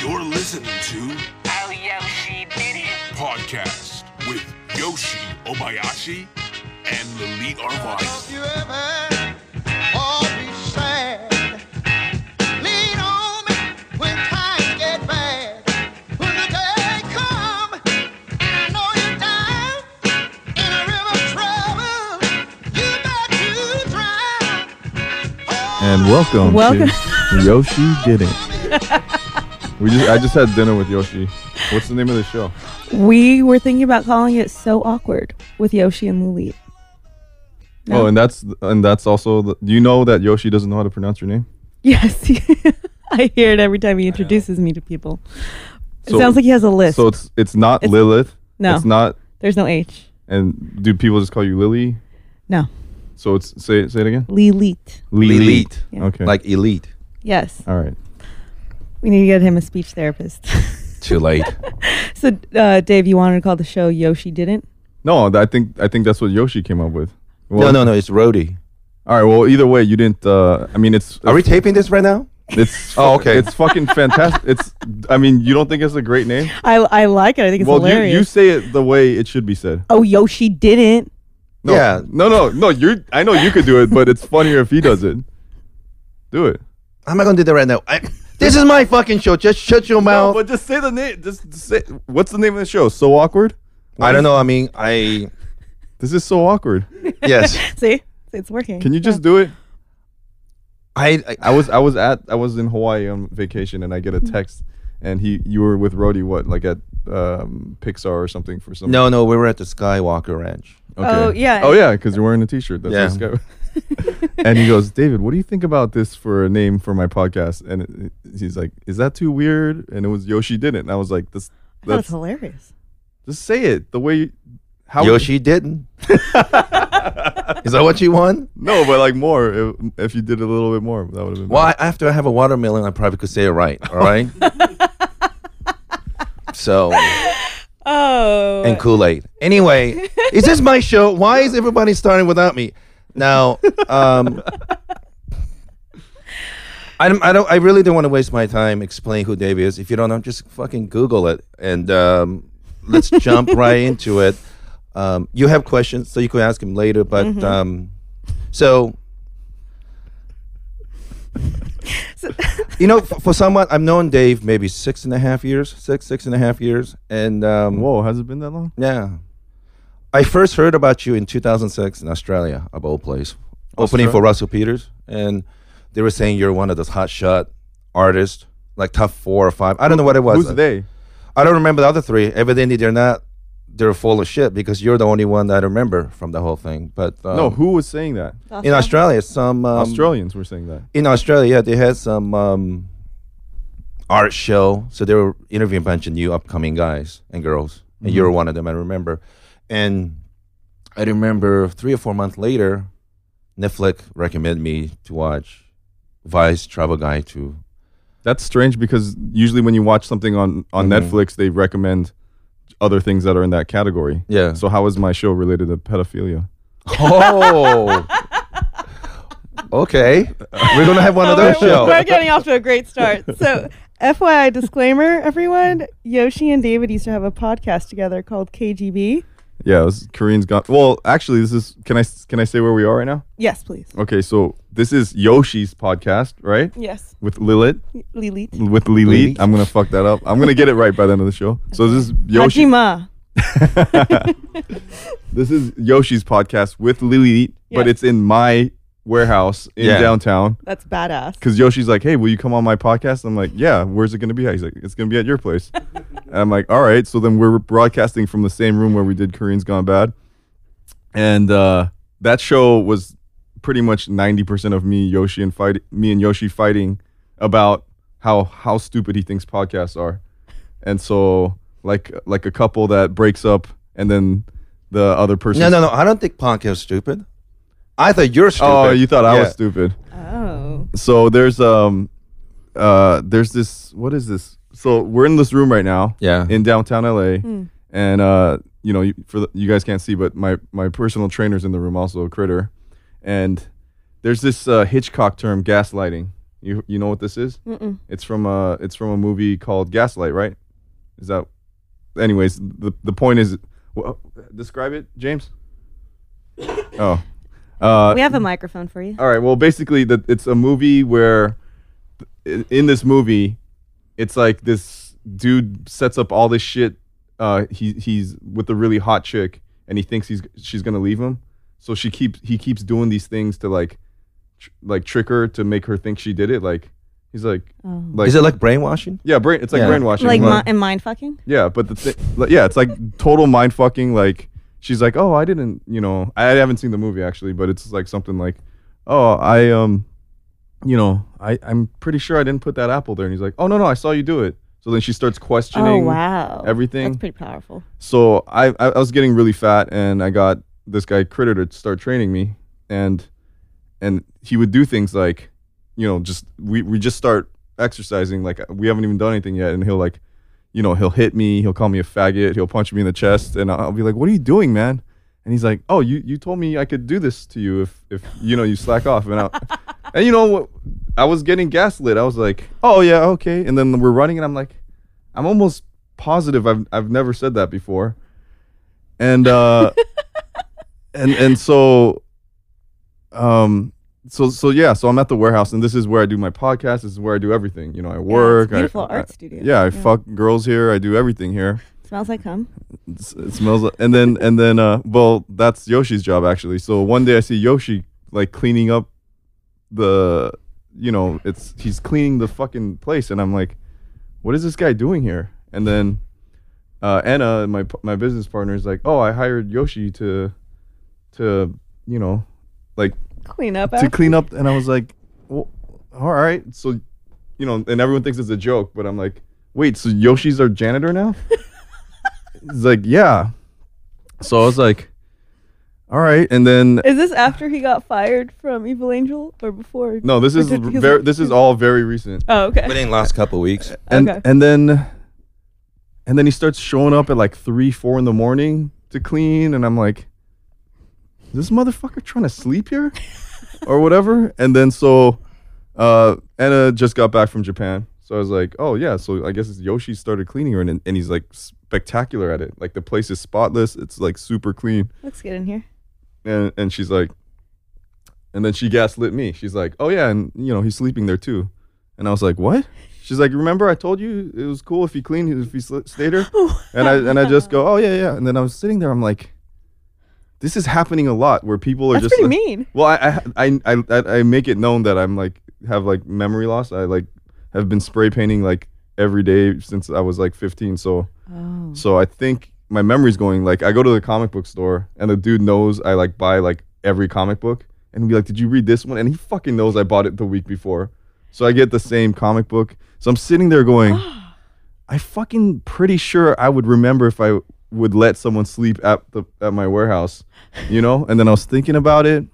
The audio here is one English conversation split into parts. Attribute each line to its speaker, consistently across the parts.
Speaker 1: You're listening to
Speaker 2: Oh, yo, she did it.
Speaker 1: Podcast with Yoshi Obayashi and Lily Arvai.
Speaker 3: Don't you ever all be sad. Lean on me when times get bad. When the day come and I know you're down in a river of trouble, you got to drown. Oh,
Speaker 4: and welcome,
Speaker 5: Welcome.
Speaker 4: to Yoshi Did It. We just I just had dinner with Yoshi. What's the name of the show?
Speaker 5: We were thinking about calling it "So Awkward" with Yoshi and Luli. No.
Speaker 4: Oh, and that's and that's also the, you know that Yoshi doesn't know how to pronounce your name.
Speaker 5: Yes, I hear it every time he introduces me to people. It
Speaker 4: So-
Speaker 5: sounds like he has a list.
Speaker 4: So it's it's not
Speaker 5: It's-
Speaker 4: Lilith.
Speaker 5: no.
Speaker 4: it's not.
Speaker 5: There's no H.
Speaker 4: And do people just call you Lily?
Speaker 5: No,
Speaker 4: So it's say say it again.
Speaker 5: Lilit.
Speaker 6: Lilith.
Speaker 5: Yeah.
Speaker 4: Okay.
Speaker 6: Like elite.
Speaker 5: Yes,
Speaker 4: all right.
Speaker 5: we need to get him a speech therapist.
Speaker 6: Too late.
Speaker 5: so, uh, Dave, you wanted to call the show "Yoshi Didn't."
Speaker 4: No, I think I think that's what Yoshi came up with.
Speaker 6: no,
Speaker 4: Well,
Speaker 6: no, no. It's Rhodey.
Speaker 4: All right. Well, either way, you didn't. Uh, I mean, it's.
Speaker 6: Are we taping this right now?
Speaker 4: It's.
Speaker 6: Oh, okay.
Speaker 4: It's fucking fantastic. it's. I mean, you don't think it's a great name?
Speaker 5: I I like it. I think it's
Speaker 4: well, you,
Speaker 5: hilarious.
Speaker 4: you say it the way it should be said.
Speaker 5: oh, Yoshi didn't.
Speaker 4: No,
Speaker 6: Yeah.
Speaker 4: No, no, no. You. I know you could do it, but it's funnier if he does it. Do it.
Speaker 6: I'm not gonna do that right now. I, this is my fucking show. Just shut your
Speaker 4: No,
Speaker 6: mouth.
Speaker 4: but just say the name. Just say. What's the name of the show? So awkward.
Speaker 6: I don't know. I mean, I
Speaker 4: This is so awkward.
Speaker 6: yes.
Speaker 5: See, it's working.
Speaker 4: Can you just do it?
Speaker 6: I, I,
Speaker 4: I was. I was at. I was in Hawaii on vacation, and I get a text, and he. You were with Rody. What? Like at um, Pixar or something for some.
Speaker 6: no no. We were at the Skywalker Ranch.
Speaker 4: Okay.
Speaker 5: Oh, yeah.
Speaker 4: Oh yeah, because you're wearing a T-shirt. That's
Speaker 6: Yeah.
Speaker 4: this guy. and he goes, David, what do you think about this for a name for my podcast? And it- it- he's like, Is that too weird? And it was Yoshi did it. And I was like, This,
Speaker 5: I thought it's
Speaker 4: that's
Speaker 5: hilarious.
Speaker 4: just say it the way. You, how
Speaker 6: Yoshi didn't. is that what you want?
Speaker 4: No, but like more. If, if you did a little bit more, that would have been.
Speaker 6: Well, I, after I have a watermelon, I probably could say it right. All right. so
Speaker 5: Oh,
Speaker 6: and Kool Aid. Anyway, is this my show? Why is everybody starting without me? Now, um, I don't, I don't, I really don't want to waste my time explaining who Dave is. If you don't know, just fucking Google it and um, let's jump right into it. Um, you have questions, so you can ask him later. But um, so. you know, for, for someone I've known Dave maybe six and a half years, six six and a half years, and um,
Speaker 4: Whoa, has it been that long?
Speaker 6: yeah. I first heard about you in 2006 in Australia, of all place, opening for Russell Peters. And they were saying you're one of those hot shot artists, like top four or five. I don't know what it was.
Speaker 4: Who's they?
Speaker 6: I don't remember the other three. Evidently, they're not, they're full of shit because you're the only one that I remember from the whole thing. But um,
Speaker 4: no, who was saying that?
Speaker 6: in Australia, some. Um,
Speaker 4: Australians were saying that.
Speaker 6: in Australia, yeah, they had some um, art show. So they were interviewing a bunch of new upcoming guys and girls. And
Speaker 4: Mm-hmm.
Speaker 6: you were one of them, I remember. And I remember three or four months later, Netflix recommended me to watch Vice Travel Guide to.
Speaker 4: That's strange because usually when you watch something on on
Speaker 6: Mm-hmm.
Speaker 4: Netflix, they recommend other things that are in that category.
Speaker 6: Yeah.
Speaker 4: So how is my show related to pedophilia?
Speaker 6: Oh! okay. We're going to have one of those
Speaker 5: we're, we're
Speaker 6: shows.
Speaker 5: getting off to a great start. So, FYI disclaimer, everyone: Yoshi and David used to have a podcast together called KGB.
Speaker 4: Yeah, this Korean's gone. Well, actually, this is. Can I can I say where we are right now?
Speaker 5: Yes, please.
Speaker 4: Okay, so this is Yoshi's podcast, right?
Speaker 5: Yes,
Speaker 4: With Lilith,
Speaker 5: Lilith.
Speaker 4: with Lilith.
Speaker 6: Lilith.
Speaker 4: I'm gonna fuck that up. I'm gonna get it right by the end of the show. So this is Yoshi.
Speaker 5: Hajima.
Speaker 4: This is Yoshi's podcast with Lilith, but
Speaker 5: Yeah.
Speaker 4: it's in my warehouse in
Speaker 6: Yeah.
Speaker 4: downtown.
Speaker 5: That's badass.
Speaker 4: Because Yoshi's like, "Hey, will you come on my podcast?" I'm like, "Yeah." Where's it gonna be? at?" He's like, "It's gonna be at your place." And I'm like, "All right." So then we're broadcasting from the same room where we did Korean's Gone Bad, and uh, that show was pretty much 90% of me, Yoshi, and fight me and Yoshi fighting about how how stupid he thinks podcasts are, and so like like a couple that breaks up and then the other person.
Speaker 6: No, no, no. I don't think Punk is stupid. I thought you're stupid.
Speaker 4: Oh, you thought I
Speaker 6: Yeah.
Speaker 4: was stupid.
Speaker 5: Oh,
Speaker 4: so there's um uh there's this what is this so we're in this room right now
Speaker 6: Yeah.
Speaker 4: in downtown la and uh you know you, for the, you guys can't see but my my personal trainer's in the room also critter and there's this uh hitchcock term gaslighting You you know what this is? It's from a it's from a movie called Gaslight, right? Is that? Anyways, the the point is, wh- describe it, James. oh, uh,
Speaker 7: We have a microphone for you.
Speaker 4: all right. Well, basically, that it's a movie where, in, in this movie, it's like this dude sets up all this shit. Uh, he he's with a really hot chick, and he thinks he's she's gonna leave him. So she keeps he keeps doing these things to like, tr- like trick her to make her think she did it. Like he's like
Speaker 7: Oh.
Speaker 4: like
Speaker 6: Is it like brainwashing?
Speaker 4: yeah brain it's like
Speaker 6: Yeah.
Speaker 4: brainwashing
Speaker 7: Like
Speaker 4: but-
Speaker 7: mi- and mind
Speaker 5: Oh,
Speaker 7: fucking.
Speaker 4: yeah, but the thing, like, yeah, it's like total mind fucking. Like she's like, oh, I didn't, you know, I haven't seen the movie actually, but it's like something like, oh, I um, you know, I I'm pretty sure I didn't put that apple there, and he's like, oh no no, I saw you do it. So then she starts questioning.
Speaker 7: Oh wow.
Speaker 4: everything.
Speaker 7: That's pretty powerful.
Speaker 4: So I, I I was getting really fat, and I got this guy Critter to start training me, and and he would do things like, you know, just we we just start exercising like we haven't even done anything yet, and he'll like, you know, he'll hit me, he'll call me a faggot, he'll punch me in the chest, and I'll be like, what are you doing, man? And he's like, oh, you you told me I could do this to you if if you know you slack off, and I, and you know what, I was getting gaslit. I was like, oh yeah, okay, and then we're running, and I'm like. I'm almost positive I've I've never said that before. And uh and and so um so so yeah, so I'm at the warehouse and this is where I do my podcast, this is where I do everything. You know, I work.
Speaker 7: it's a beautiful
Speaker 4: I,
Speaker 7: art
Speaker 4: I-
Speaker 7: studio.
Speaker 4: yeah, I fuck girls here, I do everything here.
Speaker 7: Smells like hum.
Speaker 4: It's, it smells like, and then and then uh well, that's Yoshi's job actually. So one day I see Yoshi like cleaning up the you know, it's he's cleaning the fucking place and I'm like what is this guy doing here? And then uh, Anna, my p- my business partner, is like, oh, I hired Yoshi to to you know like
Speaker 5: Clean up.
Speaker 4: to
Speaker 5: after-
Speaker 4: clean up, and I was like, well, all right, so you know, and everyone thinks it's a joke, but I'm like, wait, so Yoshi's our janitor now? He's like, yeah. So I was like, all right, and then
Speaker 5: Is this after he got fired from Evil Angel or before?
Speaker 4: no, this is
Speaker 5: Or did-
Speaker 4: very, this is all very recent.
Speaker 5: Oh, okay.
Speaker 6: Within the last couple of weeks.
Speaker 4: and
Speaker 5: Okay.
Speaker 4: and then and then he starts showing up at like three four in the morning to clean and i'm like is this motherfucker trying to sleep here or whatever and then so uh anna just got back from japan so i was like oh yeah so i guess it's yoshi started cleaning her and, and he's like spectacular at it like the place is spotless it's like super clean
Speaker 5: Let's get in here.
Speaker 4: and and she's like and then she gaslit me she's like oh yeah and you know he's sleeping there too and i was like what she's like remember i told you it was cool if he cleaned if he sl- stayed here and i and i just go oh yeah yeah and then i was sitting there i'm like this is happening a lot where people are
Speaker 5: That's
Speaker 4: just
Speaker 5: pretty
Speaker 4: like-
Speaker 5: mean.
Speaker 4: well I, I i i i make it known that i'm like have like memory loss i like have been spray painting like every day since i was like 15 so
Speaker 7: Oh.
Speaker 4: so I think my memory's going like I go to the comic book store and the dude knows I like buy like every comic book and he'll be like, "Did you read this one?" And he fucking knows I bought it the week before. So I get the same comic book. So I'm sitting there going, "I fucking pretty sure I would remember if I would let someone sleep at the at my warehouse, you know?" And then I was thinking about it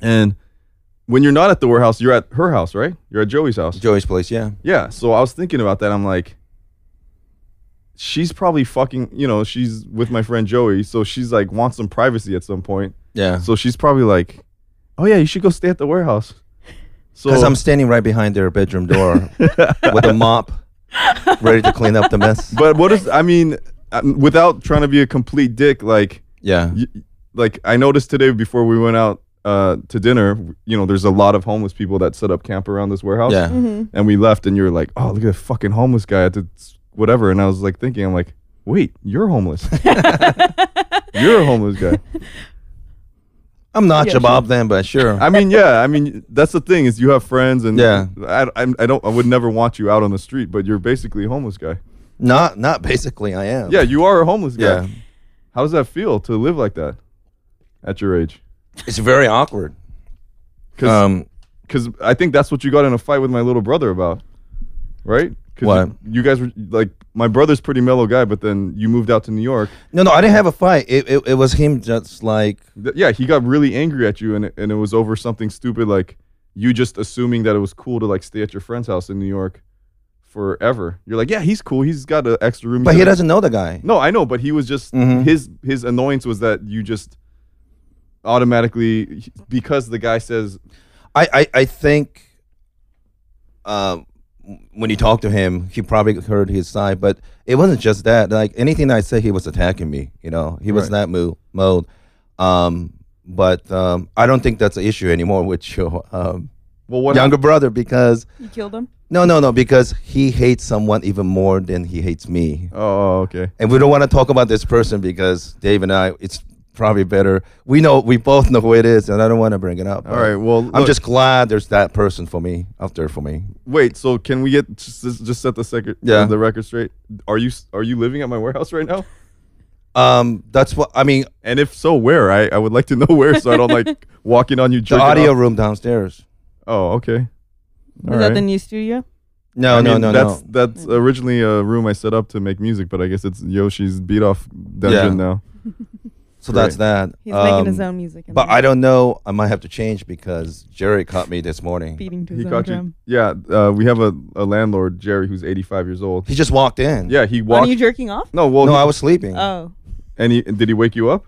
Speaker 4: and when you're not at the warehouse, you're at her house, right? You're at Joey's house.
Speaker 6: Joey's place, yeah.
Speaker 4: Yeah. So I was thinking about that. I'm like, she's probably fucking, you know, she's with my friend Joey. So she's like, wants some privacy at some point.
Speaker 6: Yeah.
Speaker 4: So she's probably like, oh, yeah, you should go stay at the warehouse. So
Speaker 6: Because I'm standing right behind their bedroom door with a mop, ready to clean up the mess.
Speaker 4: but what is, I mean, uh, without trying to be a complete dick, like,
Speaker 6: Yeah.
Speaker 4: y- like I noticed today before we went out uh, to dinner, you know, there's a lot of homeless people that set up camp around this warehouse.
Speaker 6: Yeah.
Speaker 4: and we left and you were like oh look at the fucking homeless guy at the whatever and i was like thinking i'm like wait you're homeless you're a homeless guy
Speaker 6: I'm not your Bob then, but sure.
Speaker 4: i mean yeah i mean that's the thing is you have friends and
Speaker 6: Yeah.
Speaker 4: I, I, I don't i would never want you out on the street but you're basically a homeless guy
Speaker 6: not not basically I am.
Speaker 4: yeah you are a homeless guy
Speaker 6: Yeah.
Speaker 4: how does that feel to live like that at your age
Speaker 6: It's very awkward.
Speaker 4: because
Speaker 6: Um
Speaker 4: i think that's what you got in a fight with my little brother about right 'Cause
Speaker 6: What?
Speaker 4: you, you guys were like my brother's pretty mellow guy but then you moved out to new york
Speaker 6: no no I didn't have a fight. It it, it was him just like
Speaker 4: Th- yeah, he got really angry at you, and it- and it was over something stupid like you just assuming that it was cool to like stay at your friend's house in New York forever. You're like, yeah, he's cool. He's got an extra room.
Speaker 6: but he
Speaker 4: here."
Speaker 6: doesn't know the guy.
Speaker 4: No, I know, but he was just
Speaker 6: Mhm.
Speaker 4: his his annoyance was that you just automatically because the guy says
Speaker 6: I, I, I think um, when you talk to him, he probably heard his side. But it wasn't just that. Like anything I said, he was attacking me. You know, he was in
Speaker 4: Right.
Speaker 6: that mo- mode. Um, but um, I don't think that's an issue anymore with your um,
Speaker 4: Well, what
Speaker 6: younger brother because
Speaker 8: You killed him.
Speaker 6: no, no, no, because he hates someone even more than he hates me.
Speaker 4: Oh, okay.
Speaker 6: And we don't want to talk about this person because Dave and I, it's probably better. We know, we both know who it is, and I don't want to bring it up.
Speaker 4: All right. Well,
Speaker 6: I'm
Speaker 4: look-
Speaker 6: just glad there's that person for me out there for me.
Speaker 4: wait. So can we get just, just set the second
Speaker 6: Yeah.
Speaker 4: the record straight? Are you s- are you living at my warehouse right now?
Speaker 6: Um, that's what I mean.
Speaker 4: And if so, where? I I would like to know where, so I don't like walking on you.
Speaker 6: The
Speaker 4: jerking
Speaker 6: audio
Speaker 4: off.
Speaker 6: room downstairs.
Speaker 4: Oh, okay.
Speaker 8: Is that
Speaker 4: All right.
Speaker 8: the new studio?
Speaker 6: No,
Speaker 4: I
Speaker 6: no,
Speaker 4: mean,
Speaker 6: no,
Speaker 4: that's,
Speaker 6: no.
Speaker 4: That's originally a room I set up to make music, but I guess it's Yoshi's beat off dungeon
Speaker 6: Yeah.
Speaker 4: now.
Speaker 6: So that's that.
Speaker 8: He's making his
Speaker 6: Um,
Speaker 8: own music. in
Speaker 6: But
Speaker 8: there.
Speaker 6: I don't know. I might have to change because Jerry caught me this morning.
Speaker 8: beating to
Speaker 4: He
Speaker 8: his own
Speaker 4: caught you.
Speaker 8: drum.
Speaker 4: Yeah, uh, we have a, a landlord, Jerry, who's 85 years old.
Speaker 6: He just walked in.
Speaker 4: Yeah, he
Speaker 8: Are
Speaker 4: walked.
Speaker 8: you jerking off?
Speaker 4: no, well,
Speaker 6: No,
Speaker 4: he-
Speaker 6: I was sleeping.
Speaker 8: Oh,
Speaker 4: and he and did he wake you up?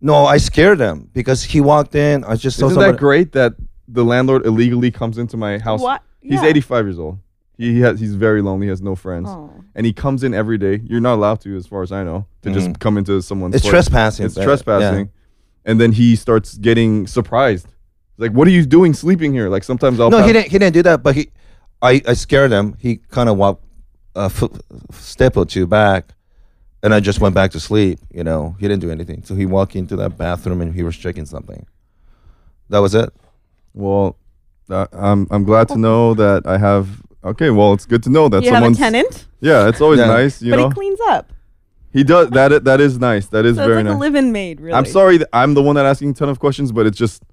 Speaker 6: no, I scared him because he walked in. I just saw
Speaker 4: Isn't
Speaker 6: somebody.
Speaker 4: that great that the landlord illegally comes into my house?
Speaker 8: What?
Speaker 4: He's
Speaker 8: Yeah. Oh.
Speaker 4: 85 years old. He, he has, he's very lonely. He has no friends,
Speaker 8: Aw.
Speaker 5: Oh.
Speaker 4: and he comes in every day. You're not allowed to, as far as I know, to just come into someone's.
Speaker 6: Mm-hmm. It's
Speaker 4: place.
Speaker 6: trespassing,
Speaker 4: It's
Speaker 6: but-
Speaker 4: trespassing, and then he starts getting surprised. Like, what are you doing sleeping here? Like sometimes I'll.
Speaker 6: No, he
Speaker 4: pass-
Speaker 6: didn't. He didn't do that. But he, I, I scared him. He kind of walked a foot, step or two back, and I just went back to sleep. You know, he didn't do anything. So he walked into that bathroom and he was checking something. That was it.
Speaker 4: Well, uh, I'm I'm glad to know that I have. Okay, well, it's good to know that
Speaker 8: you have a
Speaker 4: someone's.
Speaker 8: tenant,
Speaker 4: Yeah, it's always
Speaker 6: Yeah.
Speaker 4: nice. You
Speaker 8: but
Speaker 4: know,
Speaker 8: he cleans up.
Speaker 4: he does that. i- That is nice. That is
Speaker 8: So it's
Speaker 4: very
Speaker 8: like
Speaker 4: nice.
Speaker 8: a live-in maid, really.
Speaker 4: I'm sorry that I'm the one that asking a ton of questions, but it's just,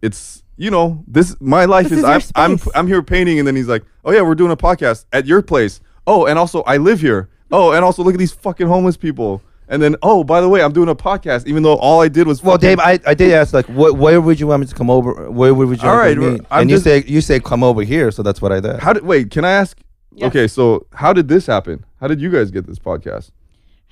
Speaker 4: it's you know, this my life
Speaker 8: This is your
Speaker 4: I'm, I'm
Speaker 8: space.
Speaker 4: I'm here painting, and then he's like, oh yeah, we're doing a podcast at your place. Oh, and also I live here. Oh, and also look at these fucking homeless people. And then oh, by the way, I'm doing a podcast, even though all I did was
Speaker 6: Well,
Speaker 4: fucking-
Speaker 6: Dave, I, I did ask like, what, where would you want me to come over? Where would you?
Speaker 4: All
Speaker 6: want me to
Speaker 4: right,
Speaker 6: meet?
Speaker 4: I'm
Speaker 6: and you
Speaker 4: just-
Speaker 6: say you say come over here. So that's what I did.
Speaker 4: How did wait? Can I ask?
Speaker 8: Yes.
Speaker 4: Okay, so how did this happen? How did you guys get this podcast?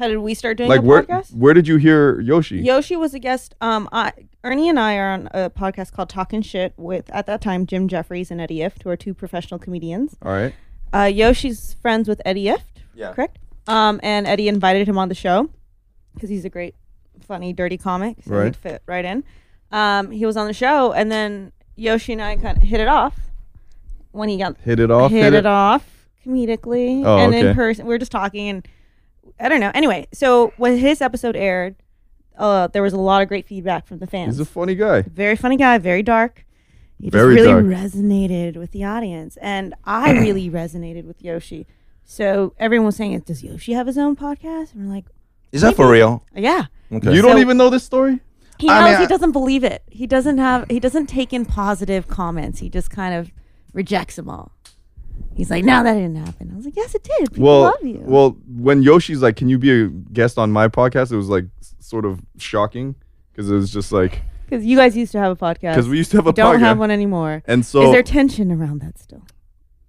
Speaker 5: How did we start doing
Speaker 4: like
Speaker 5: a
Speaker 4: where
Speaker 5: podcast?
Speaker 4: where did you hear Yoshi?
Speaker 5: Yoshi was a guest. Um, I, Ernie and I are on a podcast called Talking Shit with, at that time, Jim Jeffries and Eddie Ift, who are two professional comedians.
Speaker 4: all right.
Speaker 5: Uh, Yoshi's friends with Eddie Ift,
Speaker 6: Yeah.
Speaker 5: correct? Um, and Eddie invited him on the show because he's a great, funny, dirty comic, so
Speaker 4: Right.
Speaker 5: he'd fit right in. Um, he was on the show, and then Yoshi and I kind of hit it off when he got
Speaker 4: Hit it off.
Speaker 5: hit, it, off comedically
Speaker 4: Oh,
Speaker 5: and
Speaker 4: okay.
Speaker 5: in person. We were just talking, and I don't know. Anyway, so when his episode aired, uh, there was a lot of great feedback from the fans.
Speaker 4: He's a funny guy.
Speaker 5: very funny guy, very dark. He
Speaker 4: Very
Speaker 5: just
Speaker 4: dark.
Speaker 5: really resonated with the audience, and I really resonated with Yoshi. So everyone was saying, "Does Yoshi have his own podcast?" And we're like,
Speaker 6: Is that for real?
Speaker 5: "Yeah."
Speaker 6: Okay.
Speaker 4: You don't
Speaker 5: So-
Speaker 4: even know this story?
Speaker 5: He
Speaker 6: I
Speaker 5: knows
Speaker 6: mean, I-
Speaker 5: he doesn't believe it. He doesn't have. He doesn't take in positive comments. He just kind of rejects them all. He's like, "No, that didn't happen." I was like, "Yes, it did. People
Speaker 4: Well,
Speaker 5: love you."
Speaker 4: well, when Yoshi's like, "Can you be a guest on my podcast?" It was like s- sort of shocking because it was just like
Speaker 5: because you guys used to have a podcast.
Speaker 4: because we used to have a
Speaker 5: You don't
Speaker 4: podcast,
Speaker 5: have one anymore.
Speaker 4: and so
Speaker 5: Is there tension around that still?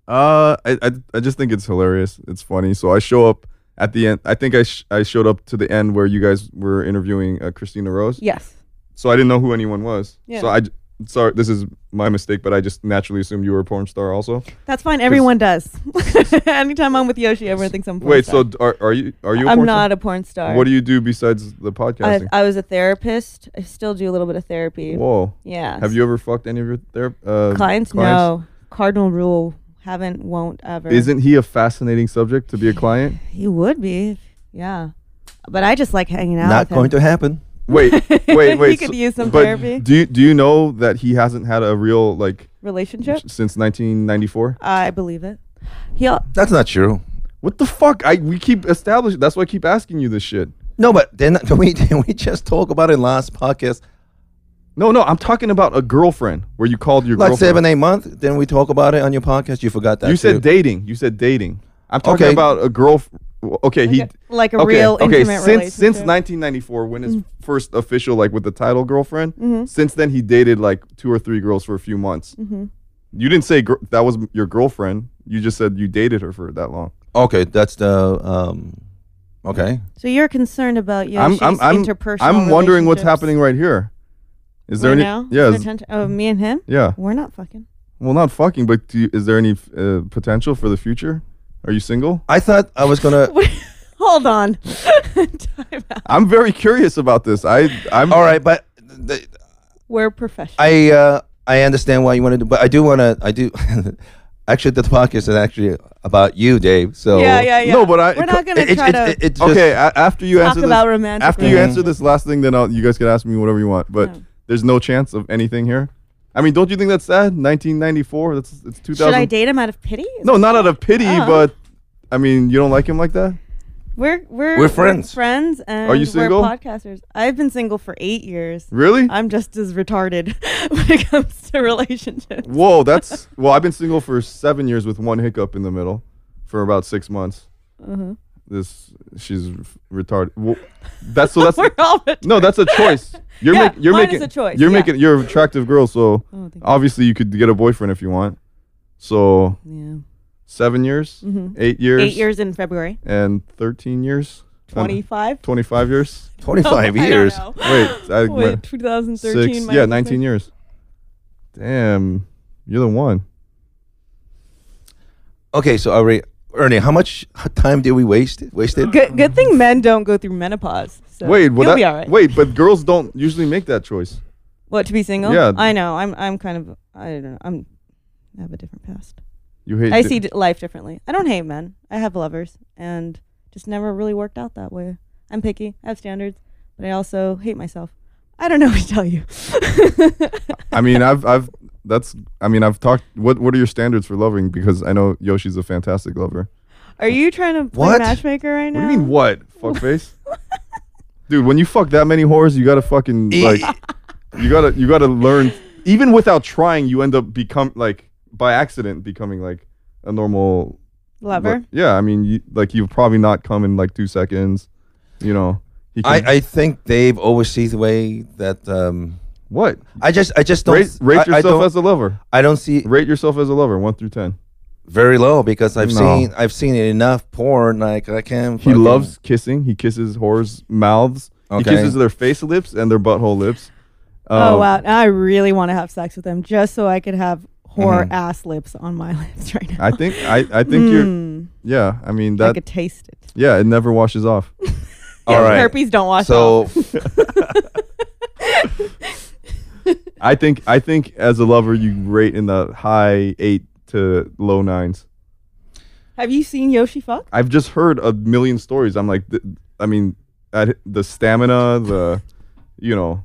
Speaker 4: Uh, I, I I just think it's hilarious. It's funny. So I show up at the end. I think I sh- I showed up to the end where you guys were interviewing uh, Christina Rose.
Speaker 5: Yes.
Speaker 4: So I didn't know who anyone was.
Speaker 5: Yeah.
Speaker 4: So I j- sorry, this is my mistake, but I just naturally assumed you were a porn star also.
Speaker 5: That's fine. Everyone does. Anytime I'm with Yoshi, everyone thinks I'm. a porn
Speaker 4: Wait,
Speaker 5: star.
Speaker 4: so d- are, are you are you? A
Speaker 5: I'm
Speaker 4: porn
Speaker 5: not a porn star.
Speaker 4: Star? What do you do besides the
Speaker 5: I,
Speaker 4: podcasting?
Speaker 5: I was a therapist. I still do a little bit of therapy.
Speaker 4: Whoa.
Speaker 5: yeah.
Speaker 4: Have you ever fucked any of your ther- uh,
Speaker 5: clients? No. Cardinal rule: haven't, won't, ever.
Speaker 4: Isn't he a fascinating subject to be a client?
Speaker 5: He would be. Yeah. But I just like hanging out.
Speaker 6: Not
Speaker 5: with him.
Speaker 6: going to happen.
Speaker 4: Wait, wait, wait.
Speaker 5: He could use some
Speaker 4: but
Speaker 5: therapy.
Speaker 4: Do you, do you know that he hasn't had a real like
Speaker 5: relationship.
Speaker 4: since 1994?
Speaker 5: I believe it. He'll
Speaker 6: That's not true.
Speaker 4: What the fuck? I we keep establishing. That's why I keep asking you this shit.
Speaker 6: No, but then then we then we just talk about it last podcast.
Speaker 4: No, no, I'm talking about a girlfriend where you called your
Speaker 6: Like
Speaker 4: girlfriend.
Speaker 6: seven, eight months. Then we talk about it on your podcast. You forgot that.
Speaker 4: you said
Speaker 6: too.
Speaker 4: dating. You said dating. I'm talking
Speaker 6: Okay.
Speaker 4: about a girl. Okay, he
Speaker 5: like a
Speaker 4: okay,
Speaker 5: real
Speaker 4: okay.
Speaker 5: intimate
Speaker 4: since
Speaker 5: relationship. Mm-hmm.
Speaker 4: since 1994, when his first official like with the title girlfriend. Since then, he dated like two or three girls for a few months.
Speaker 5: Mm-hmm.
Speaker 4: You didn't say gr- that was your girlfriend. You just said you dated her for that long.
Speaker 6: Okay, that's the um. Okay,
Speaker 5: so you're concerned about your
Speaker 4: I'm I'm I'm,
Speaker 5: interpersonal.
Speaker 4: I'm wondering what's
Speaker 5: relationships
Speaker 4: happening right here. Is there
Speaker 5: right
Speaker 4: any?
Speaker 5: now?
Speaker 4: Yeah.
Speaker 5: Is
Speaker 4: is-
Speaker 5: there tension- oh, me and him.
Speaker 4: Yeah.
Speaker 5: We're not fucking.
Speaker 4: Well, not fucking, but do you, is there any uh, potential for the future? Are you single?
Speaker 6: I thought I was gonna.
Speaker 7: Hold on. Time out.
Speaker 4: I'm very curious about this. I I'm
Speaker 6: all right, but the,
Speaker 5: We're professional.
Speaker 6: I uh, I understand why you want to do, but I do want to. I do. actually, the podcast is actually about you, Dave. So
Speaker 5: yeah, yeah, yeah.
Speaker 4: no, but I-
Speaker 5: We're not gonna
Speaker 6: It, it,
Speaker 5: try to.
Speaker 6: it, it just,
Speaker 4: Okay, a- after you
Speaker 5: Talk
Speaker 4: answer
Speaker 5: about
Speaker 4: this,
Speaker 5: romantic
Speaker 4: after you
Speaker 5: love.
Speaker 4: answer this last thing, then I'll, you guys can ask me whatever you want. But
Speaker 7: Oh.
Speaker 4: there's no chance of anything here. I mean, don't you think that's sad? 1994. That's it's 2000.
Speaker 7: Should I date him out of pity? Is
Speaker 4: No,
Speaker 7: that-
Speaker 4: not out of pity,
Speaker 5: Uh-huh.
Speaker 7: Oh.
Speaker 4: but I mean, you don't like him like that.
Speaker 5: we're we're
Speaker 6: We're friends.
Speaker 5: friends, and
Speaker 4: Are you single?
Speaker 5: we're podcasters. I've been single for eight years.
Speaker 4: Really?
Speaker 5: I'm just as retarded when it comes to relationships.
Speaker 4: Whoa, that's well. I've been single for seven years with one hiccup in the middle, for about six months.
Speaker 5: Mm-hmm.
Speaker 4: This she's retarded. Well, that's so that's
Speaker 5: We're all retarded.
Speaker 4: no, that's a choice. You're
Speaker 5: Yeah,
Speaker 4: making you're
Speaker 5: mine is
Speaker 4: making
Speaker 5: a choice,
Speaker 4: You're
Speaker 5: yeah. Oh,
Speaker 4: making you're an attractive girl, so
Speaker 5: thank you.
Speaker 4: obviously you could get a boyfriend if you want. So
Speaker 5: Yeah.
Speaker 4: seven years, eight years,
Speaker 5: Mm-hmm. Eight years in February.
Speaker 4: and thirteen years,
Speaker 5: Twenty five.
Speaker 4: twenty five years.
Speaker 6: 25 years.
Speaker 4: Wait, I,
Speaker 5: Wait, 2013.
Speaker 4: six,
Speaker 5: minus
Speaker 4: yeah,
Speaker 5: six.
Speaker 4: nineteen years. Damn, you're the one.
Speaker 6: Okay, so Ari, Ernie, how much time did we waste? Wasted?
Speaker 5: Good, good thing men don't go through menopause. So
Speaker 4: Wait, well that,
Speaker 5: you'll be all right.
Speaker 4: wait, but girls don't usually make that choice.
Speaker 5: what to be single?
Speaker 4: Yeah.
Speaker 5: I know. I'm. I'm kind of. I don't know. I'm. I have a different past.
Speaker 4: You hate.
Speaker 5: I
Speaker 4: the-
Speaker 5: see d- life differently. I don't hate men. I have lovers, and just never really worked out that way. I'm picky. I have standards, but I also hate myself. I don't know what to tell you.
Speaker 4: I mean, I've, I've, that's. I mean, I've talked. What, what are your standards for loving? Because I know Yoshi's a fantastic lover.
Speaker 5: Are you trying to play
Speaker 6: What?
Speaker 5: matchmaker right
Speaker 4: What
Speaker 5: now?
Speaker 4: do you mean, what? Fuckface. Dude, when you fuck that many whores, you gotta fucking
Speaker 5: Eh.
Speaker 6: E-
Speaker 4: like, you gotta, you gotta learn. Even without trying, you end up become like by accident becoming like a normal
Speaker 5: Lover.
Speaker 4: But, yeah, I mean, you, like you've probably not come in like two seconds. You know, he
Speaker 6: I,
Speaker 4: can,
Speaker 6: I think Dave oversees the way that um,
Speaker 4: what
Speaker 6: I just I just don't
Speaker 4: rate, rate
Speaker 6: I, I
Speaker 4: yourself
Speaker 6: don't,
Speaker 4: as a lover.
Speaker 6: I don't see
Speaker 4: Rate yourself as a lover, one through ten.
Speaker 6: very low because I've
Speaker 4: No.
Speaker 6: seen I've seen enough porn like I can't.
Speaker 4: He loves kissing. He kisses whores' mouths.
Speaker 6: Okay.
Speaker 4: He kisses their face lips and their butthole lips.
Speaker 5: Oh
Speaker 4: Um,
Speaker 5: wow! Now I really want to have sex with him just so I could have whore ass lips on my lips right now.
Speaker 4: Mm-hmm. I think I, I think you're yeah. I mean
Speaker 5: I
Speaker 4: that
Speaker 5: could taste it.
Speaker 4: yeah. It never washes off.
Speaker 6: All right.
Speaker 5: Herpes don't wash
Speaker 6: So
Speaker 5: off.
Speaker 4: I think I think as a lover you rate in the high eight to low nines.
Speaker 5: Have you seen Yoshi fuck?
Speaker 4: I've just heard a million stories. I'm like, th- I mean, at the stamina, the, you know,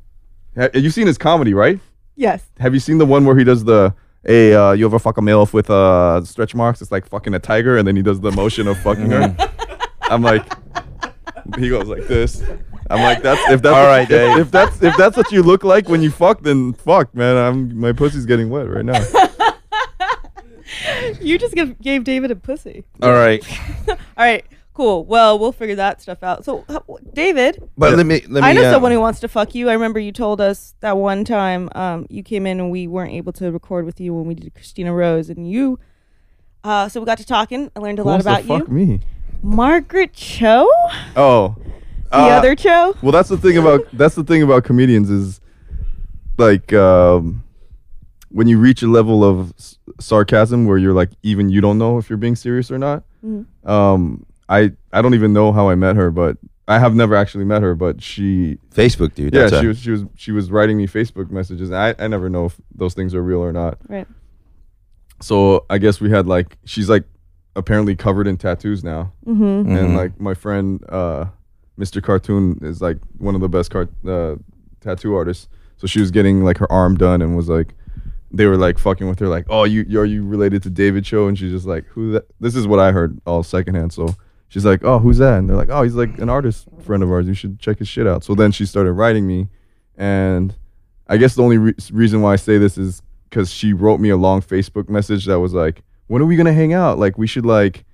Speaker 4: Ha- you've seen his comedy, right?
Speaker 5: Yes.
Speaker 4: Have you seen the one where he does the, hey, uh, you ever fuck a milf with uh, stretch marks? It's like fucking a tiger, and then he does the motion of fucking her. I'm like, he goes like this. I'm like, that's if that's
Speaker 6: All right,
Speaker 4: if,
Speaker 6: Dave.
Speaker 4: if that's if that's what you look like when you fuck, then fuck, man. I'm my pussy's getting wet right now.
Speaker 5: You just give, gave David a pussy.
Speaker 6: all right,
Speaker 5: All right. Cool. Well, we'll figure that stuff out. So, h- w- David,
Speaker 6: but let me let me.
Speaker 5: I know
Speaker 6: uh,
Speaker 5: someone who wants to fuck you. I remember you told us that one time um, you came in and we weren't able to record with you when we did Christina Rose, and you. Uh, so we got to talking. I learned a
Speaker 4: Who
Speaker 5: lot
Speaker 4: wants to
Speaker 5: about you,
Speaker 4: fuck me?
Speaker 5: Margaret Cho,
Speaker 4: Oh,
Speaker 5: the other Cho.
Speaker 4: Well, that's the thing about that's the thing about comedians is like um, when you reach a level of s- sarcasm where you're like even you don't know if you're being serious or not. Um, I I don't even know how I met her, but I have never actually met her. But she
Speaker 6: Facebook dude.
Speaker 4: yeah
Speaker 6: that's
Speaker 4: she
Speaker 6: a-
Speaker 4: was she was she was writing me Facebook messages. And I I never know if those things are real or not.
Speaker 5: Right.
Speaker 4: So I guess we had like she's like apparently covered in tattoos now
Speaker 5: Mm-hmm.
Speaker 4: and
Speaker 6: Mhm.
Speaker 4: like my friend uh mr cartoon is like one of the best car- uh, tattoo artists so she was getting like her arm done and was like they were like fucking with her like oh you you- are you related to david cho and she's just like who that this is what i heard all secondhand so she's like oh who's that and they're like oh he's like an artist friend of ours you should check his shit out so then she started writing me and i guess the only re- reason why i say this is because she wrote me a long facebook message that was like when are we gonna hang out like we should like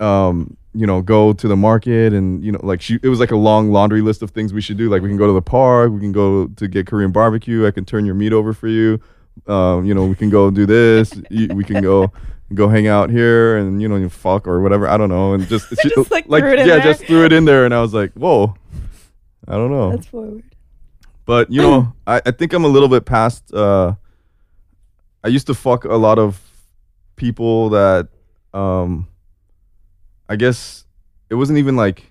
Speaker 4: um, you know, go to the market and you know, like she, it was like a long laundry list of things we should do. Like we can go to the park, we can go to get Korean barbecue. I can turn your meat over for you. Um, you know, we can go do this. you, we can go go hang out here and you know, you fuck or whatever. I don't know. And just, she-
Speaker 5: Just, like, threw it in
Speaker 4: yeah,
Speaker 5: there.
Speaker 4: just threw it in there, and I was like, whoa, I don't know
Speaker 5: That's forward.
Speaker 4: but you know I, I think i'm a little bit past uh I used to fuck a lot of people that um I guess it wasn't even like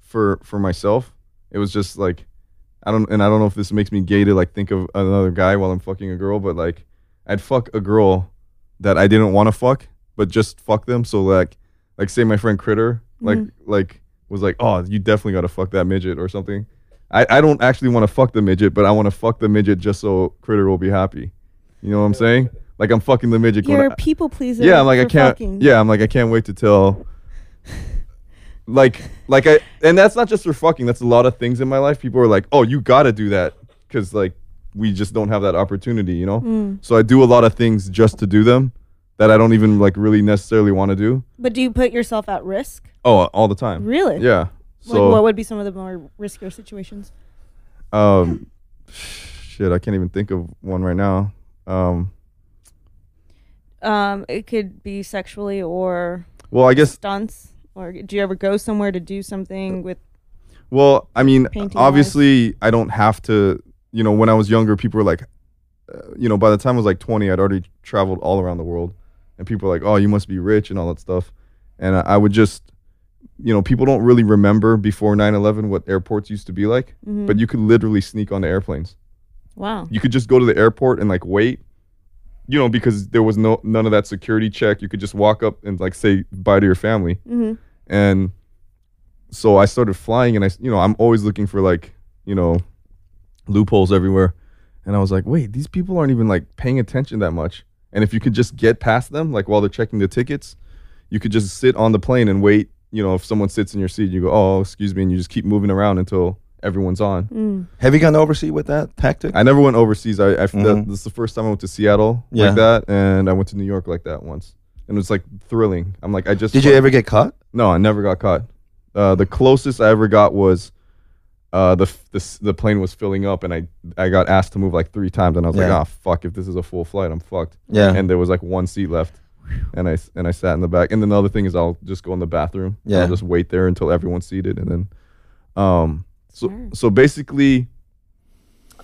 Speaker 4: for for myself. It was just like I don't and I don't know if this makes me gay to like think of another guy while I'm fucking a girl, but like I'd fuck a girl that I didn't want to fuck, but just fuck them. So like like say my friend Critter like like was like, "Oh, you definitely got to fuck that midget or something." I, I don't actually want to fuck the midget, but I want to fuck the midget just so Critter will be happy. You know what I'm saying? Like I'm fucking the midget. going
Speaker 5: You're a people pleaser.
Speaker 4: yeah, I'm like I
Speaker 5: for
Speaker 4: can't.
Speaker 5: fucking.
Speaker 4: Yeah, I'm like I can't wait to tell. Like, like I, and that's not just for fucking. That's a lot of things in my life. People are like, "Oh, you gotta do that," because like we just don't have that opportunity, you know.
Speaker 5: Mm.
Speaker 4: So I do a lot of things just to do them that I don't even like really necessarily want to do.
Speaker 5: But do you put yourself at risk?
Speaker 4: Oh, all the time.
Speaker 5: Really?
Speaker 4: Yeah.
Speaker 5: Like, what would be some of the more riskier situations?
Speaker 4: Um, shit, I can't even think of one right now. Um,
Speaker 5: Um, it could be sexually or
Speaker 4: well, I guess.
Speaker 5: stunts. Or do you ever go somewhere to do something with?
Speaker 4: Well, I mean,
Speaker 5: Painting-wise.
Speaker 4: obviously, I don't have to. You know, when I was younger, people were like, uh, you know, by the time I was like 20, I'd already traveled all around the world, and people were like, "Oh, you must be rich" and all that stuff. And I, I would just, you know, people don't really remember before 9/11 what airports used to be like, but you could literally sneak onto airplanes.
Speaker 5: mm-hmm. Wow.
Speaker 4: you could just go to the airport and like wait you know because there was no none of that security check you could just walk up and like say bye to your family
Speaker 5: Mm-hmm.
Speaker 4: and so i started flying and i s- you know i'm always looking for like you know loopholes everywhere and i was like wait these people aren't even like paying attention that much and if you could just get past them like while they're checking the tickets you could just sit on the plane and wait you know if someone sits in your seat you go oh excuse me and you just keep moving around until everyone's on
Speaker 6: Have you gone overseas with that tactic?
Speaker 4: I never went overseas. I, I that, this is the first time I went to Seattle
Speaker 6: Mm-hmm. Yeah.
Speaker 4: like that, and I went to New York like that once, and it was like thrilling. I'm like, I just
Speaker 6: Did you ever get caught?
Speaker 4: No, I never got caught. Uh, the closest I ever got was uh, the, f- the s- the plane was filling up, and I I got asked to move like three times, and I was
Speaker 6: Yeah.
Speaker 4: like, oh fuck, if this is a full flight, I'm fucked.
Speaker 6: Yeah.
Speaker 4: And there was like one seat left, and I s- and I sat in the back. And then the other thing is, I'll just go in the bathroom. and
Speaker 6: Yeah.
Speaker 4: I'll just wait there until everyone's seated, and then, um, so so basically.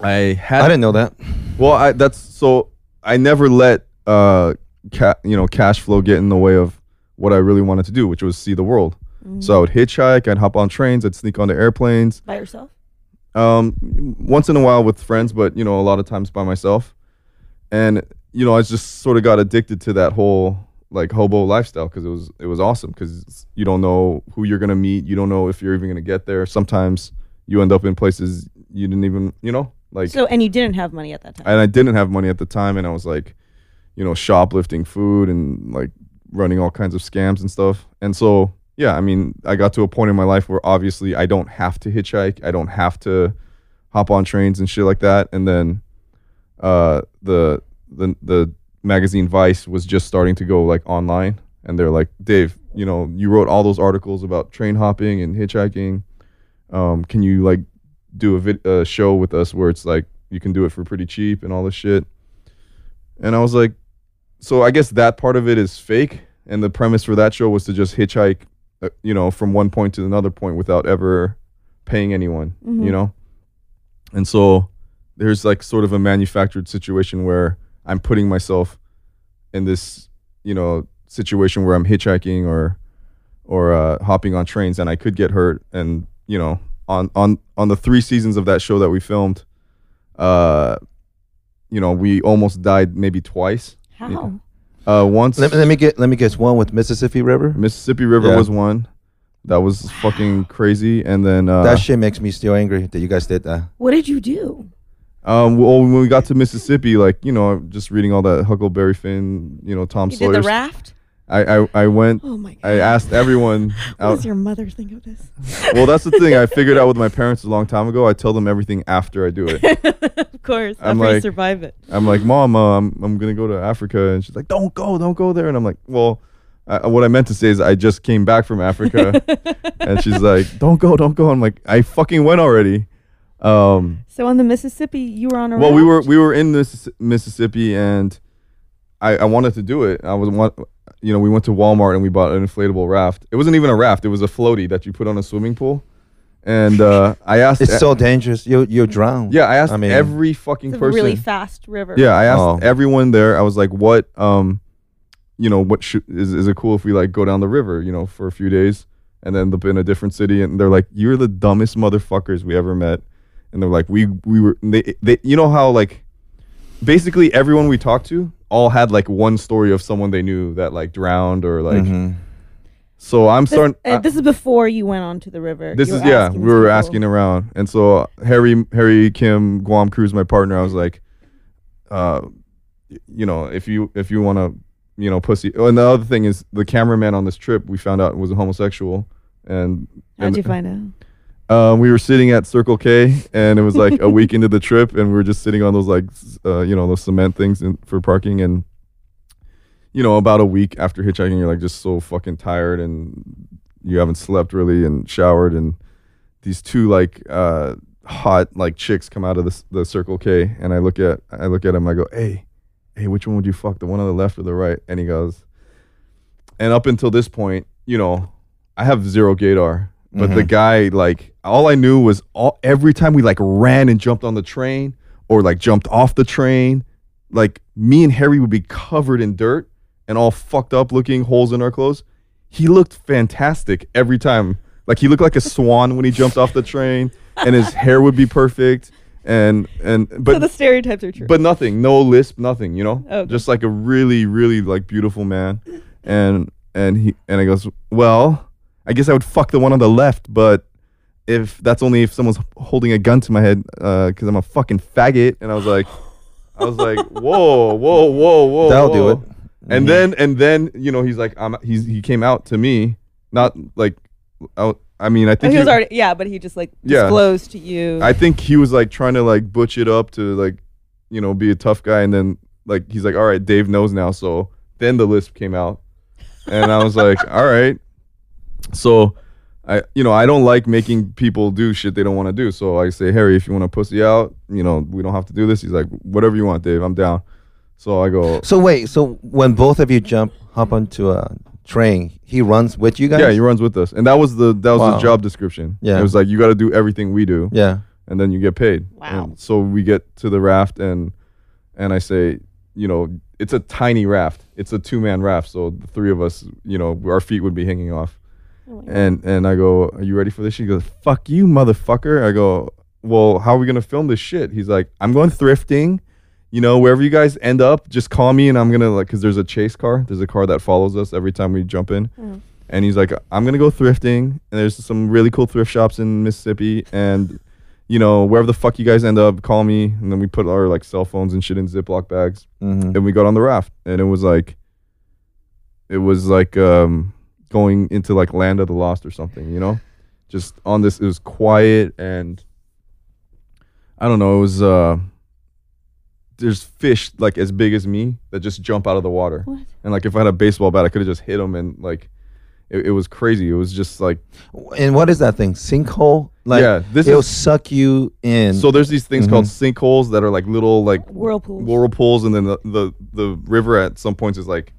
Speaker 4: I had
Speaker 6: I didn't know that.
Speaker 4: well, I that's so I never let uh ca- you know cash flow get in the way of what I really wanted to do, which was see the world. So I would hitchhike, I'd hop on trains, I'd sneak onto airplanes.
Speaker 5: By yourself?
Speaker 4: Um, once in a while with friends, but you know a lot of times by myself. And you know I just sort of got addicted to that whole like hobo lifestyle because it was it was awesome because you don't know who you're gonna meet, you don't know if you're even gonna get there. Sometimes you end up in places you didn't even you know like
Speaker 5: So and you didn't have money at that time.
Speaker 4: and I didn't have money at the time, and I was like, you know, shoplifting food and like running all kinds of scams and stuff. And so, yeah, I mean, I got to a point in my life where obviously I don't have to hitchhike, I don't have to hop on trains and shit like that. And then uh, the the the magazine Vice was just starting to go like online, and they're like, Dave, you know, you wrote all those articles about train hopping and hitchhiking. Um, can you like do a vid- a show with us where it's like you can do it for pretty cheap and all this shit? And I was like, so I guess that part of it is fake. And the premise for that show was to just hitchhike, uh, you know, from one point to another point without ever paying anyone, you know. And so there's like sort of a manufactured situation where I'm putting myself in this, you know, situation where I'm hitchhiking or or uh, hopping on trains and I could get hurt. And you know, on on on the three seasons of that show that we filmed, uh, you know, we almost died maybe twice.
Speaker 5: How?
Speaker 4: Uh, once
Speaker 6: Let, let me get. Let me guess. One with Mississippi River.
Speaker 4: Mississippi River
Speaker 6: Yeah.
Speaker 4: was one. That was fucking crazy. And then uh,
Speaker 6: that shit makes me still angry that you guys did that.
Speaker 7: What did you do?
Speaker 4: Um, well, when we got to Mississippi, like you know, just reading all that Huckleberry Finn, you know, Tom
Speaker 5: You did
Speaker 4: Sawyer.
Speaker 5: the raft?
Speaker 4: I, I I went.
Speaker 7: Oh my god.
Speaker 4: I asked everyone.
Speaker 7: What
Speaker 4: out.
Speaker 7: does your mother think of this?
Speaker 4: well, that's the thing. I figured out with my parents a long time ago. I tell them everything after I do it.
Speaker 5: Of course.
Speaker 4: I'm
Speaker 5: after you
Speaker 4: like-
Speaker 5: survive it.
Speaker 4: I'm like, Mom, uh, I'm I'm gonna go to Africa, and she's like, Don't go, don't go there. And I'm like, Well, I, uh, what I meant to say is I just came back from Africa, and she's like, Don't go, don't go. I'm like, I fucking went already. Um,
Speaker 5: So on the Mississippi, you were on a
Speaker 4: Well, we
Speaker 5: raft?
Speaker 4: were we were in this Mississippi, and I, I wanted to do it. I was want, you know, we went to Walmart and we bought an inflatable raft. It wasn't even a raft; it was a floaty that you put on a swimming pool, And uh, I asked,
Speaker 6: It's so dangerous. You you drown.
Speaker 4: yeah, I asked
Speaker 6: I mean,
Speaker 4: every fucking
Speaker 5: It's a
Speaker 4: person.
Speaker 5: really fast river.
Speaker 4: Yeah, I asked
Speaker 6: Oh.
Speaker 4: everyone there. I was like, "What, um, you know, what should, is is it cool if we like go down the river, you know, for a few days and then end up in a different city?" And they're like, "You're the dumbest motherfuckers we ever met," and they're like, "We we were they, they you know how like basically everyone we talked to all had like one story of someone they knew that like drowned or like."
Speaker 6: Mhm.
Speaker 4: So I'm
Speaker 5: This,
Speaker 4: starting.
Speaker 5: uh, this is before you went on to the river.
Speaker 4: This
Speaker 5: You
Speaker 4: is
Speaker 5: were
Speaker 4: yeah.
Speaker 5: asking
Speaker 4: We were
Speaker 5: people.
Speaker 4: asking around, and so uh, Harry, Harry Kim, Guam Cruz, my partner. I was like, uh, y- you know, if you if you want to, you know, pussy. Oh, and the other thing is the cameraman on this trip we found out was a homosexual, and
Speaker 5: How'd
Speaker 4: and
Speaker 5: you find out?
Speaker 4: um, we were sitting at Circle K, and it was like a week into the trip, and we were just sitting on those like, s- uh, you know, those cement things in, for parking, and you know, about a week after hitchhiking, you're like just so fucking tired, and you haven't slept really, and showered, and these two like uh, hot like chicks come out of the, s- the Circle K, and I look at I look at him, I go, hey, hey, which one would you fuck, the one on the left or the right? And he goes, and up until this point, you know, I have zero gaydar, but the guy like all I knew was all every time we like ran and jumped on the train or like jumped off the train, like me and Harry would be covered in dirt and all fucked up looking holes in our clothes. He looked fantastic every time. Like he looked like a swan when he jumped off the train and his hair would be perfect and and but
Speaker 5: so the stereotypes are true.
Speaker 4: but nothing, no lisp, nothing. You know,
Speaker 5: Okay.
Speaker 4: just like a really, really like beautiful man, and and he and I goes, well, I guess I would fuck the one on the left, but if that's only if someone's holding a gun to my head, because I'm a fucking faggot, and I was like, I was like, whoa, whoa, whoa, whoa,
Speaker 6: That'll do
Speaker 4: whoa."
Speaker 6: it. Mm-hmm.
Speaker 4: And then and then you know he's like, I'm he's he came out to me, not like, I, I mean I
Speaker 5: Oh,
Speaker 4: think
Speaker 5: he was already yeah, but he just like
Speaker 4: Yeah.
Speaker 5: disclosed to you.
Speaker 4: I think he was like trying to like butch it up to like, you know, be a tough guy, and then like he's like, all right, Dave knows now. So then the lisp came out, and I was like, all right. So, I you know I don't like making people do shit they don't want to do. So I say, Harry, if you want to pussy out, you know, we don't have to do this. He's like, whatever you want, Dave, I'm down. So I go,
Speaker 6: So wait. So when both of you jump, hop onto a train, he runs with you guys.
Speaker 4: yeah, he runs with us, and that was the that was
Speaker 6: Wow.
Speaker 4: the job description.
Speaker 6: Yeah.
Speaker 4: it was like you got to do everything we do.
Speaker 6: yeah.
Speaker 4: and then you get paid.
Speaker 5: Wow.
Speaker 4: And so we get to the raft and and I say, you know, it's a tiny raft. It's a two man raft, so the three of us, you know, our feet would be hanging off. and and I go, Are you ready for this? She goes, Fuck you, motherfucker. I go, Well, how are we gonna film this shit? He's like, I'm going thrifting. You know, wherever you guys end up, just call me and I'm gonna like cause there's a chase car. There's a car that follows us every time we jump in. And he's like, I'm gonna go thrifting and there's some really cool thrift shops in Mississippi and you know, wherever the fuck you guys end up, call me. And then we put our like cell phones and shit in Ziploc bags.
Speaker 6: Mhm.
Speaker 4: And we got on the raft. And it was like, it was like um, going into like Land of the Lost or something, you know? Just on this, it was quiet and I don't know, it was, uh, there's fish like as big as me that just jump out of the water.
Speaker 7: What?
Speaker 4: And like if I had a baseball bat, I could have just hit them and like, it, it was crazy. It was just like,
Speaker 6: And what is that thing? Sinkhole? Like
Speaker 4: Yeah, this
Speaker 6: it'll
Speaker 4: is-
Speaker 6: suck you in.
Speaker 4: so there's these things called sinkholes that are like little like
Speaker 5: Whirlpools.
Speaker 4: whirlpools and then the, the the river at some points is like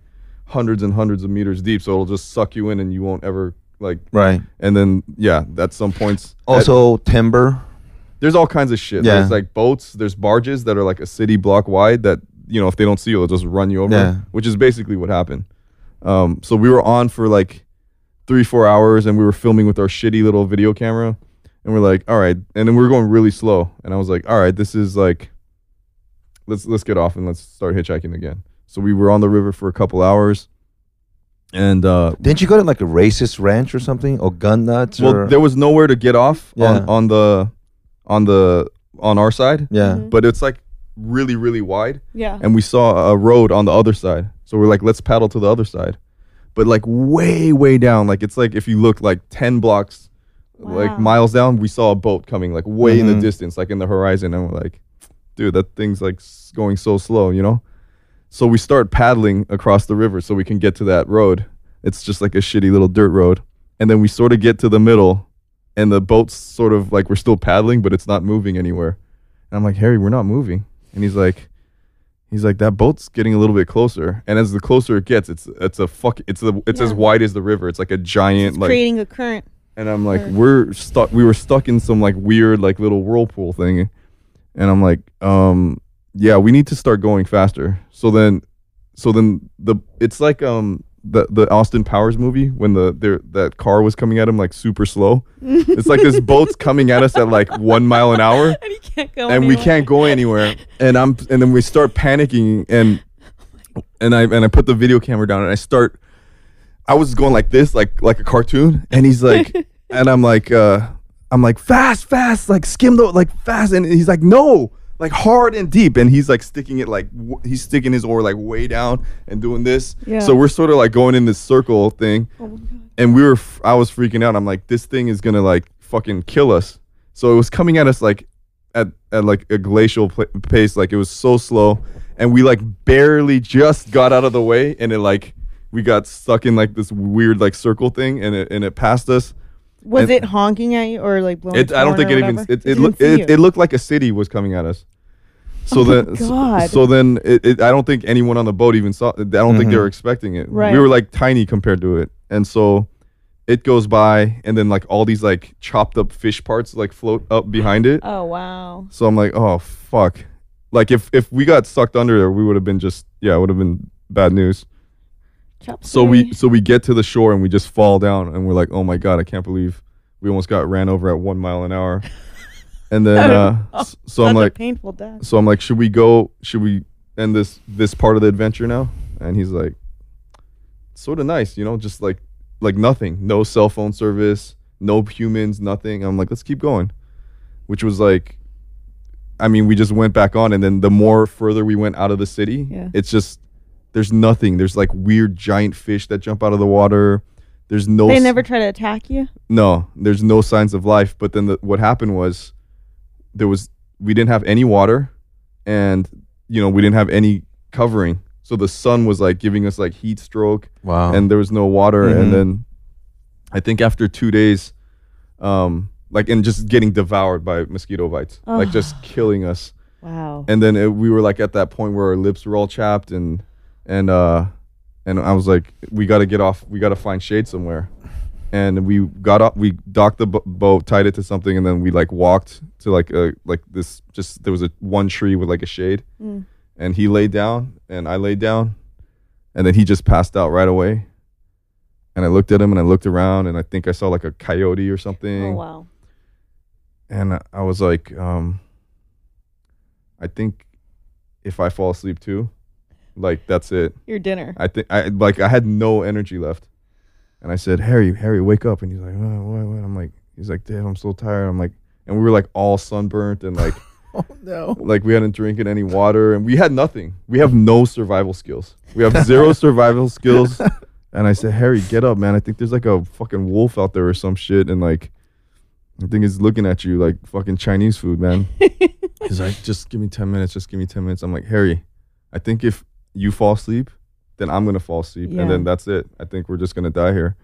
Speaker 4: hundreds and hundreds of meters deep so it'll just suck you in and you won't ever like
Speaker 6: right.
Speaker 4: and then yeah at some points at-
Speaker 6: Also timber.
Speaker 4: there's all kinds of shit
Speaker 6: Yeah.
Speaker 4: there's like boats there's barges that are like a city block wide that you know if they don't see you they'll just run you over
Speaker 6: Yeah.
Speaker 4: which is basically what happened um so we were on for like three four hours and we were filming with our shitty little video camera and we're like all right and then we were going really slow and i was like all right this is like let's let's get off and let's start hitchhiking again. So we were on the river for a couple hours, and uh,
Speaker 6: Didn't you go to like a racist ranch or something, or gun nuts?
Speaker 4: well,
Speaker 6: or,
Speaker 4: there was nowhere to get off
Speaker 6: Yeah.
Speaker 4: on, on the on the on our side,
Speaker 6: yeah.
Speaker 4: but it's like really really wide,
Speaker 5: yeah.
Speaker 4: and we saw a road on the other side. So we're like, let's paddle to the other side, but like way way down, like it's like if you look like ten blocks, like
Speaker 5: Wow.
Speaker 4: miles down, we saw a boat coming like way in
Speaker 6: Mhm.
Speaker 4: the distance, like in the horizon, and we're like, dude, that thing's like s- going so slow, you know. So we start paddling across the river so we can get to that road. It's just like a shitty little dirt road. And then we sort of get to the middle and the boat's sort of like we're still paddling, but it's not moving anywhere. And I'm like, Harry, we're not moving. And he's like, he's like, that boat's getting a little bit closer. And as the closer it gets, it's it's a fuck it's a, it's as wide as the river. It's like a giant
Speaker 5: It's
Speaker 4: like
Speaker 5: creating a current.
Speaker 4: and I'm like, we're stuck. We were stuck in some like weird like little whirlpool thing, and I'm like, um, yeah, we need to start going faster. So then, so then the it's like um the the Austin Powers movie when the there that car was coming at him like super slow. it's like this boat's coming at us at like one mile an hour,
Speaker 5: and you can't go.
Speaker 4: and we can't go anywhere. And I'm and then we start panicking and and I and I put the video camera down and I start I was going like this, like like a cartoon, and he's like and I'm like uh I'm like fast, fast, like skim the like fast and he's like no like hard and deep and he's like sticking it like w- he's sticking his oar like way down and doing this
Speaker 5: Yeah.
Speaker 4: so we're sort of like going in this circle thing
Speaker 5: Oh
Speaker 4: and we were f- i was freaking out i'm like this thing is gonna like fucking kill us so it was coming at us like at, at like a glacial pl- pace like it was so slow and we like barely just got out of the way and it like we got stuck in like this weird like circle thing and it and it passed us
Speaker 5: Was
Speaker 4: and-
Speaker 5: it honking at you or like blowing?
Speaker 4: it, I don't think it even it it, look, it it looked like a city was coming at us. So then, so-
Speaker 5: Oh God.
Speaker 4: so then, it, it, I don't think anyone on the boat even saw. I don't think they were expecting it.
Speaker 5: Right.
Speaker 4: We were like tiny compared to it, and so it goes by, and then like all these like chopped up fish parts like float up behind it.
Speaker 5: oh wow.
Speaker 4: So I'm like, oh fuck! Like if if we got sucked under there, we would have been just yeah, it would have been bad news.
Speaker 5: Chop
Speaker 4: So we
Speaker 5: suey.
Speaker 4: so we get to the shore and we just fall down and we're like, oh my god, I can't believe we almost got ran over at one mile an hour. And then uh, s- so I'm
Speaker 5: That's a
Speaker 4: like,
Speaker 5: painful death.
Speaker 4: so I'm like, should we go? Should we end this this part of the adventure now? And he's like, sort of nice, you know, just like like nothing, no cell phone service, no humans, nothing. I'm like, let's keep going, which was like, I mean, we just went back on, and then the more further we went out of the city,
Speaker 5: Yeah.
Speaker 4: it's just there's nothing. There's like weird giant fish that jump out of the water. There's no
Speaker 5: They
Speaker 4: s-
Speaker 5: never try to attack you.
Speaker 4: no, there's no signs of life. But then the, what happened was there was we didn't have any water, and you know we didn't have any covering. So the sun was like giving us like heat stroke,
Speaker 6: Wow.
Speaker 4: and there was no water.
Speaker 6: Mhm.
Speaker 4: And then I think after two days, um, like and just getting devoured by mosquito bites, like just killing us
Speaker 5: Wow.
Speaker 4: and then it, we were like at that point where our lips were all chapped and and uh and I was like we got to get off we got to find shade somewhere and we got up we docked the bo- boat tied it to something and then we like walked to like a like this just there was a one tree with like a shade
Speaker 5: Mm.
Speaker 4: and he laid down and I laid down and then he just passed out right away and I looked at him and I looked around and I think I saw like a coyote or something
Speaker 5: Oh wow.
Speaker 4: and I- I was like, um, I think if I fall asleep too, like that's it.
Speaker 5: Your dinner.
Speaker 4: I think I like I had no energy left, and I said, Harry, Harry, wake up! And he's like, oh, what, what? I'm like, he's like, Dad, I'm so tired. I'm like, and we were like all sunburnt and like, oh no, like we hadn't drinking any water and we had nothing. We have no survival skills. We have zero survival skills. And I said, Harry, get up, man. I think there's like a fucking wolf out there or some shit, and like. I think he's looking at you like fucking Chinese food, man. he's like, just give me 10 minutes, just give me 10 minutes. I'm like, Harry, I think if you fall asleep, then I'm going to fall asleep.
Speaker 5: Yeah.
Speaker 4: And then that's it. I think we're just going to die here.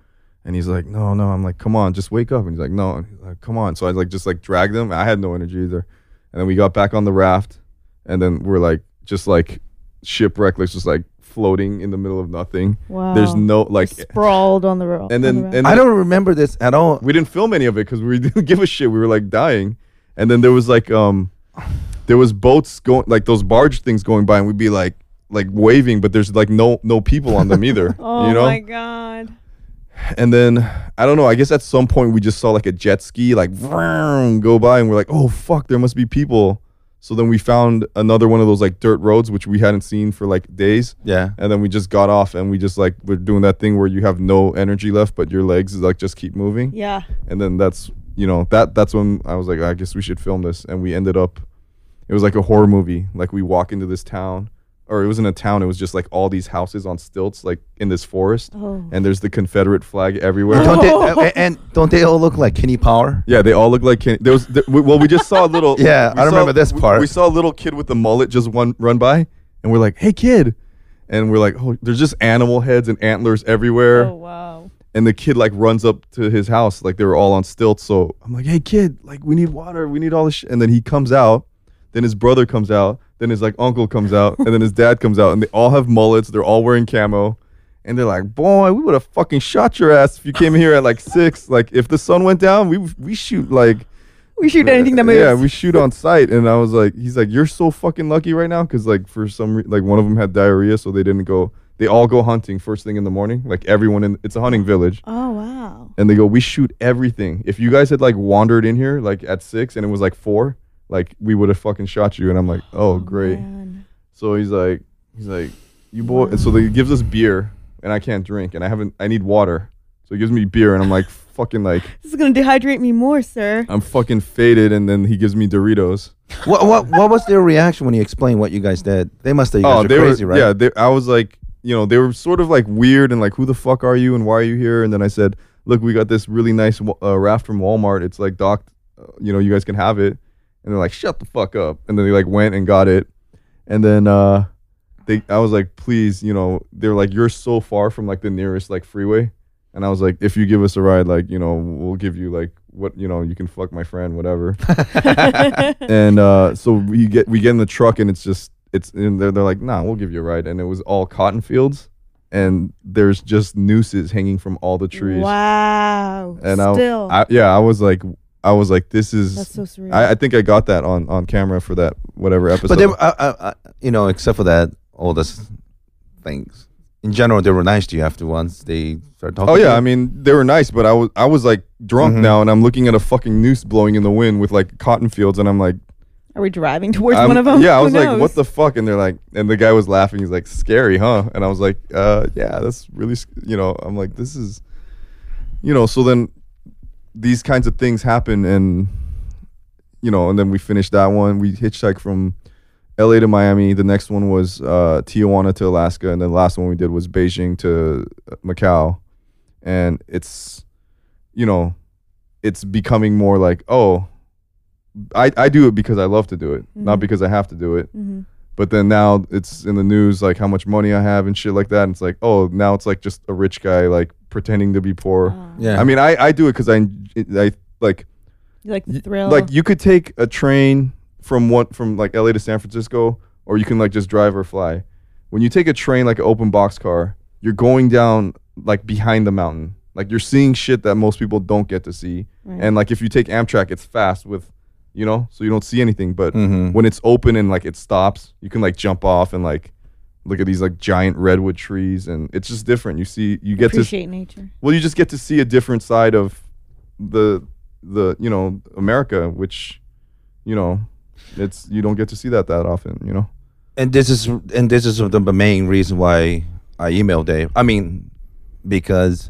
Speaker 4: And he's like, no, no. I'm like, come on, just wake up. And he's like, no, And he's like, come on. So I like just like dragged him. I had no energy either. And then we got back on the raft. And then we're like, just like shipwrecked, like just like floating in the middle of nothing.
Speaker 5: Wow.
Speaker 4: There's no like,
Speaker 5: sprawled on the road.
Speaker 4: and then, and
Speaker 6: I don't remember this at all.
Speaker 4: we didn't film any of it because we didn't give a shit. We were like dying, and then there was like um, there was boats going like those barge things going by, and we'd be like like waving, but there's like no no people on them either.
Speaker 5: oh
Speaker 4: you know.
Speaker 5: my god.
Speaker 4: And then I don't know. I guess at some point we just saw like a jet ski like vroom, go by, and we're like, oh fuck, there must be people. So then we found another one of those like dirt roads which we hadn't seen for like days.
Speaker 6: Yeah.
Speaker 4: And then we just got off and we just like we're doing that thing where you have no energy left but your legs like just keep moving
Speaker 5: Yeah.
Speaker 4: and then that's you know that that's when I was like I guess we should film this and we ended up it was like a horror movie like we walk into this town or it wasn't a town it was just like all these houses on stilts like in this forest
Speaker 5: Oh.
Speaker 4: and there's the Confederate flag everywhere
Speaker 6: Don't they, a- a- and don't they all look like Kenny Power?
Speaker 4: yeah they all look like Ken- there was there, we, well we just saw a little
Speaker 6: Yeah,
Speaker 4: we
Speaker 6: I
Speaker 4: saw-
Speaker 6: remember this
Speaker 4: we-
Speaker 6: part.
Speaker 4: we saw a little kid with a mullet just one run by and we're like hey kid and we're like oh there's just animal heads and antlers everywhere
Speaker 5: Oh wow.
Speaker 4: and the kid like runs up to his house like they were all on stilts so i'm like hey kid like we need water we need all this shit. and then he comes out then his brother comes out then his like uncle comes out and then his dad comes out and they all have mullets they're all wearing camo And they're like, boy, we would have fucking shot your ass if you came here at like six. Like, if the sun went down, we we shoot like
Speaker 5: We shoot anything that moves.
Speaker 4: yeah, we shoot on site. And I was like, he's like, you're so fucking lucky right now because like for some re- like one of them had diarrhea, so they didn't go. They all go hunting first thing in the morning. Like everyone in it's a hunting village,
Speaker 5: oh wow.
Speaker 4: and they go, we shoot everything. If you guys had like wandered in here like at six and it was like four, like we would have fucking shot you. And I'm like, oh great.
Speaker 5: Man.
Speaker 4: So he's like, he's like, you boy. And so he gives us beer, and I can't drink, and I haven't, I need water. So he gives me beer, and I'm like, fucking like,
Speaker 5: This is gonna dehydrate me more, sir.
Speaker 4: I'm fucking faded, and then he gives me Doritos.
Speaker 6: what, what what was their reaction when you explained what you guys did? They must have you guys
Speaker 4: Oh, they
Speaker 6: are crazy,
Speaker 4: were,
Speaker 6: right?
Speaker 4: yeah. They, I was like, you know, they were sort of like weird and like, who the fuck are you, and why are you here? And then I said, look, we got this really nice wa- uh, raft from Walmart. It's like docked, uh, you know, you guys can have it. And they're like, shut the fuck up. And then they like went and got it, and then uh, they, I was like, please, you know, they're like, you're so far from like the nearest like freeway. And I was like, if you give us a ride, like, you know, we'll give you like what, you know, you can fuck my friend, whatever. and uh, so we get we get in the truck and it's just it's and they're, they're like, nah, we'll give you a ride. And it was all cotton fields and there's just nooses hanging from all the trees.
Speaker 5: Wow.
Speaker 4: And I,
Speaker 5: Still.
Speaker 4: I yeah, I was like I was like, this is
Speaker 5: That's so surreal.
Speaker 4: I, I think I got that on on camera for that whatever episode.
Speaker 6: but they were, uh, uh, uh, you know, except for that, all those things. In general, they were nice to you after once they started talking.
Speaker 4: Oh
Speaker 6: to you.
Speaker 4: yeah, I mean they were nice, but I was I was like drunk
Speaker 6: Mm-hmm.
Speaker 4: now, and I'm looking at a fucking noose blowing in the wind with like cotton fields, and I'm like,
Speaker 5: Are we driving towards
Speaker 4: I'm-
Speaker 5: one of them?
Speaker 4: Yeah, I
Speaker 5: Who
Speaker 4: was like, what
Speaker 5: knows?
Speaker 4: the fuck? And they're like, and the guy was laughing. He's like, scary, huh? And I was like, uh, yeah, that's really, sc- you know, I'm like, this is, you know, so then these kinds of things happen, and you know, and then we finished that one. We hitchhiked from L.A. to Miami. The next one was uh, Tijuana to Alaska, and then the last one we did was Beijing to Macau, and it's, you know, it's becoming more like, oh. I, I do it because I love to do it, not because I have to do it.
Speaker 5: Mhm.
Speaker 4: But then now it's in the news, like how much money I have and shit like that. And it's like, oh, now it's like just a rich guy, like pretending to be poor.
Speaker 5: Oh.
Speaker 6: yeah.
Speaker 4: I mean, I, I do it because I, I like,
Speaker 5: You like the
Speaker 4: y-
Speaker 5: thrill?
Speaker 4: like you could take a train from one from like LA to San Francisco, or you can like just drive or fly. When you take a train like an open box car, you're going down like behind the mountain. Like you're seeing shit that most people don't get to see. And like if you take Amtrak, it's fast with, you know, so you don't see anything. But
Speaker 6: Mhm.
Speaker 4: when it's open and like it stops, you can like jump off and like look at these like giant redwood trees, and it's just different. You see, you get to
Speaker 5: appreciate nature.
Speaker 4: well, you just get to see a different side of the the you know America, which you know it's you don't get to see that that often. You know,
Speaker 6: and this is and this is the main reason why I emailed Dave. I mean, because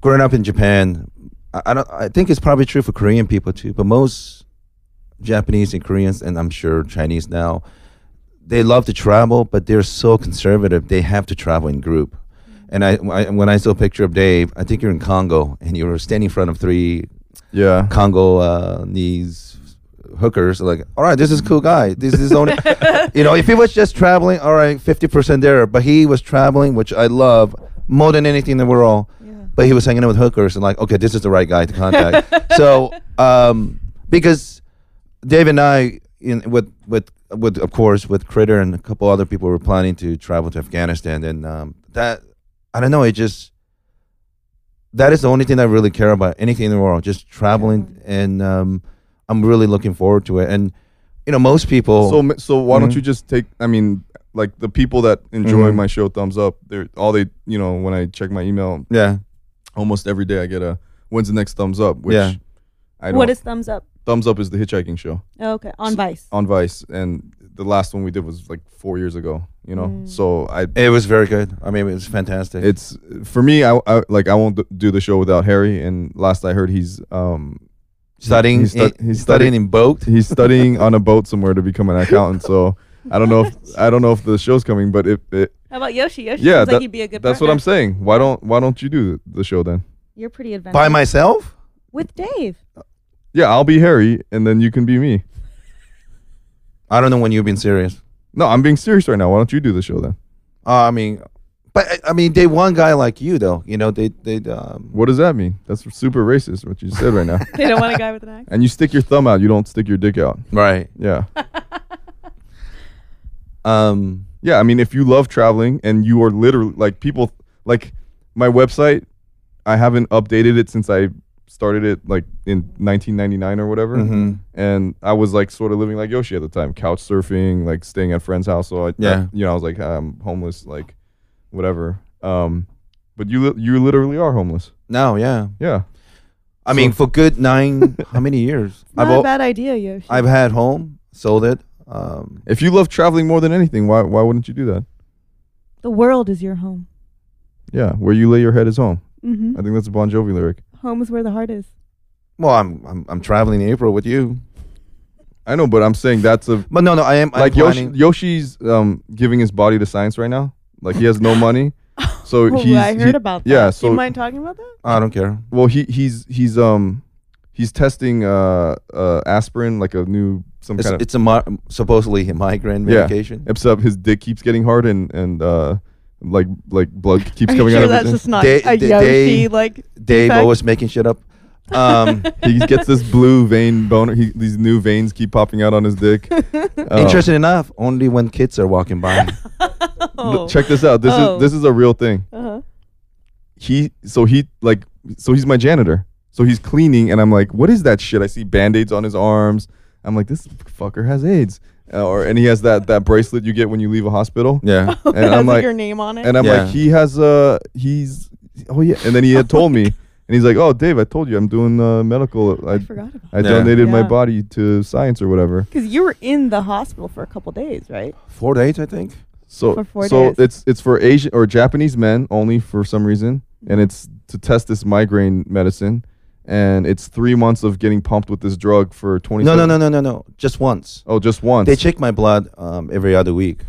Speaker 6: growing up in Japan, I, I don't. I think it's probably true for Korean people too, but most Japanese and Koreans, and I'm sure Chinese now, they love to travel, but they're so conservative. They have to travel in group. And I, I when I saw a picture of Dave, I think you're in Congo, and you were standing in front of three
Speaker 4: yeah.
Speaker 6: Congo uh, these hookers. Like, all right, this is a cool guy. This is only, you know, if he was just traveling, all right, fifty percent there. But he was traveling, which I love more than anything in the world. But he was hanging out with hookers and like, okay, this is the right guy to contact. so, um, because Dave and I, in with with with of course with Critter and a couple other people, were planning to travel to Afghanistan, and um, that I don't know, it just that is the only thing I really care about. Anything in the world, just traveling, and um, I'm really looking forward to it. And you know, most people.
Speaker 4: So ma- so why don't
Speaker 6: Mhm.
Speaker 4: you just take? I mean, like the people that enjoy
Speaker 6: Mhm.
Speaker 4: my show, thumbs up. They're all they you know when I check my email
Speaker 6: yeah,
Speaker 4: almost every day, I get a when's the next thumbs up. Which
Speaker 6: Yeah.
Speaker 4: I don't.
Speaker 5: What is thumbs up?
Speaker 4: thumbs up is the hitchhiking show
Speaker 5: Oh, okay, on Vice.
Speaker 4: on Vice, and the last one we did was like four years ago. You know,
Speaker 5: Mm.
Speaker 4: so I
Speaker 6: it was very good. I mean, it was fantastic.
Speaker 4: it's for me I, I like i won't do the show without harry and last i heard he's um
Speaker 6: studying,
Speaker 4: he's stu-
Speaker 6: in-
Speaker 4: he's
Speaker 6: studying
Speaker 4: study-
Speaker 6: in boat.
Speaker 4: he's studying on a boat somewhere to become an accountant so i don't know if i don't know if the show's coming but if it
Speaker 5: How about Yoshi? Yoshi
Speaker 4: yeah
Speaker 5: seems
Speaker 4: that-
Speaker 5: like he'd be a good.
Speaker 4: that's what i'm saying why don't why don't you do the show then
Speaker 5: You're pretty adventurous.
Speaker 6: By myself?
Speaker 5: with Dave.
Speaker 4: yeah i'll be harry and then you can be me
Speaker 6: I don't know when you've been serious.
Speaker 4: no i'm being serious right now why don't you do the show then
Speaker 6: Uh, I mean, but I- I mean, they one guy like you though. You know, they they um,
Speaker 4: what does that mean that's super racist what you said right now
Speaker 5: They don't want a guy with an axe.
Speaker 4: and you stick your thumb out you don't stick your dick out
Speaker 6: right.
Speaker 4: yeah
Speaker 6: Um,
Speaker 4: Yeah, I mean, if you love traveling and you are literally like people, Like my website, I haven't updated it since I started it like in 1999 or whatever.
Speaker 6: Mm-hmm.
Speaker 4: And I was like sort of living like Yoshi at the time, couch surfing, like staying at friends' house. So I,
Speaker 6: Yeah.
Speaker 4: you know, I was like I'm homeless, like whatever. Um, but you li- you literally are homeless.
Speaker 6: Now, yeah.
Speaker 4: Yeah.
Speaker 6: I mean, for good nine, how many years?
Speaker 5: Not
Speaker 6: I've,
Speaker 5: a
Speaker 6: al-
Speaker 5: bad idea, Yoshi.
Speaker 6: I've had home, sold it. Um,
Speaker 4: If you love traveling more than anything, why why wouldn't you do that?
Speaker 5: the world is your home.
Speaker 4: Yeah, where you lay your head is home.
Speaker 5: hmm
Speaker 4: I think that's a Bon Jovi lyric.
Speaker 5: Home is where the heart is.
Speaker 6: well, I'm, I'm I'm traveling in April with you,
Speaker 4: I know, but I'm saying that's a
Speaker 6: but no, no, I am
Speaker 4: like
Speaker 6: I'm
Speaker 4: Yoshi,
Speaker 6: planning-
Speaker 4: Yoshi's um, giving his body to science right now. Like he has no money, so
Speaker 5: Well,
Speaker 4: he's
Speaker 5: Oh, I
Speaker 4: he-
Speaker 5: heard about that.
Speaker 4: yeah,
Speaker 5: Do
Speaker 4: so-
Speaker 5: you mind talking about that?
Speaker 6: I don't care.
Speaker 4: well he he's he's um he's testing uh, uh aspirin like a new some
Speaker 6: It's,
Speaker 4: kind of
Speaker 6: it's a mi- supposedly a migraine
Speaker 4: Yeah.
Speaker 6: medication.
Speaker 4: except his dick keeps getting hard and and uh like like blood keeps
Speaker 5: Are you
Speaker 4: coming out
Speaker 5: sure
Speaker 4: of
Speaker 5: that's
Speaker 4: it.
Speaker 5: just not
Speaker 6: They-
Speaker 5: a
Speaker 6: they-
Speaker 5: Yoshi
Speaker 6: they-
Speaker 5: like
Speaker 6: Dave
Speaker 5: defect?
Speaker 6: always making shit up. Um,
Speaker 4: he gets this blue vein boner. He, these new veins keep popping out on his dick. Uh,
Speaker 6: Interesting enough, only when kids are walking by.
Speaker 5: Oh.
Speaker 4: Check this out. This
Speaker 5: Oh.
Speaker 4: is this is a real thing.
Speaker 5: Uh-huh.
Speaker 4: he so he like so he's my janitor. So he's cleaning, and I'm like, what is that shit? I see band-aids on his arms. I'm like, this fucker has AIDS, uh, or and he has that that bracelet you get when you leave a hospital.
Speaker 6: yeah.
Speaker 5: It
Speaker 4: and
Speaker 5: has,
Speaker 4: I'm like,
Speaker 5: your name on it.
Speaker 4: and I'm
Speaker 6: Yeah.
Speaker 4: like, he has uh he's oh yeah, and then he had told me, and he's like, oh Dave, I told you I'm doing uh, medical. I,
Speaker 5: I forgot about
Speaker 4: I
Speaker 6: Yeah.
Speaker 4: donated my
Speaker 5: Yeah.
Speaker 4: body to science or whatever.
Speaker 5: because you were in the hospital for a couple days, right?
Speaker 6: Four days, I think.
Speaker 4: So
Speaker 5: For four
Speaker 4: so
Speaker 5: days.
Speaker 4: it's it's for Asian or Japanese men only for some reason,
Speaker 5: Mm-hmm.
Speaker 4: and it's to test this migraine medicine, and it's three months of getting pumped with this drug for twenty.
Speaker 6: No, no, no, no, no, no. Just once.
Speaker 4: Oh, just once.
Speaker 6: They check my blood um, every other week.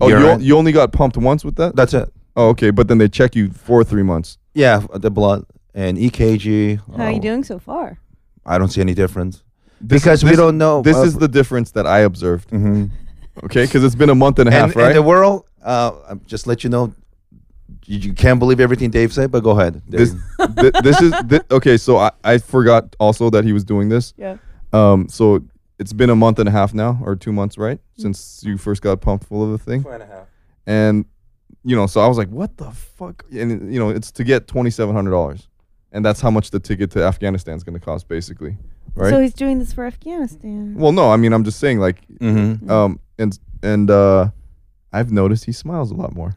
Speaker 4: oh, you,
Speaker 6: Urine.
Speaker 4: on- you only got pumped once with that.
Speaker 6: That's it.
Speaker 4: oh, okay, but then they check you for three months.
Speaker 6: Yeah, f- the blood and E EKG.
Speaker 4: Oh.
Speaker 5: How are
Speaker 6: uh,
Speaker 5: you doing so far?
Speaker 6: I don't see any difference
Speaker 4: This-
Speaker 6: because we
Speaker 4: this-
Speaker 6: don't know.
Speaker 4: This
Speaker 6: uh,
Speaker 4: is the difference that I observed.
Speaker 6: Mhm.
Speaker 4: Okay, because it's been a month and a
Speaker 6: and,
Speaker 4: half, right?
Speaker 6: and the world. Uh, I'm just let you know, you, you can't believe everything Dave said, but go ahead.
Speaker 4: this,
Speaker 6: Dave.
Speaker 4: th- this is th- okay. So I, I forgot also that he was doing this.
Speaker 5: Yeah.
Speaker 4: Um, so it's been a month and a half now, or two months, right? Since you first got pumped full of the thing.
Speaker 6: and a half.
Speaker 4: and you know, so I was like, "What the fuck?" And you know, it's to get twenty seven hundred dollars, and that's how much the ticket to Afghanistan is going to cost, basically, right?
Speaker 7: So he's doing this for Afghanistan.
Speaker 4: well, no, I mean, I'm just saying, like,
Speaker 6: Mm-hmm.
Speaker 4: um, and and uh, I've noticed he smiles a lot more.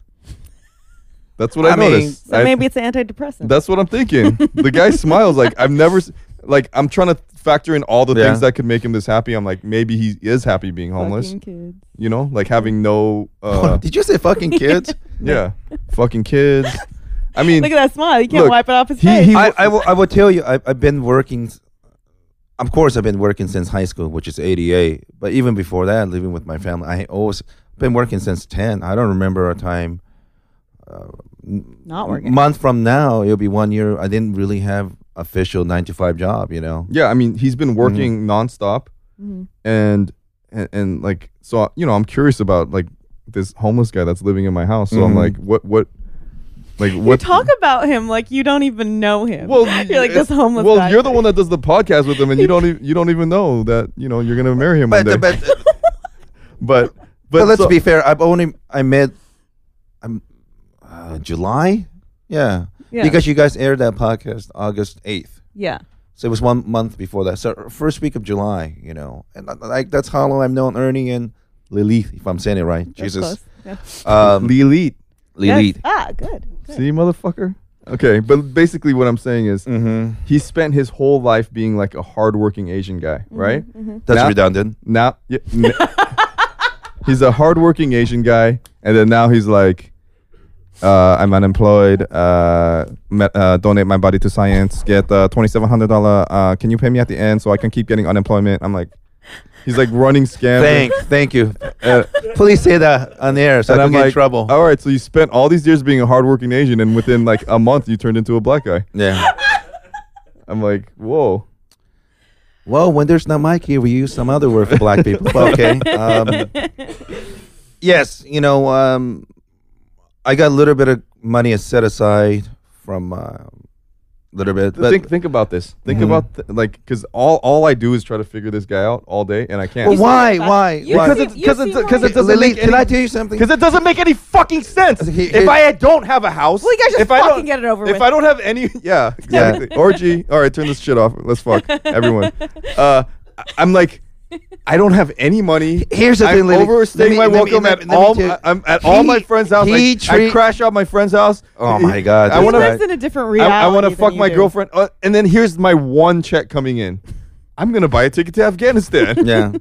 Speaker 4: That's what I,
Speaker 6: I mean-
Speaker 4: noticed.
Speaker 5: So
Speaker 4: I-
Speaker 5: maybe it's antidepressant.
Speaker 4: that's what I'm thinking. the guy smiles like I've never, s- like I'm trying to factor in all the
Speaker 6: Yeah.
Speaker 4: things that could make him this happy. I'm like, maybe he is happy being homeless.
Speaker 5: Fucking kids.
Speaker 4: You know, like having no. Uh,
Speaker 6: Did you say fucking kids?
Speaker 4: Yeah, fucking kids. I mean,
Speaker 5: Look at that smile. You can't
Speaker 4: Look,
Speaker 5: wipe it off his
Speaker 4: he-
Speaker 5: face.
Speaker 4: he-
Speaker 6: I, I, will, I will tell you, I, I've been working. s- Of course, I've been working since high school, which is 88. But even before that, living with my family, I always been working since 10. I don't remember a time.
Speaker 5: Not
Speaker 6: A
Speaker 5: working.
Speaker 6: month from now, it'll be one year. I didn't really have official nine to five job, you know.
Speaker 4: yeah, I mean, he's
Speaker 6: Mm-hmm.
Speaker 4: been working nonstop,
Speaker 5: Mm-hmm.
Speaker 4: and, and and like so, you know, I'm curious about like this homeless guy that's living in my house. So I'm
Speaker 6: Mhm.
Speaker 4: like, what, what, like
Speaker 5: You
Speaker 4: what?
Speaker 5: talk about him like you don't even know him.
Speaker 4: well,
Speaker 5: you're like
Speaker 4: it's-
Speaker 5: this homeless
Speaker 4: Well,
Speaker 5: guy.
Speaker 4: you're the one that does the podcast with him, and you don't even, you don't even know that you know you're gonna marry him
Speaker 6: But,
Speaker 4: one day.
Speaker 6: but, but,
Speaker 4: but
Speaker 6: but let's
Speaker 4: so-
Speaker 6: be fair. I've only I met, I'm uh, July, yeah.
Speaker 5: Yeah.
Speaker 6: because you guys aired that podcast August 8th.
Speaker 5: Yeah.
Speaker 6: So it was one month before that. So first week of July, you know, and uh, like that's how long I've known Ernie and Lilith, if I'm saying it right.
Speaker 5: That's
Speaker 6: Jesus,
Speaker 5: close.
Speaker 6: um,
Speaker 4: Lilith.
Speaker 5: Yeah.
Speaker 6: Lilith.
Speaker 5: Yes. Ah, good. good.
Speaker 4: See, motherfucker. Okay, but basically what I'm saying is
Speaker 6: Mm-hmm.
Speaker 4: he spent his whole life being like a hardworking Asian guy,
Speaker 5: Mm-hmm,
Speaker 4: right?
Speaker 6: That's
Speaker 4: Now-
Speaker 6: redundant.
Speaker 4: Now yeah, n- he's a hardworking Asian guy, and then now he's like, uh, I'm unemployed. Uh, me- uh, donate my body to science. Get uh, twenty seven hundred dollar. Uh, can you pay me at the end so I can keep getting unemployment? I'm like, he's like running scams.
Speaker 6: Thank, thank you.
Speaker 4: Uh,
Speaker 6: Please say that on air so
Speaker 4: and
Speaker 6: I
Speaker 4: I'm
Speaker 6: don't get in
Speaker 4: like, oh.
Speaker 6: trouble.
Speaker 4: all right. So you spent all these years being a hardworking Asian, and within like a month, you turned into a black guy.
Speaker 6: Yeah.
Speaker 4: I'm like, whoa.
Speaker 6: Well, when there's not Mike here, we use some other word for black people. But okay. Um, yes, you know, um, I got a little bit of money set aside from uh, little bit.
Speaker 4: Th-
Speaker 6: But
Speaker 4: think think about this. Think about th- like because all all I do is try to figure this guy out all day, and I can't.
Speaker 6: Well, why? Why?
Speaker 5: You
Speaker 6: why?
Speaker 5: seem-
Speaker 4: Because it because it
Speaker 5: seem
Speaker 4: because
Speaker 5: like-
Speaker 4: it doesn't
Speaker 6: Lily,
Speaker 4: make
Speaker 6: can
Speaker 4: any-
Speaker 6: I tell you something?
Speaker 4: Because it doesn't make any fucking sense.
Speaker 6: He-
Speaker 4: if
Speaker 6: he-
Speaker 4: I don't have a house,
Speaker 5: Well, you guys just
Speaker 4: if I
Speaker 5: fucking
Speaker 4: don't-
Speaker 5: get it over
Speaker 4: If
Speaker 5: with.
Speaker 4: I don't have any, yeah, exactly. Orgy. All right, turn this shit off. Let's fuck everyone. Uh, I- I'm like, I don't have any money.
Speaker 6: Here's the
Speaker 4: I'm
Speaker 6: thing, Lily.
Speaker 4: overstaying
Speaker 6: Let
Speaker 4: my
Speaker 6: me- let me-
Speaker 4: welcome
Speaker 6: let
Speaker 4: at
Speaker 6: me- let me
Speaker 4: all.
Speaker 6: tell you-
Speaker 4: my- I'm at all my
Speaker 6: He-
Speaker 4: friends' house.
Speaker 6: he
Speaker 4: I, I
Speaker 6: treat-
Speaker 4: crash out my friend's house.
Speaker 6: Oh my God,
Speaker 4: I
Speaker 6: this
Speaker 4: want
Speaker 6: guy.
Speaker 4: to
Speaker 6: He lives
Speaker 5: in a different
Speaker 4: I-
Speaker 5: reality.
Speaker 4: I, want to
Speaker 5: than
Speaker 4: fuck
Speaker 5: you
Speaker 4: my
Speaker 5: do.
Speaker 4: girlfriend. Uh, and then here's my one check coming in. I'm gonna buy a ticket to Afghanistan.
Speaker 6: yeah.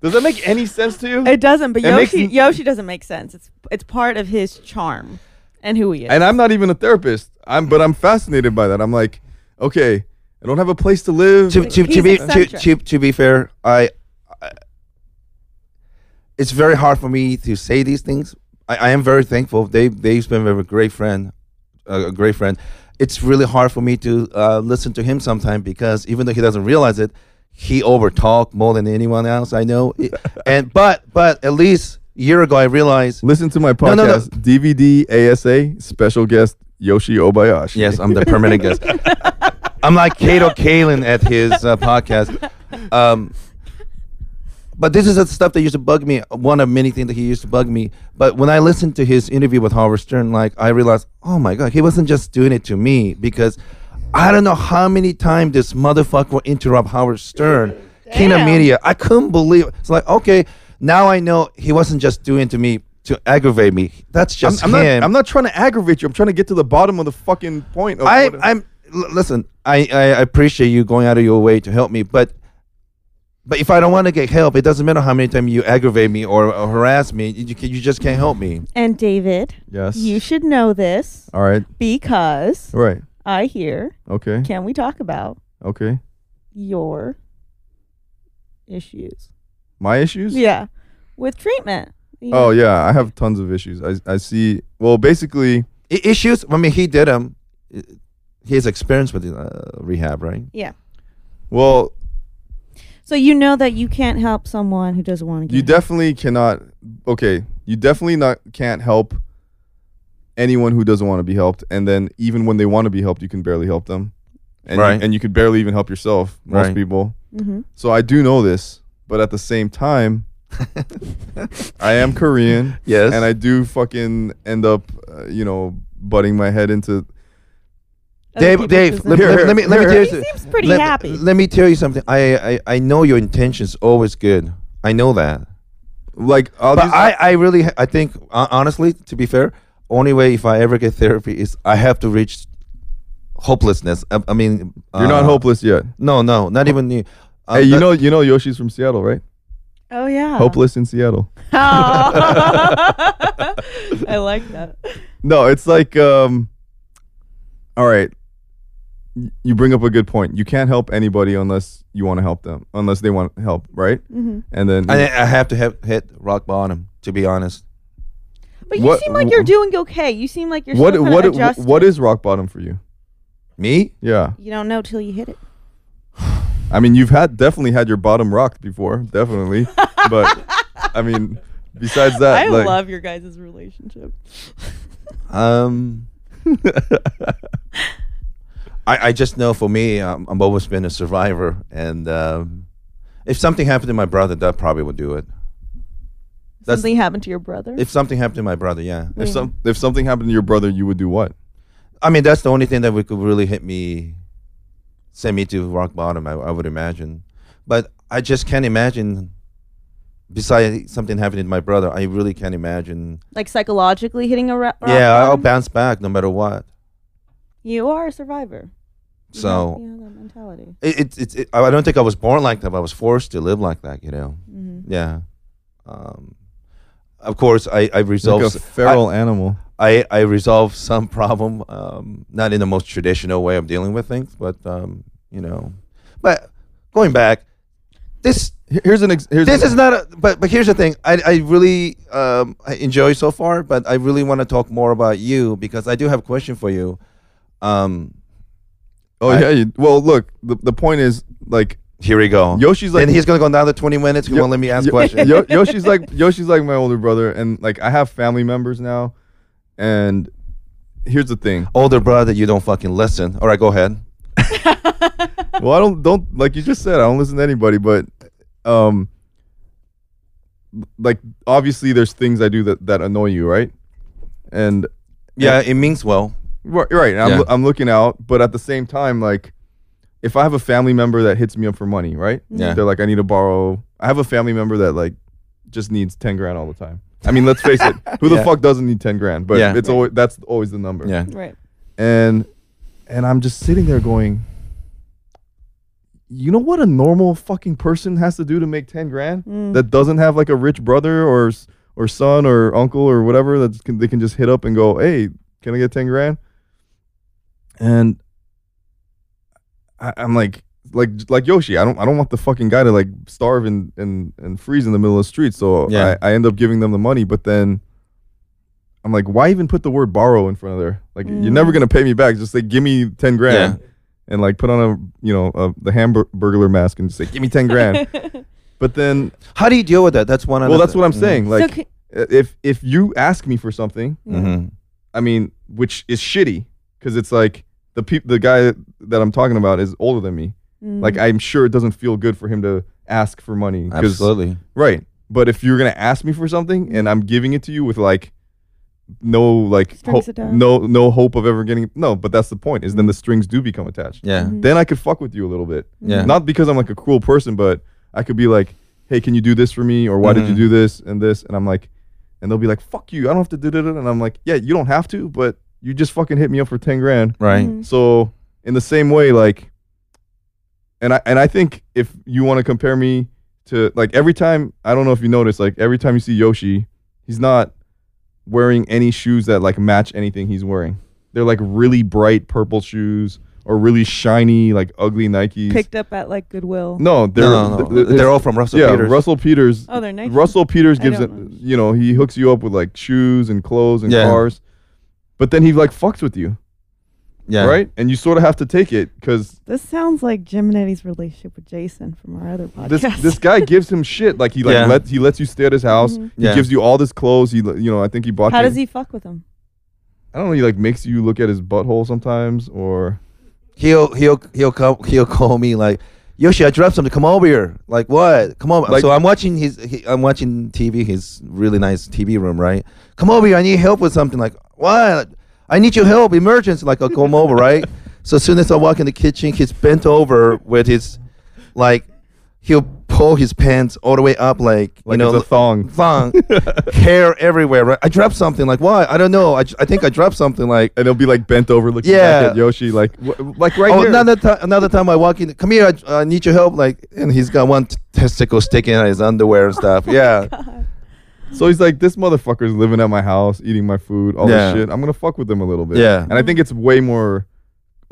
Speaker 4: Does that make any sense to you?
Speaker 5: It doesn't, but
Speaker 4: It makes
Speaker 5: Yoshi
Speaker 4: n-
Speaker 5: Yoshi doesn't make sense. It's it's part of his charm and who he is.
Speaker 4: and I'm not even a therapist. I'm, but I'm fascinated by that. I'm like, okay, I don't have a place to live.
Speaker 6: to, to, to
Speaker 5: He's
Speaker 6: be to,
Speaker 5: eccentric.
Speaker 6: to, to be fair, I, I it's very hard for me to say these things. I, I am very thankful. They they've been a great friend, a a great friend. It's really hard for me to uh, listen to him sometimes because even though he doesn't realize it, he overtalk more than anyone else I know. It- and but but at least a year ago I realized.
Speaker 4: Listen to my
Speaker 6: No,
Speaker 4: podcast,
Speaker 6: no, no.
Speaker 4: DVD ASA, special guest Yoshi Obayashi.
Speaker 6: Yes, I'm the permanent guest. I'm like Kato Kalin at his uh, podcast. Um, but this is the stuff that used to bug me. One of many things that he used to bug me. But when I listened to his interview with Howard Stern, like I realized, oh my god, he wasn't just doing it to me because I don't know how many times this motherfucker will interrupt Howard Stern, king of media. I couldn't believe. It. It's like okay, now I know he wasn't just doing it to me to aggravate me. That's
Speaker 4: I'm,
Speaker 6: just
Speaker 4: I'm
Speaker 6: him.
Speaker 4: not. I'm not trying to aggravate you. I'm trying to get to the bottom of the fucking point. Of
Speaker 6: I,
Speaker 4: what-
Speaker 6: I'm l- listen. I, I appreciate you going out of your way to help me, but but if I don't want to get help, it doesn't matter how many times you aggravate me or, or harass me. You can, you just can't help me.
Speaker 5: and David,
Speaker 4: yes.
Speaker 5: you should know this
Speaker 4: All right.
Speaker 5: because
Speaker 4: All right.
Speaker 5: I hear.
Speaker 4: Okay.
Speaker 5: Can we talk about
Speaker 4: Okay.
Speaker 5: your issues?
Speaker 4: My issues.
Speaker 5: Yeah, with treatment. You
Speaker 4: Oh yeah, I have tons of issues. I I see. Well, basically,
Speaker 6: I- issues. I mean, he did them. He has experience with uh, rehab, right?
Speaker 5: yeah.
Speaker 4: well,
Speaker 5: So you know that you can't help someone who doesn't want to.
Speaker 4: you definitely cannot. Okay, you definitely not can't help anyone who doesn't want to be helped, and then even when they want to be helped, you can barely help them, and you-
Speaker 6: Right.
Speaker 4: and you could barely even help yourself. Most
Speaker 6: Right.
Speaker 4: people.
Speaker 5: Mhm.
Speaker 4: So I do know this, but at the same time, I am Korean.
Speaker 6: Yes.
Speaker 4: and I do fucking end up, uh, you know, butting my head into.
Speaker 5: Other
Speaker 6: Dave,
Speaker 5: people's
Speaker 6: Dave,
Speaker 5: business.
Speaker 6: let, let- let me let me
Speaker 4: Here, here.
Speaker 6: tell you.
Speaker 5: He
Speaker 6: something.
Speaker 5: seems pretty
Speaker 6: let,
Speaker 5: happy.
Speaker 6: Let me tell you something. I, I I know your intention's always good. I know that.
Speaker 4: Like, I'll
Speaker 6: But
Speaker 4: just,
Speaker 6: I, I really, I think, uh, honestly, to be fair, only way if I ever get therapy is I have to reach hopelessness. I, I mean,
Speaker 4: you're not
Speaker 6: uh,
Speaker 4: hopeless yet.
Speaker 6: No, no, not even you. Uh,
Speaker 4: hey, you
Speaker 6: that-
Speaker 4: know, you know, Yoshi's from Seattle, right?
Speaker 5: oh yeah.
Speaker 4: Hopeless in Seattle.
Speaker 5: Oh. I like that.
Speaker 4: No, it's like, um, all right. y- You bring up a good point. You can't help anybody unless you want to help them, unless they want help, right? Mm-hmm. And then,
Speaker 6: I, I have to have hit rock bottom. To be honest,
Speaker 5: But you
Speaker 4: What-
Speaker 5: seem like you're doing okay. You seem like you're
Speaker 4: what,
Speaker 5: still
Speaker 4: what,
Speaker 5: kind of adjusting.
Speaker 4: what is rock bottom for you?
Speaker 6: me,
Speaker 4: Yeah,
Speaker 5: You don't know till you hit it.
Speaker 4: I mean, you've had definitely had your bottom rocked before, definitely. but I mean, besides that,
Speaker 5: I
Speaker 4: like,
Speaker 5: love your guys' relationship.
Speaker 6: um, I, I just know for me, um, I've always been a survivor, and um, if something happened to my brother, that probably would do it. That's-
Speaker 5: Something happened to your brother.
Speaker 6: If something happened to my brother, yeah,
Speaker 4: if some if something happened to your brother, you would do what?
Speaker 6: I mean, that's the only thing that would could really hit me, send me to rock bottom. I, I would imagine, but I just can't imagine. Besides something happening to my brother, I really can't imagine.
Speaker 5: like psychologically hitting a ra- rock
Speaker 6: yeah, I'll
Speaker 5: bottom?
Speaker 6: bounce back no matter what.
Speaker 5: You are a survivor. You
Speaker 6: So
Speaker 5: have, you have that mentality.
Speaker 6: it, it, it, it- I I don't think I was born like that. But I was forced to live like that. You know.
Speaker 5: Mm-hmm.
Speaker 6: Yeah. Um, of course, I I resolved.
Speaker 4: like a
Speaker 6: s-
Speaker 4: feral animal.
Speaker 6: I, I resolve some problem, um, not in the most traditional way of dealing with things, but um, you know, but going back, this
Speaker 4: Here- Here's an ex- here's
Speaker 6: this
Speaker 4: an-
Speaker 6: is not a. But but here's the thing, I I really um, I enjoy so far, but I really want to talk more about you because I do have a question for you. Um,
Speaker 4: Oh yeah. You, well, look. The, the point is like
Speaker 6: here we go.
Speaker 4: Yoshi's like-
Speaker 6: and he's gonna go another twenty minutes. He
Speaker 4: Yo-
Speaker 6: won't let me ask
Speaker 4: Yo-
Speaker 6: questions.
Speaker 4: Yo- Yoshi's like Yoshi's like my older brother, and like I have family members now, and here's the thing.
Speaker 6: Older brother, you don't fucking listen. All right, go ahead.
Speaker 4: well, I don't don't like you just said. I don't listen to anybody, but um, like obviously there's things I do that that annoy you, right? And
Speaker 6: Yeah, it means well.
Speaker 4: Right, right. and I'm,
Speaker 6: Yeah.
Speaker 4: loo- I'm looking out, but at the same time, like, if I have a family member that hits me up for money, right?
Speaker 6: Yeah.
Speaker 4: They're like, I need to borrow. I have a family member that like just needs ten grand all the time. I mean, let's face it, who the
Speaker 6: Yeah.
Speaker 4: fuck doesn't need ten grand? But
Speaker 6: Yeah.
Speaker 4: it's always that's always the number.
Speaker 6: Yeah.
Speaker 5: Right.
Speaker 4: And and I'm just sitting there going, you know what a normal fucking person has to do to make ten grand that doesn't have like a rich brother or s- or son or uncle or whatever that can, they can just hit up and go, hey, can I get ten grand? And I, I'm like, like, like Yoshi, I don't, I don't want the fucking guy to like starve and and and freeze in the middle of the street. So
Speaker 6: Yeah.
Speaker 4: I, I end up giving them the money, but then I'm like, why even put the word borrow in front of there? Like, you're never gonna pay me back. Just like, give me ten grand. And like put on a you know a, the hamburger mask and just like give me ten grand, but then
Speaker 6: How do you deal with that? That's one. Mm-hmm.
Speaker 4: well that's what I'm saying like
Speaker 5: so, c-
Speaker 4: if if you ask me for something
Speaker 6: Mm-hmm.
Speaker 4: I mean, which is shitty because it's like the peop- the guy that I'm talking about is older than me. Like I'm sure it doesn't feel good for him to ask for money. 'cause-
Speaker 6: Absolutely.
Speaker 4: Right. But if you're gonna ask me for something and I'm giving it to you with like no like
Speaker 5: Strings attached.
Speaker 4: no no hope of ever getting no, but that's the point is then the strings do become attached.
Speaker 6: Yeah.
Speaker 5: Mm-hmm.
Speaker 4: Then I could fuck with you a little bit.
Speaker 6: Yeah.
Speaker 4: Not because I'm like a cruel person, but I could be like, hey, can you do this for me? Or why
Speaker 6: Mm-hmm.
Speaker 4: did you do this and this? And I'm like, and they'll be like, fuck you, I don't have to do that. And I'm like, yeah, you don't have to, but you just fucking hit me up for ten grand.
Speaker 6: Right.
Speaker 5: Mm-hmm.
Speaker 4: So in the same way, like, and I and I think if you want to compare me to like every time, I don't know if you notice, like every time you see Yoshi, he's not wearing any shoes that like match anything he's wearing. They're like really bright purple shoes or really shiny like ugly Nikes.
Speaker 5: picked up at like Goodwill.
Speaker 4: no, they're
Speaker 6: no, no, no.
Speaker 4: th- th-
Speaker 6: they're all from Russell
Speaker 4: yeah
Speaker 6: Peters.
Speaker 4: Russell Peters.
Speaker 5: Oh, they're nice.
Speaker 4: Russell Peters
Speaker 5: I
Speaker 4: gives it,
Speaker 5: don't know.
Speaker 4: you know, he hooks you up with like shoes and clothes and
Speaker 6: Yeah.
Speaker 4: cars, but then he like fucks with you,
Speaker 6: Yeah.
Speaker 4: right? And you sort of have to take it because
Speaker 5: This sounds like Jiminetti's relationship with Jason from our other podcast.
Speaker 4: this this guy gives him shit. Like he like
Speaker 6: Yeah.
Speaker 4: let he lets you stay at his house. He
Speaker 6: Yeah.
Speaker 4: gives you all this clothes. He li- you know I think he bought.
Speaker 5: Mm-hmm. How
Speaker 4: you-
Speaker 5: does he fuck with him?
Speaker 4: I don't know. He like makes you look at his butthole sometimes, or
Speaker 6: He'll he'll he'll come he'll call me like. Yoshi, I dropped something. Come over here. Like what? Come over.
Speaker 4: Like-
Speaker 6: so I'm watching his. He, I'm watching TV. His really nice TV room, right? Come over here. I need help with something. Like what? I need your help. Emergency. Like I'll come over, right? So as soon as I walk in the kitchen, he's bent over with his, like, he'll pull his pants all the way up, like,
Speaker 4: like
Speaker 6: you know,
Speaker 4: it's a thong.
Speaker 6: thong, hair everywhere. Right? I dropped something. Like why? I don't know. I, j- I think I dropped something. Like
Speaker 4: And he'll be like bent over looking
Speaker 6: Yeah.
Speaker 4: back at Yoshi, like w- like right
Speaker 6: oh,
Speaker 4: here.
Speaker 6: another time, another time I walk in. Come here, I, I need your help. Like, and he's got one t- testicle sticking out of his underwear and stuff. yeah,
Speaker 5: Oh
Speaker 4: So he's like, this motherfucker's living at my house, eating my food, all
Speaker 6: Yeah.
Speaker 4: this shit. I'm gonna fuck with him a little bit.
Speaker 6: Yeah.
Speaker 4: And I think it's way more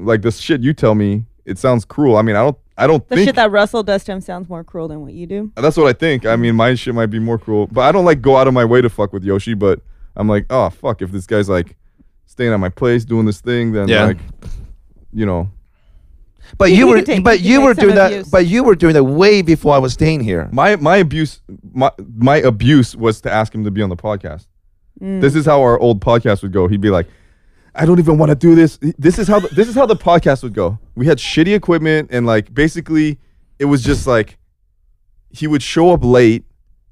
Speaker 4: like this shit you tell me. It sounds cruel. I mean, I don't. I don't
Speaker 5: The
Speaker 4: think
Speaker 5: shit that Russell does to him sounds more cruel than what you do.
Speaker 4: That's what I think. I mean, my shit might be more cruel, but I don't like go out of my way to fuck with Yoshi. But I'm like, oh fuck, if this guy's like staying at my place doing this thing, then
Speaker 6: Yeah.
Speaker 4: like, you know,
Speaker 6: but you
Speaker 5: You
Speaker 6: were,
Speaker 5: could take-
Speaker 6: but
Speaker 5: you could
Speaker 6: you
Speaker 5: take
Speaker 6: were
Speaker 5: some
Speaker 6: doing
Speaker 5: abuse.
Speaker 6: that, but you were doing that way before I was staying here.
Speaker 4: my my abuse, my my abuse was to ask him to be on the podcast. This is how our old podcast would go. He'd be like, I don't even want to do this. This is how the, this is how the podcast would go. We had shitty equipment and like basically, it was just like, he would show up late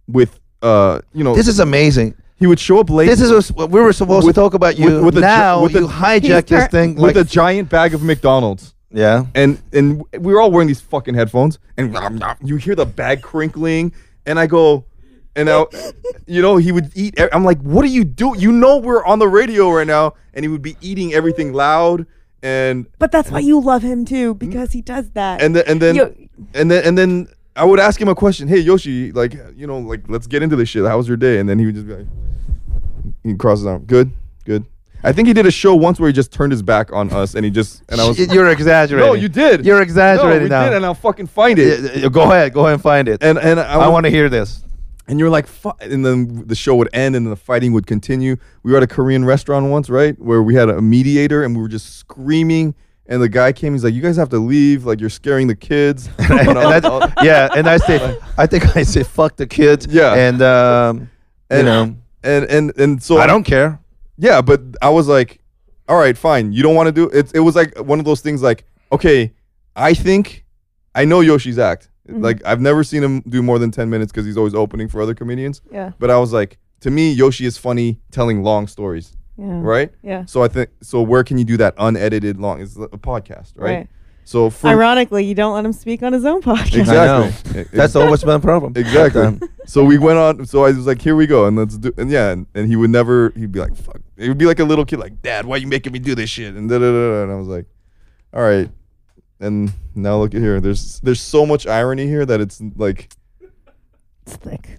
Speaker 4: with uh you know
Speaker 6: This is amazing.
Speaker 4: he would show up late.
Speaker 6: This is what we were supposed
Speaker 4: With-
Speaker 6: to talk about you.
Speaker 4: with- with a gi-
Speaker 6: now
Speaker 4: with a-
Speaker 6: you hijack
Speaker 5: He's
Speaker 6: this
Speaker 5: tur-
Speaker 6: thing.
Speaker 4: with
Speaker 6: Like,
Speaker 4: a giant bag of McDonald's.
Speaker 6: yeah,
Speaker 4: And and we were all wearing these fucking headphones, and nom, nom, you hear the bag crinkling, and I go, and I, you know, he would eat. e- I'm like, what are you doing? You know, we're on the radio right now, and he would be eating everything loud, and
Speaker 5: But that's why you love him too, because he does that.
Speaker 4: and then and then
Speaker 5: Yo-
Speaker 4: and then and then I would ask him a question. Hey Yoshi, like you know, like let's get into this shit. How was your day? And then he would just be like, he crosses his arm. Good, good. I think he did a show once where he just turned his back on us, and he just and I was.
Speaker 6: you're exaggerating.
Speaker 4: No, you did.
Speaker 6: You're
Speaker 4: No, we
Speaker 6: exaggerating
Speaker 4: did,
Speaker 6: now.
Speaker 4: and I'll fucking find it.
Speaker 6: Yeah, yeah, go ahead, go ahead and find it.
Speaker 4: And and I,
Speaker 6: I
Speaker 4: was-
Speaker 6: want to hear this.
Speaker 4: And you're like, Fu-, and then the show would end, and the fighting would continue. We were at a Korean restaurant once, right, where we had a mediator, and we were just screaming. And the guy came. He's like, "You guys have to leave. Like you're scaring the kids."
Speaker 6: and,
Speaker 4: And I-
Speaker 6: and I, yeah, and I say, I think I say, fuck the kids.
Speaker 4: Yeah.
Speaker 6: and um, you
Speaker 4: and-
Speaker 6: know,
Speaker 4: and and and so
Speaker 6: I don't care.
Speaker 4: Yeah, but I was like, all right, fine. You don't want to do it. It was like one of those things like, okay, I think I know Yoshi's act. Like I've never seen him do more than 10 minutes because he's always opening for other comedians.
Speaker 5: Yeah.
Speaker 4: But I was like, to me, Yoshi is funny telling long stories,
Speaker 5: Yeah.
Speaker 4: right?
Speaker 5: Yeah.
Speaker 4: So I think so. Where can you do that unedited long? It's a podcast, right?
Speaker 5: Right.
Speaker 4: So for
Speaker 5: Ironically, you don't let him speak on his own podcast.
Speaker 4: Exactly.
Speaker 6: I know. That's always my problem.
Speaker 4: Exactly.
Speaker 6: Um,
Speaker 4: so we went on. So I was like, "Here we go," and let's do. And yeah, and, and he would never. He'd be like, "Fuck." It would be like a little kid, like, "Dad, why you making me do this shit?" And da da da. da. And I was like, "All right." And now look at here. There's there's so much irony here that it's like
Speaker 5: It's thick.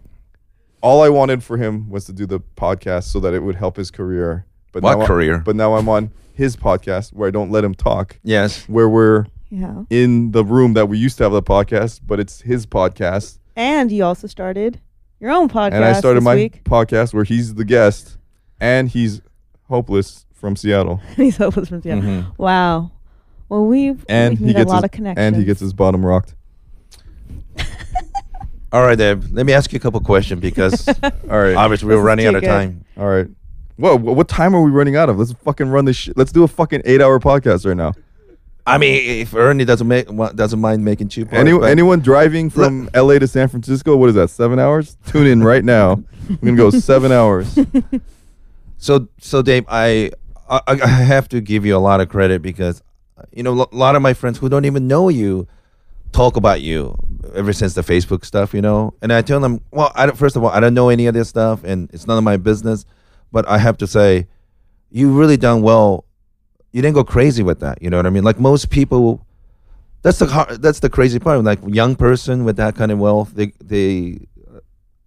Speaker 4: all I wanted for him was to do the podcast so that it would help his career. But
Speaker 6: What
Speaker 4: now I-
Speaker 6: career?
Speaker 4: but now I'm on his podcast where I don't let him talk.
Speaker 6: Yes.
Speaker 4: Where we're
Speaker 5: Yeah.
Speaker 4: in the room that we used to have the podcast, but it's his podcast.
Speaker 5: And you also started your own podcast.
Speaker 4: and I started
Speaker 5: this
Speaker 4: my
Speaker 5: week.
Speaker 4: podcast where he's the guest and he's hopeless from Seattle
Speaker 5: He's hopeless from Seattle. Wow. Well, we've
Speaker 4: Mm-hmm. and
Speaker 5: we've
Speaker 4: he
Speaker 5: made
Speaker 4: gets
Speaker 5: a lot
Speaker 4: his,
Speaker 5: of connections.
Speaker 4: and he gets his bottom rocked.
Speaker 6: All right, Deb. Let me ask you a couple questions because
Speaker 4: All right.
Speaker 6: obviously we're
Speaker 5: This is
Speaker 6: running out
Speaker 5: too
Speaker 6: of
Speaker 5: good.
Speaker 6: time.
Speaker 4: All right. Whoa, wh- what time are we running out of? Let's fucking run this shit. Let's do a fucking 8-hour podcast right now.
Speaker 6: I mean, if Ernie doesn't make wa- doesn't mind making cheap,
Speaker 4: Any, anyone driving from LA to San Francisco, what is that? 7 hours? Tune in right now. I'm going to go 7 hours.
Speaker 6: So so Dave, I, I I have to give you a lot of credit because you know a lot of my friends who don't even know you talk about you ever since the Facebook stuff, you know. And I tell them, well, I don't, first of all, I don't know any of this stuff, and it's none of my business. But I have to say, you really done well. You didn't go crazy with that, you know what I mean? Like most people, that's the har- that's the crazy part. Like young person with that kind of wealth, they they.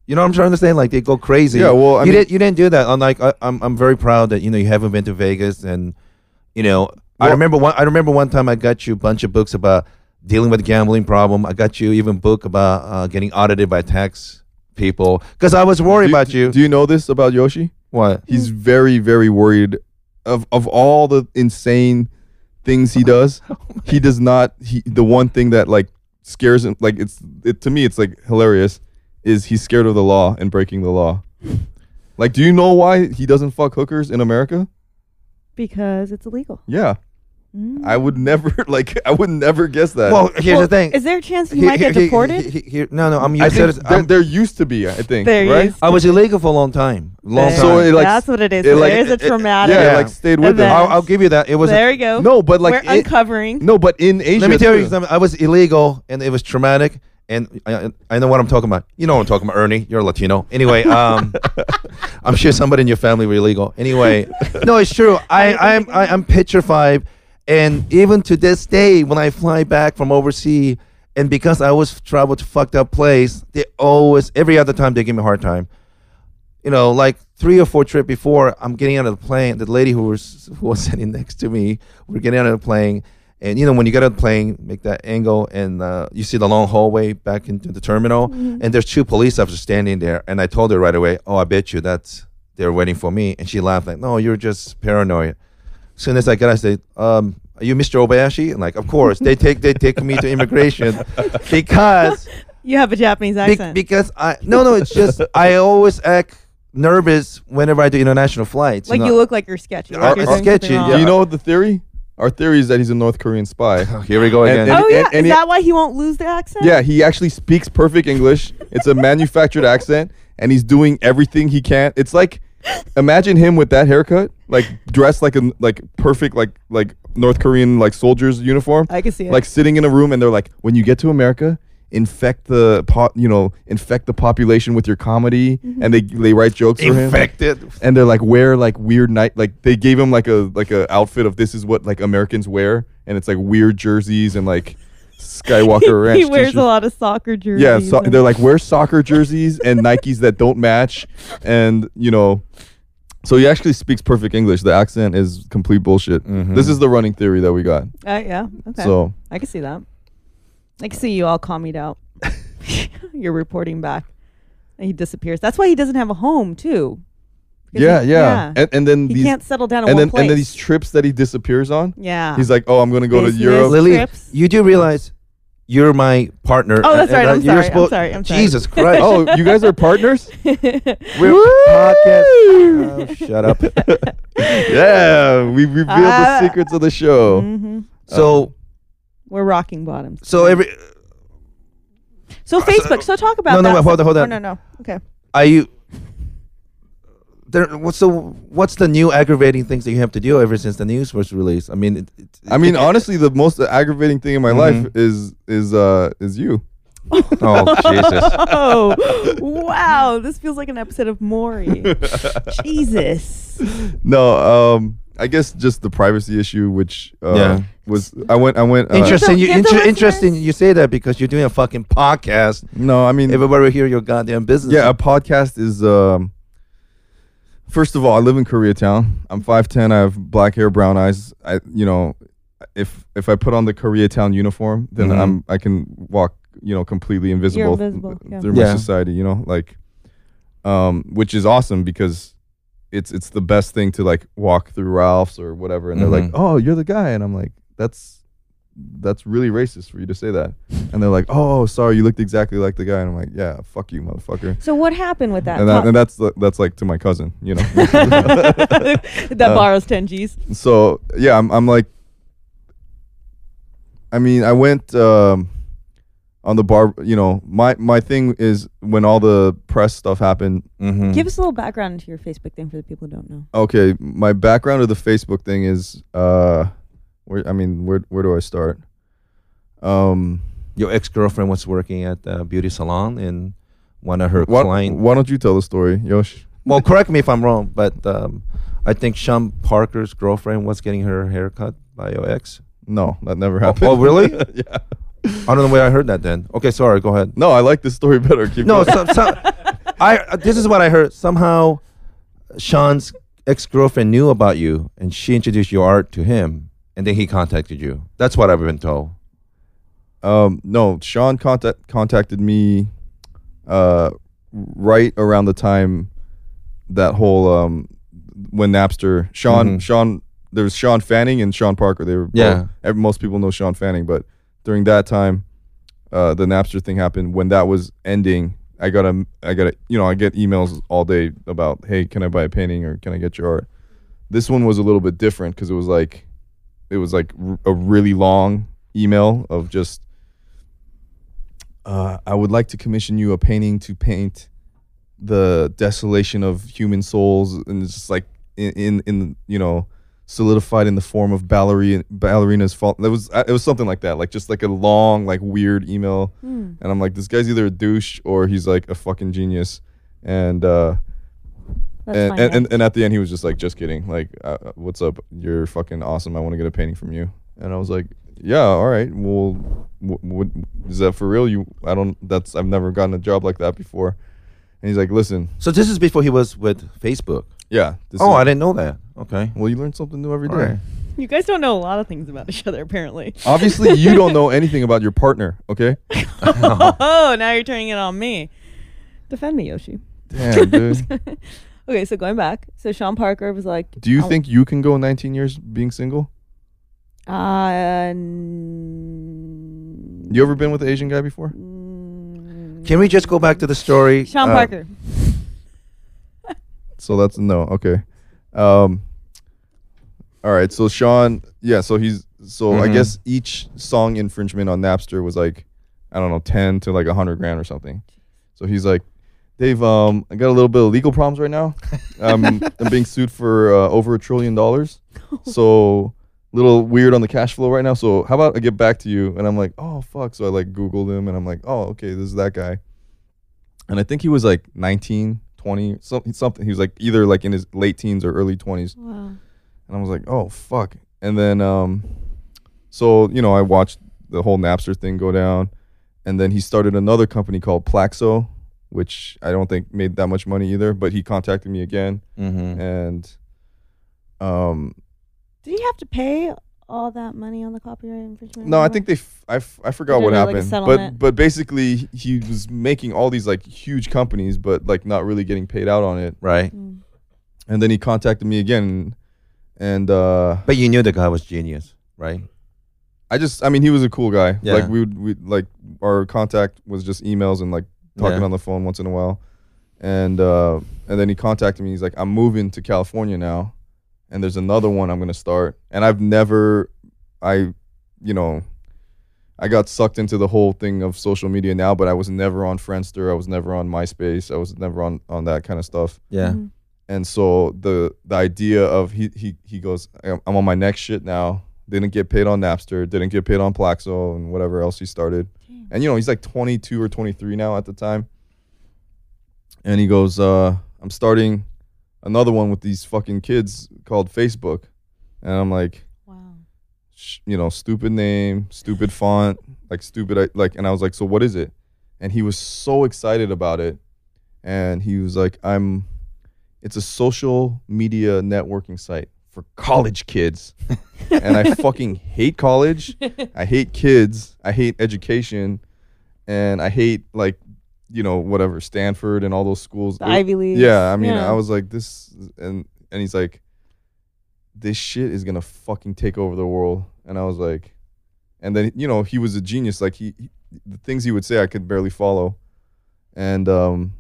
Speaker 6: You know what I'm trying to say? Like they go crazy.
Speaker 4: Yeah, well, I
Speaker 6: you
Speaker 4: mean-
Speaker 6: didn't you didn't do that. I'm like I, I'm I'm very proud that you know you haven't been to Vegas and you know I
Speaker 4: Well-
Speaker 6: remember one I remember one time I got you a bunch of books about dealing with gambling problem. I got you even book about uh, getting audited by tax people because I was worried
Speaker 4: Do-
Speaker 6: about you.
Speaker 4: Do you know this about Yoshi?
Speaker 6: what?
Speaker 4: He's
Speaker 5: Hmm.
Speaker 4: very, very worried of of all the insane things he does.
Speaker 5: Oh
Speaker 4: he does not. He the one thing that like scares him. Like it's it, to me, it's like hilarious. Is he's scared of the law and breaking the law? Like, do you know why he doesn't fuck hookers in America?
Speaker 5: because it's illegal.
Speaker 4: Yeah, I would
Speaker 5: Hmm.
Speaker 4: never like. I would never guess that.
Speaker 6: Well, here's
Speaker 5: Well,
Speaker 6: the thing.
Speaker 5: Is there a chance you
Speaker 6: He-
Speaker 5: might
Speaker 6: he-
Speaker 5: get
Speaker 6: he-
Speaker 5: deported?
Speaker 6: he- he- he- no, no. I'm.
Speaker 4: I
Speaker 6: used to
Speaker 4: think
Speaker 6: it.
Speaker 4: there,
Speaker 6: I'm-
Speaker 4: there used to be. I think
Speaker 5: There he
Speaker 4: right.
Speaker 5: is.
Speaker 6: I was illegal for a long time. Long
Speaker 5: There.
Speaker 4: So
Speaker 6: time.
Speaker 4: it, like,
Speaker 5: That's what it is.
Speaker 4: it, like,
Speaker 5: there is a
Speaker 4: it- it-
Speaker 5: traumatic.
Speaker 4: Yeah,
Speaker 6: Yeah.
Speaker 4: it, like stayed with
Speaker 5: Event.
Speaker 4: him.
Speaker 6: I'll, I'll give you that. It was.
Speaker 5: there you go.
Speaker 4: No, but like
Speaker 5: we're
Speaker 4: it-
Speaker 5: uncovering.
Speaker 4: No, but in Asia.
Speaker 6: let me tell you
Speaker 4: too.
Speaker 6: something. I was illegal, and it was traumatic. And I, I- I know what I'm talking about. You know what I'm talking about, Ernie. You're Latino. Anyway, um, I'm sure somebody in your family were illegal. Anyway, no, it's true. I, I'm I, I'm petrified, and even to this day, when I fly back from overseas, and because I always travel to fucked up place, they always every other time they give me a hard time. you know, like three or four trip before I'm getting out of the plane, the lady who was who was sitting next to me, we're getting out of the plane, and you know when you get out of the plane, make that angle, and uh, you see the long hallway back into the terminal, and there's two police officers standing there, and I told her right away, oh, I bet you that's they're waiting for me, and she laughed like, no, you're just paranoid. soon as I got, out, I said, um. Are you Mr. Obayashi? And like, of course. They take they take me to immigration because
Speaker 5: You have a Japanese
Speaker 6: be-
Speaker 5: accent.
Speaker 6: because I no no it's just I always act nervous whenever I do international flights.
Speaker 5: like
Speaker 6: know.
Speaker 5: you look like you're sketchy. Like
Speaker 6: Are-
Speaker 5: you're
Speaker 6: are
Speaker 5: doing something
Speaker 6: sketchy,
Speaker 5: wrong.
Speaker 4: Do you
Speaker 6: Yeah.
Speaker 4: know what the theory? Our theory is that he's a North Korean spy.
Speaker 6: Here we go
Speaker 4: And-
Speaker 6: again.
Speaker 4: and-
Speaker 5: Oh yeah,
Speaker 4: and
Speaker 5: is
Speaker 4: he-
Speaker 5: that why he won't lose the accent?
Speaker 4: Yeah, he actually speaks perfect English. It's a manufactured accent, and he's doing everything he can. It's like, imagine him with that haircut, like dressed like a like perfect like like North Korean like soldier's uniform.
Speaker 5: I can see it.
Speaker 4: Like sitting in a room, and they're like, "When you get to America, infect the pot, you know, infect the population with your comedy,"
Speaker 5: Mm-hmm.
Speaker 4: and they they write jokes for him
Speaker 6: infected.
Speaker 4: and they're like wear like weird night like they gave him like a like a outfit of this is what like Americans wear and it's like weird jerseys and like Skywalker Ranch.
Speaker 5: he wears a
Speaker 4: t-shirts.
Speaker 5: lot of soccer jerseys.
Speaker 4: Yeah, so
Speaker 5: and-
Speaker 4: they're like wear soccer jerseys and Nikes that don't match and you know so he actually speaks perfect English. The accent is complete bullshit. This is the running theory that we got.
Speaker 5: Uh, yeah. Okay.
Speaker 4: So
Speaker 5: I can see that. I can see you all commied out. You're reporting back. And he disappears. That's why he doesn't have a home too. Because
Speaker 4: yeah, yeah,
Speaker 5: he-
Speaker 4: And and then
Speaker 5: he
Speaker 4: these
Speaker 5: can't settle down in
Speaker 4: and
Speaker 5: one
Speaker 4: then
Speaker 5: place.
Speaker 4: and then these trips that he disappears on.
Speaker 5: yeah.
Speaker 4: He's like, oh, I'm gonna go to
Speaker 5: Business.
Speaker 4: Europe.
Speaker 6: Lily,
Speaker 5: Trips.
Speaker 6: you do realize you're my partner.
Speaker 5: Oh, that's
Speaker 6: and-
Speaker 5: right.
Speaker 6: and
Speaker 5: I'm
Speaker 6: you're
Speaker 5: sorry. I'm sorry. I'm sorry.
Speaker 6: Jesus Christ.
Speaker 4: Oh, you guys are partners?
Speaker 6: we're podcast. Oh, shut up.
Speaker 4: yeah, we revealed the
Speaker 5: Ah.
Speaker 4: secrets of the show.
Speaker 5: mm-hmm.
Speaker 6: So,
Speaker 5: We're rocking bottoms.
Speaker 6: so every
Speaker 5: So Facebook. So talk about
Speaker 6: No, no,
Speaker 5: that.
Speaker 6: wait, hold on, hold
Speaker 5: Oh,
Speaker 6: on.
Speaker 5: No, no, Okay.
Speaker 6: are you there? What's the what's the new aggravating things that you have to do ever since the news was released? I mean, it, it,
Speaker 4: I mean, honestly, the most aggravating thing in my life is is uh is you.
Speaker 6: oh Jesus.
Speaker 5: Oh, wow. This feels like an episode of Maury. Jesus.
Speaker 4: No, um, I guess just the privacy issue, which uh,
Speaker 6: Yeah.
Speaker 4: was I went I went. Uh,
Speaker 6: Interesting.
Speaker 5: Give
Speaker 6: You,
Speaker 5: the
Speaker 6: inter-
Speaker 5: listeners-
Speaker 6: interesting. You say that because you're doing a fucking podcast.
Speaker 4: No, I mean,
Speaker 6: Everybody will hear your goddamn business.
Speaker 4: Mm. yeah, a podcast is. Um, first of all, I live in Koreatown. I'm five ten. I have black hair, brown eyes. I you know, if if I put on the Koreatown uniform, then
Speaker 6: Mhm.
Speaker 4: I'm I can walk you know completely invisible, th-
Speaker 5: invisible, yeah.
Speaker 4: through my
Speaker 6: Yeah.
Speaker 4: society. You know, like, um, which is awesome because. It's it's the best thing to like walk through Ralph's or whatever, and they're like,
Speaker 6: Mhm.
Speaker 4: "Oh, you're the guy," and I'm like, "That's that's really racist for you to say that." And they're like, "Oh, sorry, you looked exactly like the guy," and I'm like, "Yeah, fuck you, motherfucker."
Speaker 5: So what happened with that?
Speaker 4: and, that,
Speaker 5: Talk-
Speaker 4: and that's the- that's like to my cousin, you know.
Speaker 5: that borrows 10 G's.
Speaker 4: so yeah, I'm I'm like, I mean, I went um, on the bar. You know, my my thing is when all the press stuff happened.
Speaker 6: Mm-hmm.
Speaker 5: Give us a little background into your Facebook thing for the people who don't know.
Speaker 4: Okay, my background of the Facebook thing is, uh, where I mean, where where do I start? Um,
Speaker 6: your ex girlfriend was working at a beauty salon, and one of her
Speaker 4: why,
Speaker 6: clients.
Speaker 4: why don't you tell the story, Yosh?
Speaker 6: Well, correct me if I'm wrong, but um, I think Sean Parker's girlfriend was getting her hair cut by your ex.
Speaker 4: No, that never
Speaker 6: Oh,
Speaker 4: happened.
Speaker 6: oh, really? yeah. I don't know where I heard that then. Okay, sorry. Go ahead.
Speaker 4: No, I like this story better. Keep
Speaker 6: No,
Speaker 4: going.
Speaker 6: some, some, I. uh, This is what I heard. Somehow, Sean's ex girlfriend knew about you, and she introduced your art to him, and then he contacted you. That's what I've been told.
Speaker 4: Um, no, Sean contact contacted me uh, right around the time that whole um, when Napster Sean
Speaker 6: Mhm.
Speaker 4: Sean there was Sean Fanning and Sean Parker. They were both-
Speaker 6: Yeah.
Speaker 4: ev- most people know Sean Fanning, but during that time, uh, the Napster thing happened. When that was ending, I got a I got a you know I get emails all day about hey can I buy a painting or can I get your art. This one was a little bit different because it was like it was like r- a really long email of just uh, I would like to commission you a painting to paint the desolation of human souls, and it's just like in in, in you know solidified in the form of ballerina ballerinas fault. That was uh, it was something like that, like just like a long like weird email, and I'm like, this guy's either a douche or he's like a fucking genius, and. uh
Speaker 7: Let's
Speaker 4: and,
Speaker 7: find
Speaker 4: and,
Speaker 7: out.
Speaker 4: and, and at the end, he was just like, just kidding. Like, uh, uh, what's up? You're fucking awesome. I want to get a painting from you. And I was like, yeah, all right. Well, w- w- is that for real? You, I don't, that's, I've never gotten a job like that before. And he's like, listen,
Speaker 6: So this is before he was with Facebook.
Speaker 4: yeah. This
Speaker 6: Oh,
Speaker 4: is-
Speaker 6: I didn't know that. Okay.
Speaker 4: Well, you learn something new every day.
Speaker 6: All right.
Speaker 5: You guys don't know a lot of things about each other, apparently.
Speaker 4: Obviously, you don't know anything about your partner, okay?
Speaker 5: oh, now you're turning it on me. Defend me, Yoshi.
Speaker 4: Damn, dude.
Speaker 5: Okay, so going back. So Sean Parker was like,
Speaker 4: Do you
Speaker 5: I-
Speaker 4: think you can go 19 years being single?
Speaker 5: Uh, n-
Speaker 4: You ever been with an Asian guy before?
Speaker 6: Can we just go back to the story?
Speaker 5: Sean
Speaker 6: Uh,
Speaker 5: Parker.
Speaker 4: So that's a no. Okay. Um, all right. So Sean, yeah. So he's so I
Speaker 6: Mhm.
Speaker 4: guess each song infringement on Napster was like, I don't know, ten to like a hundred grand or something. So he's like, Dave, um, I got a little bit of legal problems right now. Um, I'm being sued for uh, over a trillion dollars. So little weird on the cash flow right now. So how about I get back to you? And I'm like, oh fuck. So I like Googled him and I'm like, oh okay, this is that guy. And I think he was like 19, 20, some- something. He was like either like in his late teens or early 20s.
Speaker 7: wow.
Speaker 4: And I was like, oh fuck. And then um, so you know I watched the whole Napster thing go down, and then he started another company called Plaxo, which I don't think made that much money either. But he contacted me again,
Speaker 6: Mhm.
Speaker 4: and um,
Speaker 7: Did he have to pay all that money on the copyright infringement?
Speaker 4: No, I
Speaker 7: Or-
Speaker 4: think they. F- I, f- I forgot
Speaker 7: Did
Speaker 4: what
Speaker 7: it, like, a
Speaker 4: happened, but
Speaker 7: settlement?
Speaker 4: but basically he was making all these like huge companies, but like not really getting paid out on it.
Speaker 6: Right.
Speaker 5: Hmm,
Speaker 4: And then he contacted me again, and uh,
Speaker 6: But you knew the guy was genius, right?
Speaker 4: I just, I mean, he was a cool guy.
Speaker 6: Yeah.
Speaker 4: Like we would, we like our contact was just emails and like talking
Speaker 6: Yeah.
Speaker 4: on the phone once in a while, and uh, and then he contacted me. He's like, I'm moving to California now, and there's another one I'm gonna start. And I've never, I, you know, I got sucked into the whole thing of social media now, but I was never on Friendster. I was never on MySpace. I was never on on that kind of stuff
Speaker 6: Yeah.
Speaker 4: Mm-hmm. and so the the idea of he he he goes I'm I'm on my next shit now didn't get paid on Napster didn't get paid on Plaxo and whatever else he started and you know he's like 22 or 23 now at the time and he goes uh I'm starting another one with these fucking kids called Facebook and I'm like
Speaker 7: Wow.
Speaker 4: sh- you know, stupid name, stupid font, like stupid, I- like, and I was like, so what is it? And he was so excited about it, and he was like, I'm, it's a social media networking site for college kids, and I fucking hate college, I hate kids, I hate education, and I hate like, you know, whatever Stanford and all those schools.
Speaker 5: The
Speaker 4: It-
Speaker 5: Ivy League.
Speaker 4: yeah, I mean,
Speaker 5: Yeah.
Speaker 4: I was like this, and and he's like, this shit is gonna fucking take over the world, and I was like, and then you know he was a genius. Like he, he the things he would say, I could barely follow, and um,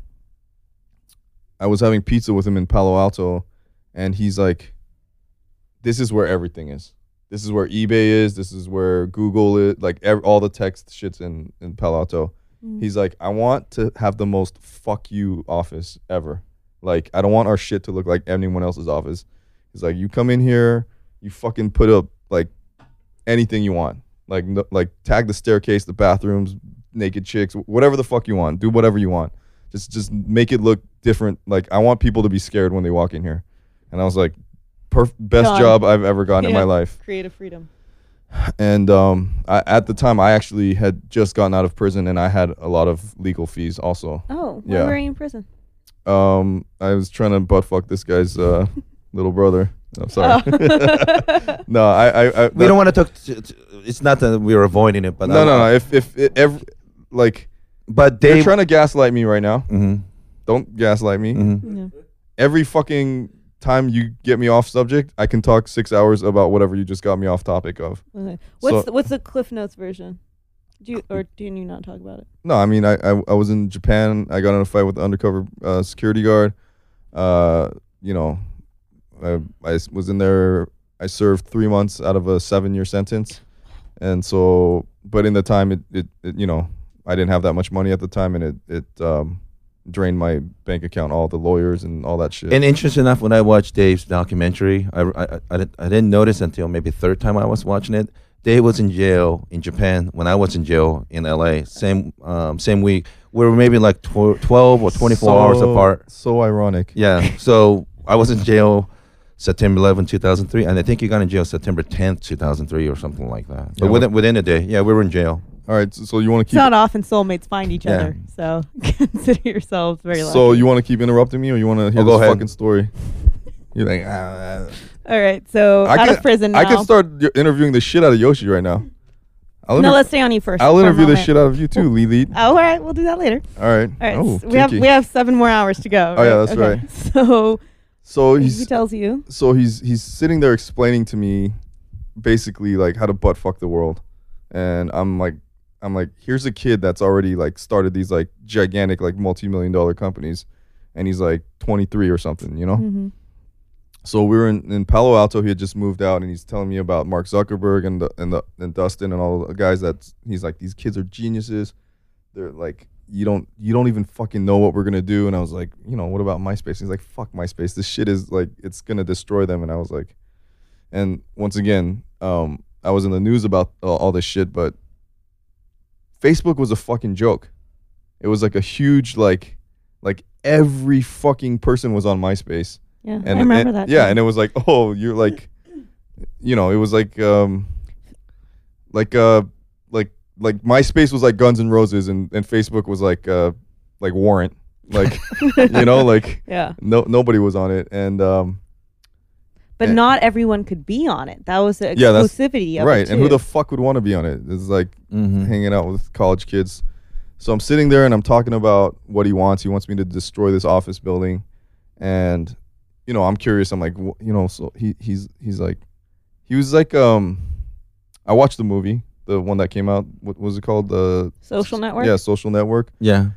Speaker 4: I was having pizza with him in Palo Alto, and he's like, this is where everything is. This is where eBay is. This is where Google is. Like ev- all the text shits in in Palo Alto.
Speaker 5: Mm-hmm.
Speaker 4: He's like, I want to have the most fuck you office ever. Like, I don't want our shit to look like anyone else's office. He's like, you come in here, you fucking put up like anything you want, like no, like tag the staircase, the bathrooms, naked chicks, wh- whatever the fuck you want. Do whatever you want. Just just make it look different. Like, I want people to be scared when they walk in here. And I was like, perf- best
Speaker 5: Done.
Speaker 4: job I've ever gotten in my
Speaker 5: Yeah.
Speaker 4: life
Speaker 5: Creative freedom.
Speaker 4: and um, I, at the time I actually had just gotten out of prison and I had a lot of legal fees also.
Speaker 5: Oh,
Speaker 4: why Yeah. were
Speaker 5: you in prison?
Speaker 4: Um, I was trying to butt fuck this guy's uh, little brother. I'm sorry. no, I, I, I
Speaker 6: We don't want to talk. t- t- it's not that we're avoiding it, but
Speaker 4: No, no, no. If if, if every, like
Speaker 6: But
Speaker 4: they,
Speaker 6: they.
Speaker 4: are trying to gaslight me right now.
Speaker 6: Mhm.
Speaker 4: Don't gaslight me.
Speaker 6: Mhm.
Speaker 4: Every fucking time you get me off subject, I can talk six hours about whatever you just got me off topic of.
Speaker 5: Okay. What's
Speaker 4: So-
Speaker 5: the, what's the Cliff Notes version? Do you or do you not talk about it?
Speaker 4: No, I mean, I, I I was in Japan. I got in a fight with the undercover uh, security guard. Uh, you know, I, I s- was in there. I served three months out of a seven-year sentence, and so, but in the time, it, it, it you know, I didn't have that much money at the time, and it it um, drained my bank account, all the lawyers and all that shit.
Speaker 6: And interesting enough, when I watched Dave's documentary, I, I, I, I didn't- I didn't notice until maybe third time I was watching it. Dave was in jail in Japan when I was in jail in LA. Same um, same week. We were maybe like tw- 12 or 24 hours
Speaker 4: So-
Speaker 6: apart.
Speaker 4: So ironic.
Speaker 6: Yeah. So I was in jail September 11, 2003, and I think you got in jail September 10th, 2003, or something like that. But
Speaker 4: Yeah.
Speaker 6: within within a day, yeah, we were in jail.
Speaker 4: All right, so, so you want to
Speaker 5: It's
Speaker 4: keep?
Speaker 5: not often soulmates find each
Speaker 6: Yeah.
Speaker 5: other, so consider yourselves very lucky.
Speaker 4: So you want to keep interrupting me, or you want to hear
Speaker 6: Oh, go
Speaker 4: this
Speaker 6: ahead.
Speaker 4: fucking story? You're like. "Ah."
Speaker 5: All right, so out
Speaker 4: could-
Speaker 5: of prison now.
Speaker 4: I could start y- interviewing the shit out of Yoshi right now. I'll,
Speaker 5: No,
Speaker 4: inter-
Speaker 5: let's stay on you first.
Speaker 4: I'll
Speaker 5: for a
Speaker 4: interview the
Speaker 5: moment.
Speaker 4: shit out of you too, Lili.
Speaker 5: Oh, all right, we'll do that later.
Speaker 4: All right.
Speaker 5: All right,
Speaker 4: Oh,
Speaker 5: s- we have
Speaker 4: kinky.
Speaker 5: we have seven more hours to go.
Speaker 4: Oh, yeah, that's right.
Speaker 5: So
Speaker 4: So
Speaker 5: he
Speaker 4: he's
Speaker 5: tells you,
Speaker 4: so he's he's sitting there explaining to me, basically like how to butt fuck the world, and I'm like I'm like here's a kid that's already like started these like gigantic like multi million dollar companies, and he's like 23 or something, you know.
Speaker 5: Mm-hmm.
Speaker 4: so we were in, in Palo Alto. He had just moved out, and he's telling me about Mark Zuckerberg and the, and the and Dustin and all the guys that he's like, these kids are geniuses. They're like, you don't you don't even fucking know what we're gonna do. And I was like, you know, what about MySpace? He's like, fuck MySpace. This shit is like, it's gonna destroy them. And I was like, and once again, um, I was in the news about uh, all this shit, but Facebook was a fucking joke. It was like a huge like like every fucking person was on MySpace
Speaker 5: yeah, I
Speaker 4: and
Speaker 5: remember
Speaker 4: and-
Speaker 5: that.
Speaker 4: Yeah,
Speaker 5: too.
Speaker 4: and it was like, oh, you're like, you know, it was like, um, like, uh, like, like MySpace was like Guns N' Roses, and and Facebook was like, uh, like Warrant, like, you know, like
Speaker 5: yeah,
Speaker 4: no nobody was on it, and um,
Speaker 5: but
Speaker 4: and-
Speaker 5: not everyone could be on it. That was the
Speaker 4: Yeah, that's-
Speaker 5: exclusivity of
Speaker 4: right,
Speaker 5: it
Speaker 4: and who
Speaker 5: too.
Speaker 4: the fuck would want to be on it? It's like
Speaker 6: Mhm.
Speaker 5: Mm-hmm.
Speaker 4: hanging out with college kids. So I'm sitting there and I'm talking about what he wants. He wants me to destroy this office building, and you know I'm curious. I'm like, wh- you know, so he he's he's like, he was like um, I watched the movie, the one that came out. What was it called? The
Speaker 5: Social network.
Speaker 4: yeah, Social Network.
Speaker 6: Yeah.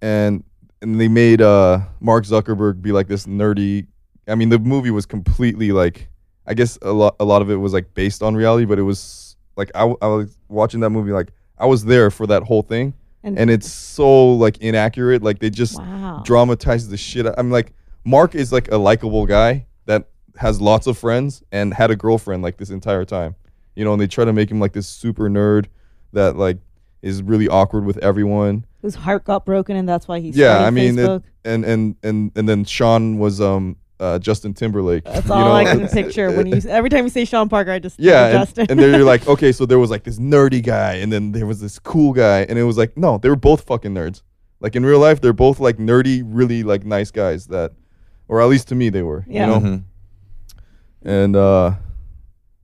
Speaker 4: and and they made uh Mark Zuckerberg be like this nerdy. I mean, the movie was completely like I guess a lot a lot of it was like based on reality, but it was like I, w- I was watching that movie like I was there for that whole thing,
Speaker 5: And-
Speaker 4: and, it's so like inaccurate. Like they just
Speaker 7: Wow.
Speaker 4: dramatizes the shit. out- I'm like Mark is like a likable guy that has lots of friends and had a girlfriend like this entire time, you know, and they try to make him like this super nerd that like is really awkward with everyone
Speaker 5: Whose heart got broken, and that's why he.
Speaker 4: yeah
Speaker 5: started
Speaker 4: i mean it-
Speaker 5: Facebook.
Speaker 4: and and and and then sean was um uh justin timberlake
Speaker 5: that's
Speaker 4: you
Speaker 5: all
Speaker 4: know? uh,
Speaker 5: I can picture when you. Every time you say Sean Parker, I just think of
Speaker 4: yeah
Speaker 5: Justin.
Speaker 4: and, and then you're like okay so there was like this nerdy guy and then there was this cool guy and it was like no they were both fucking nerds like in real life they're both like nerdy really like nice guys that or at least to me they were
Speaker 5: Yeah.
Speaker 4: you know
Speaker 6: Mhm.
Speaker 4: and uh,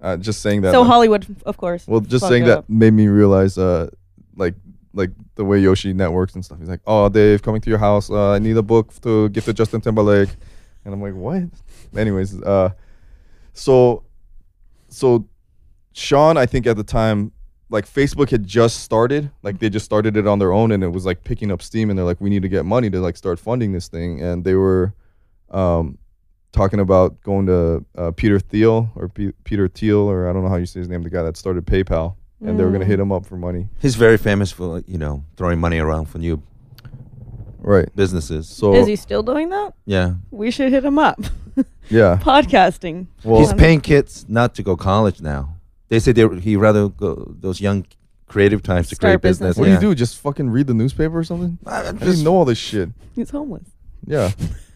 Speaker 4: uh just saying that
Speaker 5: so
Speaker 4: uh,
Speaker 5: Hollywood, of course.
Speaker 4: well just
Speaker 5: fucked
Speaker 4: saying
Speaker 5: it
Speaker 4: that
Speaker 5: up.
Speaker 4: made me realize uh like like the way Yoshi networks and stuff. He's like, "Oh, Dave, coming to your house. Uh, I need a book to give to Justin Timberlake," and I'm like, "What?" Anyways, uh, so so Sean, I think at the time, like Facebook had just started, like they just started it on their own, and it was like picking up steam, and they're like, "We need to get money to like start funding this thing," and they were um, talking about going to uh, Peter Thiel or P- Peter Thiel or I don't know how you say his name, the guy that started PayPal. And they were
Speaker 6: Mm.
Speaker 4: gonna hit him up for money,
Speaker 6: He's very famous for, you know, throwing money around for new
Speaker 4: right?
Speaker 6: businesses. So,
Speaker 4: So
Speaker 5: Is he still doing that?
Speaker 6: yeah.
Speaker 5: We should hit him up.
Speaker 4: yeah,
Speaker 5: Podcasting.
Speaker 4: well,
Speaker 6: He's paying kids not to go college now. They say they he rather go those young creative types to
Speaker 5: Start
Speaker 6: create business.
Speaker 4: What
Speaker 6: yeah.
Speaker 4: do you do? Just fucking read the newspaper or something? I,
Speaker 6: I,
Speaker 4: do
Speaker 6: I
Speaker 4: didn't
Speaker 6: just,
Speaker 4: know all this shit.
Speaker 5: He's homeless.
Speaker 4: Yeah.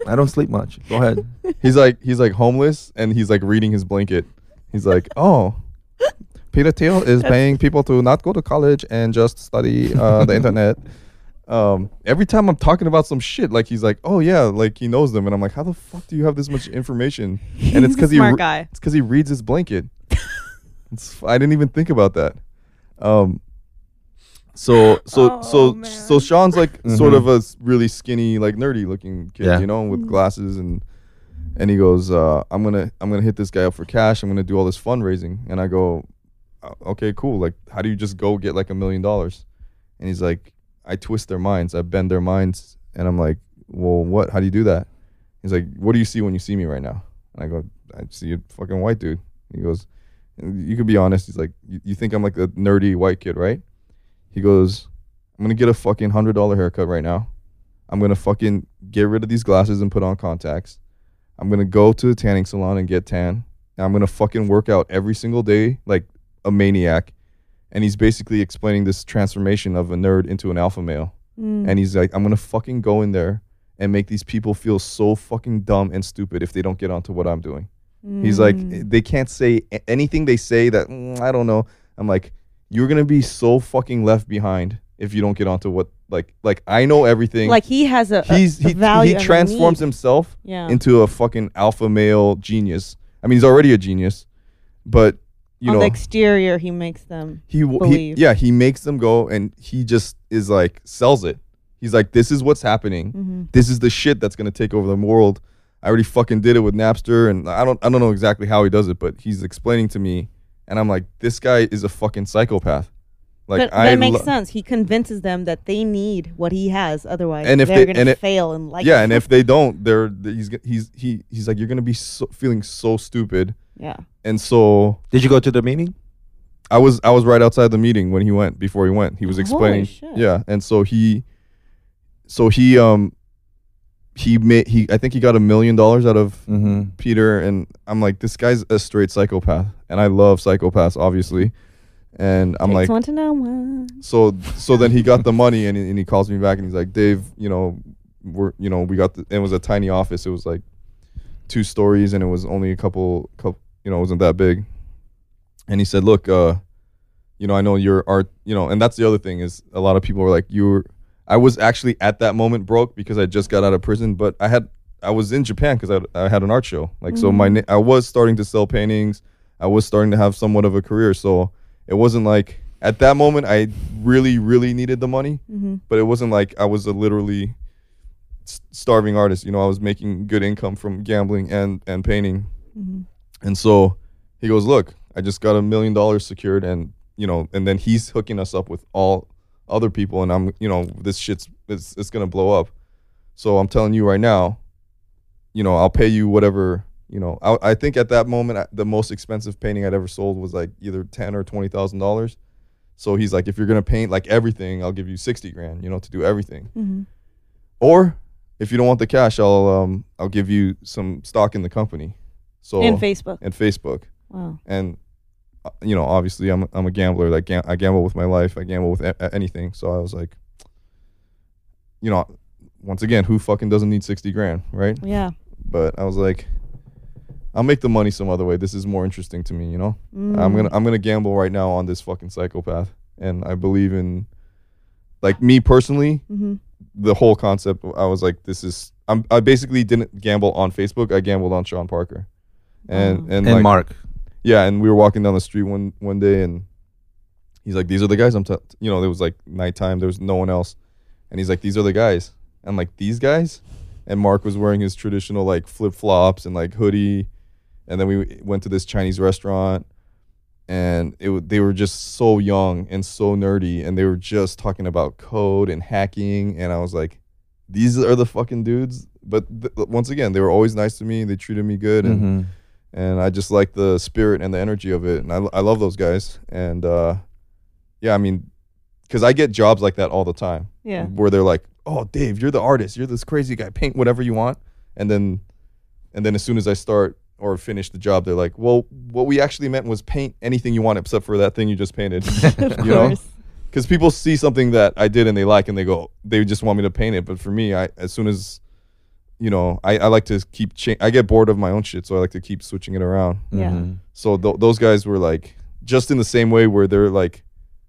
Speaker 6: I don't sleep much. Go ahead.
Speaker 4: he's like he's like homeless and he's like reading his blanket. He's like, Oh, Peter Thiel is paying people to not go to college and just study uh, the internet. Um, every time I'm talking about some shit, like he's like, Oh yeah, like he knows them and I'm like, How the fuck do you have this much information? And it's
Speaker 5: a
Speaker 4: because he
Speaker 5: smart
Speaker 4: re-
Speaker 5: guy.
Speaker 4: it's because he reads his blanket. it's, I didn't even think about that. Um, so so
Speaker 5: Oh,
Speaker 4: so so Sean's like sort of a s- really skinny, like nerdy looking kid,
Speaker 6: Yeah.
Speaker 4: you know, with glasses and and he goes, uh, I'm gonna I'm gonna hit this guy up for cash. I'm gonna do all this fundraising, and I go, "Uh, okay, cool. Like, how do you just go get like a million dollars? And he's like, I twist their minds, I bend their minds, and I'm like, well, what? How do you do that? He's like, what do you see when you see me right now? And I go, I see a fucking white dude. And he goes, and you could be honest. He's like, you you think I'm like a nerdy white kid, right? He goes, I'm gonna get a fucking hundred dollar haircut right now. I'm gonna fucking get rid of these glasses and put on contacts. I'm gonna go to the tanning salon and get tan. And I'm gonna fucking work out every single day like a maniac. And he's basically explaining this transformation of a nerd into an alpha male.
Speaker 5: Mm.
Speaker 4: And he's like, I'm gonna fucking go in there and make these people feel so fucking dumb and stupid if they don't get onto what I'm doing.
Speaker 5: Mm-hmm.
Speaker 4: He's like,
Speaker 5: Hmm.
Speaker 4: eh, they can't say a- anything they say that "Mm, I don't know. I'm like, you're gonna be so fucking left behind if you don't get onto what like like I know everything.
Speaker 5: Like he has a, a-
Speaker 4: he's
Speaker 5: a
Speaker 4: he,
Speaker 5: value.
Speaker 4: he
Speaker 5: and a
Speaker 4: transforms
Speaker 5: need.
Speaker 4: himself
Speaker 5: Yeah.
Speaker 4: into a fucking alpha male genius. I mean, he's already a genius, but you
Speaker 5: On
Speaker 4: know,
Speaker 5: the exterior, he makes them.
Speaker 4: he, w- he
Speaker 5: believe.
Speaker 4: yeah, he makes them go, and he just is like sells it. He's like, this is what's happening.
Speaker 5: Mm-hmm.
Speaker 4: This is the shit that's gonna take over the world. I already fucking did it with Napster, and I don't I don't know exactly how he does it, but he's explaining to me, and I'm like, this guy is a fucking psychopath. Like
Speaker 5: but
Speaker 4: I
Speaker 5: that makes
Speaker 4: lo-
Speaker 5: sense. He convinces them that they need what he has, otherwise
Speaker 4: And if
Speaker 5: they're
Speaker 4: they-
Speaker 5: going
Speaker 4: and
Speaker 5: to
Speaker 4: it-
Speaker 5: fail and like.
Speaker 4: yeah, and if they don't, they're he's he's he he's like, you're gonna be so, feeling so stupid,
Speaker 5: yeah,
Speaker 4: and so
Speaker 6: Did you go to the meeting?
Speaker 4: I was I was right outside the meeting when he went before he went. He was
Speaker 5: Holy
Speaker 4: explaining.
Speaker 5: shit.
Speaker 4: Yeah, and so he so he um he made he I think he got a million dollars out of
Speaker 6: Mm-hmm.
Speaker 4: Peter and I'm like this guy's a straight psychopath and I love psychopaths obviously. And I'm
Speaker 5: takes
Speaker 4: like
Speaker 5: one to know one.
Speaker 4: so so then he got the money and he, and he calls me back and he's like Dave, you know, we're you know, we got the, it was a tiny office. It was like two stories and it was only a couple couple you know, it wasn't that big. And he said, "Look, uh you know, I know you're art, you know, and that's the other thing is a lot of people were like, you were, I was actually at that moment broke because I just got out of prison, but I had, I was in Japan because I, I had an art show. Like, so my, na- I was starting to sell paintings. I was starting to have somewhat of a career. So it wasn't like at that moment, I really, really needed the money,
Speaker 5: Mm-hmm,
Speaker 4: but it wasn't like I was a literally s- starving artist. You know, I was
Speaker 5: mm-hmm,
Speaker 4: making good income from gambling and, and painting. And so he goes, Look, I just got a million dollars secured, and you know, and then he's hooking us up with all other people, and I'm, you know, this shit's it's it's gonna blow up. So I'm telling you right now, you know, I'll pay you whatever. You know, I, I think at that moment I, the most expensive painting I'd ever sold was like either ten or twenty thousand dollars. So he's like, if you're gonna paint like everything, I'll give you sixty grand. You know, to do everything.
Speaker 5: Mhm.
Speaker 4: Or if you don't want the cash, I'll um I'll give you some stock in the company. So
Speaker 5: and Facebook.
Speaker 4: and Facebook
Speaker 5: Wow.
Speaker 4: and uh, you know obviously i'm, I'm a gambler like gam- i gamble with my life i gamble with a- a- anything so i was like you know once again who fucking doesn't need 60 grand right
Speaker 5: Yeah.
Speaker 4: but i was like i'll make the money some other way this is more interesting to me you know
Speaker 5: Mm-hmm.
Speaker 4: i'm gonna i'm gonna gamble right now on this fucking psychopath and i believe in like me personally
Speaker 5: Mhm.
Speaker 4: the whole concept i was like this is I'm, i basically didn't gamble on facebook i gambled on sean parker and and,
Speaker 6: and
Speaker 4: like,
Speaker 6: Mark.
Speaker 4: yeah, and we were walking down the street one one day, and he's like, "These are the guys I'm, t-. you know." It was like nighttime. There was no one else, and he's like, "These are the guys." I'm like, "These guys," and Mark was wearing his traditional like flip flops and like hoodie, and then we went to this Chinese restaurant, and it wa- they were just so young and so nerdy, and they were just talking about code and hacking, and I was like, "These are the fucking dudes." But th- once again, they were always nice to me. They treated me good, and
Speaker 6: hmm
Speaker 4: and I just like the spirit and the energy of it, and I, I love those guys. And uh, yeah, I mean, because I get jobs like that all the time,
Speaker 5: Yeah.
Speaker 4: where they're like, "Oh, Dave, you're the artist. You're this crazy guy. Paint whatever you want." And then, and then as soon as I start or finish the job, they're like, "Well, what we actually meant was paint anything you want except for that thing you just painted."
Speaker 5: Of
Speaker 4: you know,
Speaker 5: course.
Speaker 4: because people see something that I did and they like, and they go, they just want me to paint it. But for me, I as soon as you know, I, I like to keep. Cha- I get bored of my own shit, so I like to keep switching it around.
Speaker 5: Yeah.
Speaker 4: So th- those guys were like just in the same way where they're like,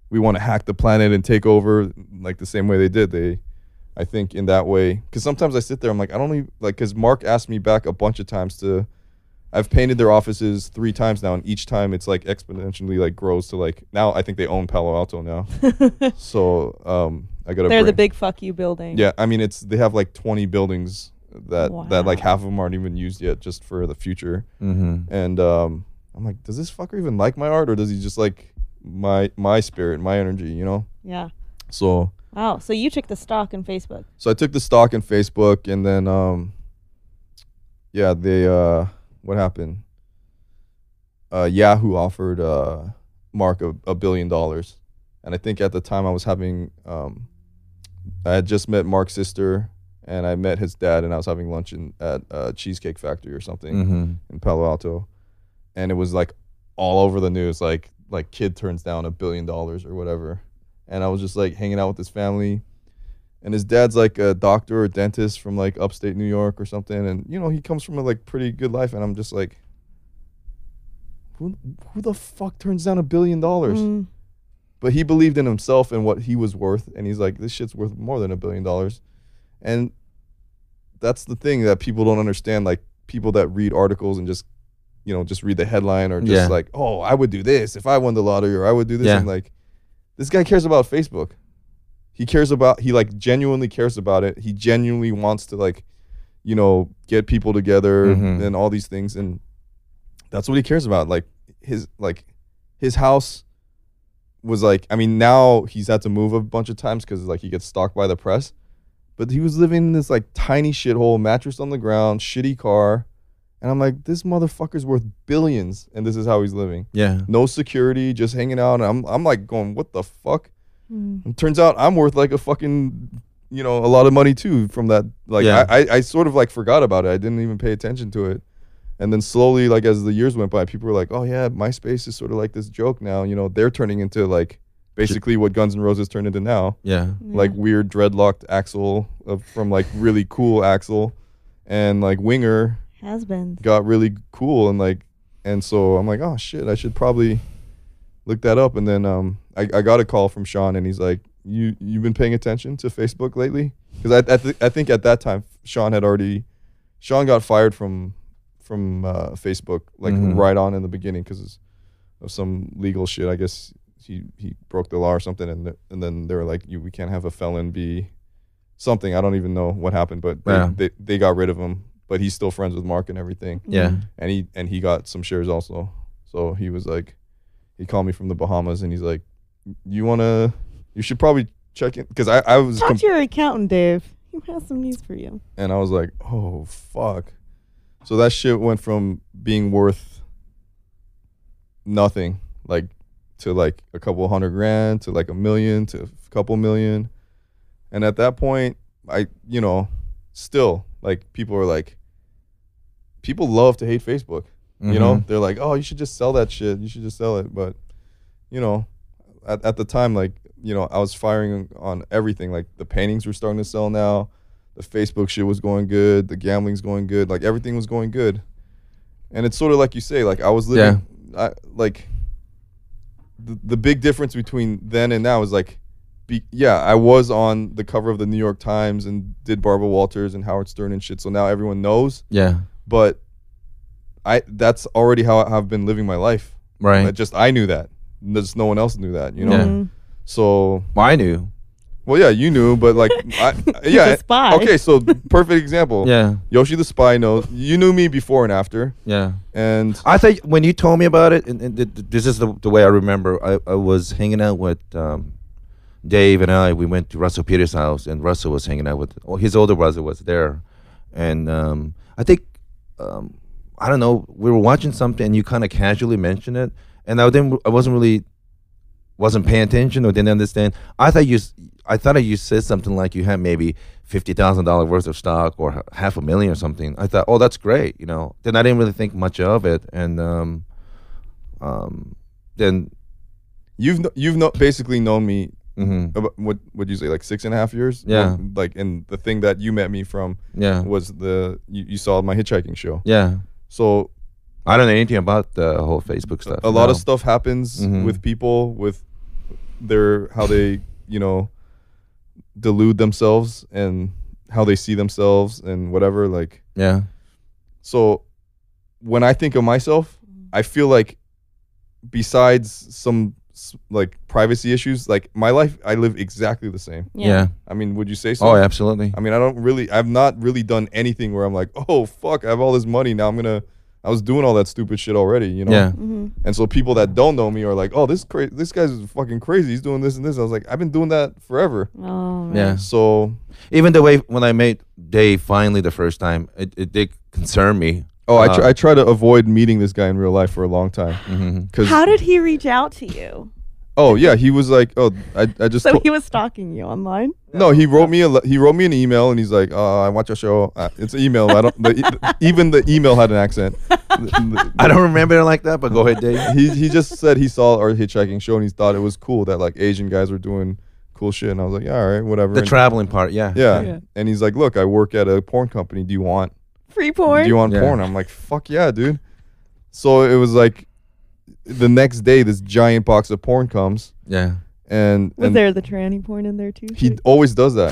Speaker 4: we want to hack the planet and take over, like the same way they did. They, I think, in that way. Because sometimes I sit there, I'm like, I don't even like. Because Mark asked me back a bunch of times to. I've painted their offices three times now, and each time it's like exponentially like grows to like now. I think they own Palo Alto now, so um, I gotta.
Speaker 5: They're the
Speaker 4: bring-
Speaker 5: big fuck you building.
Speaker 4: yeah, I mean it's they have like 20 buildings that that like
Speaker 5: Wow.
Speaker 4: half of them aren't even used yet, just for the future.
Speaker 6: hmm
Speaker 4: And um, I'm like, does this fucker even like my art, or does he just like my my spirit, my energy, you know?
Speaker 5: Yeah.
Speaker 4: So
Speaker 5: Wow. So you took the stock in Facebook.
Speaker 4: so I took the stock in Facebook, and then um, yeah, they uh, what happened? Uh, Yahoo offered uh, Mark a, a billion dollars, and I think at the time I was having um, I had just met Mark's sister, and I met his dad, and I was having lunch in, at uh, Cheesecake Factory or something
Speaker 6: hmm
Speaker 4: in Palo Alto, and it was like all over the news, like like kid turns down a billion dollars or whatever. And I was just like hanging out with his family, and his dad's like a doctor or dentist from like upstate New York or something, and you know he comes from a like pretty good life, and I'm just like, who who the fuck turns down a billion dollars?
Speaker 5: Mm.
Speaker 4: but he believed in himself and what he was worth and he's like this shit's worth more than a billion dollars and that's the thing that people don't understand like people that read articles and just you know just read the headline or just
Speaker 6: Yeah.
Speaker 4: like oh i would do this if i won the lottery or i would do this
Speaker 6: Yeah.
Speaker 4: and like this guy cares about facebook he cares about he like genuinely cares about it he genuinely wants to like you know get people together
Speaker 6: Mhm.
Speaker 4: and all these things and that's what he cares about like his like his house was like i mean now he's had to move a bunch of times because like he gets stalked by the press but he was living in this like tiny shithole mattress on the ground shitty car and i'm like this motherfucker's worth billions and this is how he's living
Speaker 6: Yeah.
Speaker 4: no security just hanging out and i'm, I'm like going what the fuck
Speaker 5: Mm-hmm.
Speaker 4: and turns out i'm worth like a fucking you know a lot of money too from that like
Speaker 6: Yeah.
Speaker 4: I, I, I sort of like forgot about it i didn't even pay attention to it and then slowly like as the years went by people were like oh yeah myspace is sort of like this joke now you know they're turning into like basically what guns N' roses turned into now
Speaker 6: Yeah.
Speaker 4: like weird dreadlocked Axel of, from like really cool Axel, and like Winger
Speaker 5: Has been.
Speaker 4: got really cool and like, and so I'm like, oh shit, I should probably look that up. And then um, I, I got a call from Sean, and he's like, you you've been paying attention to Facebook lately? Because I I, th- I think at that time Sean had already, Sean got fired from from uh, Facebook like
Speaker 6: Mhm.
Speaker 4: right on in the beginning because of some legal shit. I guess he he broke the law or something, and th- and then they were like, "You we can't have a felon be something." I don't even know what happened, but they,
Speaker 6: Yeah.
Speaker 4: they they got rid of him. But he's still friends with Mark and everything,
Speaker 6: Yeah.
Speaker 4: and he and he got some shares also. So he was like, he called me from the Bahamas and he's like, you wanna, you should probably check in because I I was
Speaker 5: Talk
Speaker 4: com-
Speaker 5: to your accountant, Dave. He has some news for you.
Speaker 4: and I was like, oh fuck. So that shit went from being worth nothing, like to like a couple hundred grand to like a million to a couple million. And at that point, I you know, still like people are like people love to hate Facebook. You know, they're like, Oh, you should just sell that shit. You should just sell it. But, you know, at, at the time, like, you know, I was firing on everything. Like the paintings were starting to sell now the Facebook shit was going good, the gambling's going good, like everything was going good. And it's sort of like you say, like I was living, I, like the, the big difference between then and now is like, be, yeah, I was on the cover of the New York Times and did Barbara Walters and Howard Stern and shit, so now everyone knows.
Speaker 6: yeah,
Speaker 4: But I, that's already how I've been living my life. I
Speaker 6: right.
Speaker 4: just I knew that. Just no one else knew that, you know.
Speaker 6: Yeah.
Speaker 5: Mm-hmm.
Speaker 4: So
Speaker 6: Well, I knew.
Speaker 4: well, yeah, you knew, but like, I, yeah,
Speaker 5: a spy.
Speaker 4: Okay, so perfect example.
Speaker 6: Yeah,
Speaker 4: Yoshi the Spy knows. You knew me before and after,
Speaker 6: yeah.
Speaker 4: and
Speaker 6: I think when you told me about it, and, and th- th- this is the, the way I remember. I, I was hanging out with um, Dave and I. We went to Russell Peters' house, and Russell was hanging out with oh, his older brother was there, and um, I think um, I don't know. We were watching something, and you kind of casually mentioned it, and I didn't. I wasn't really wasn't paying attention or didn't understand. I thought you. s- I thought you said something like you had maybe fifty thousand dollars worth of stock or h- half a million or something. I thought, oh, that's great, you know. Then I didn't really think much of it, and um, um, then
Speaker 4: you've kn- you've kno- basically known me.
Speaker 6: hmm
Speaker 4: About, what would you say, like six and a half years?
Speaker 6: Yeah.
Speaker 4: Like, and the thing that you met me from
Speaker 6: yeah,
Speaker 4: was the you, you saw my hitchhiking show.
Speaker 6: yeah.
Speaker 4: So
Speaker 6: I don't know anything about the whole Facebook stuff.
Speaker 4: a lot
Speaker 6: no.
Speaker 4: of stuff happens
Speaker 6: Mhm.
Speaker 4: with people with their how they you know delude themselves and how they see themselves and whatever. Like,
Speaker 6: Yeah,
Speaker 4: So when I think of myself, I feel like besides some s- like privacy issues, like my life, I live exactly the same.
Speaker 6: yeah.
Speaker 4: I mean, would you say so?
Speaker 6: Oh, absolutely.
Speaker 4: I mean, I don't really, I've not really done anything where I'm like, oh, fuck, I have all this money. Now I'm going to, I was doing all that stupid shit already, you know?
Speaker 6: Yeah,
Speaker 4: And so people that don't know me are like, oh, this cra- this guy's fucking crazy. He's doing this and this. I was like, I've been doing that forever.
Speaker 5: Oh,
Speaker 6: yeah.
Speaker 4: So,
Speaker 6: Even the way when I met Dave finally the first time, it, it did concern me.
Speaker 4: oh, I,
Speaker 6: Uh,
Speaker 4: tr- I try to avoid meeting this guy in real life for a long time.
Speaker 6: Mhm.
Speaker 4: Cause,
Speaker 5: How did he reach out to you?
Speaker 4: oh, yeah, he was like, oh, I, I just
Speaker 5: So
Speaker 4: to-
Speaker 5: he was stalking you online.
Speaker 4: No, he wrote me a le- he wrote me an email and he's like, uh, "I watch your show. Uh, it's an email. I don't the, e- even the email had an accent."
Speaker 6: I don't remember it like that, but go ahead, Dave.
Speaker 4: he he just said he saw our hitchhiking show and he thought it was cool that like Asian guys were doing cool shit and I was like, "Yeah, all right, whatever."
Speaker 6: the
Speaker 4: And-
Speaker 6: traveling part, yeah.
Speaker 4: yeah.
Speaker 5: Yeah.
Speaker 4: and he's like, "Look, I work at a porn company. Do you want
Speaker 5: Free porn.
Speaker 4: do you want
Speaker 6: Yeah.
Speaker 4: porn?" I'm like, "Fuck yeah, dude." So it was like the next day, this giant box of porn comes
Speaker 6: Yeah.
Speaker 4: and
Speaker 5: was
Speaker 4: and
Speaker 5: there the tranny porn in there too?
Speaker 4: He always does that.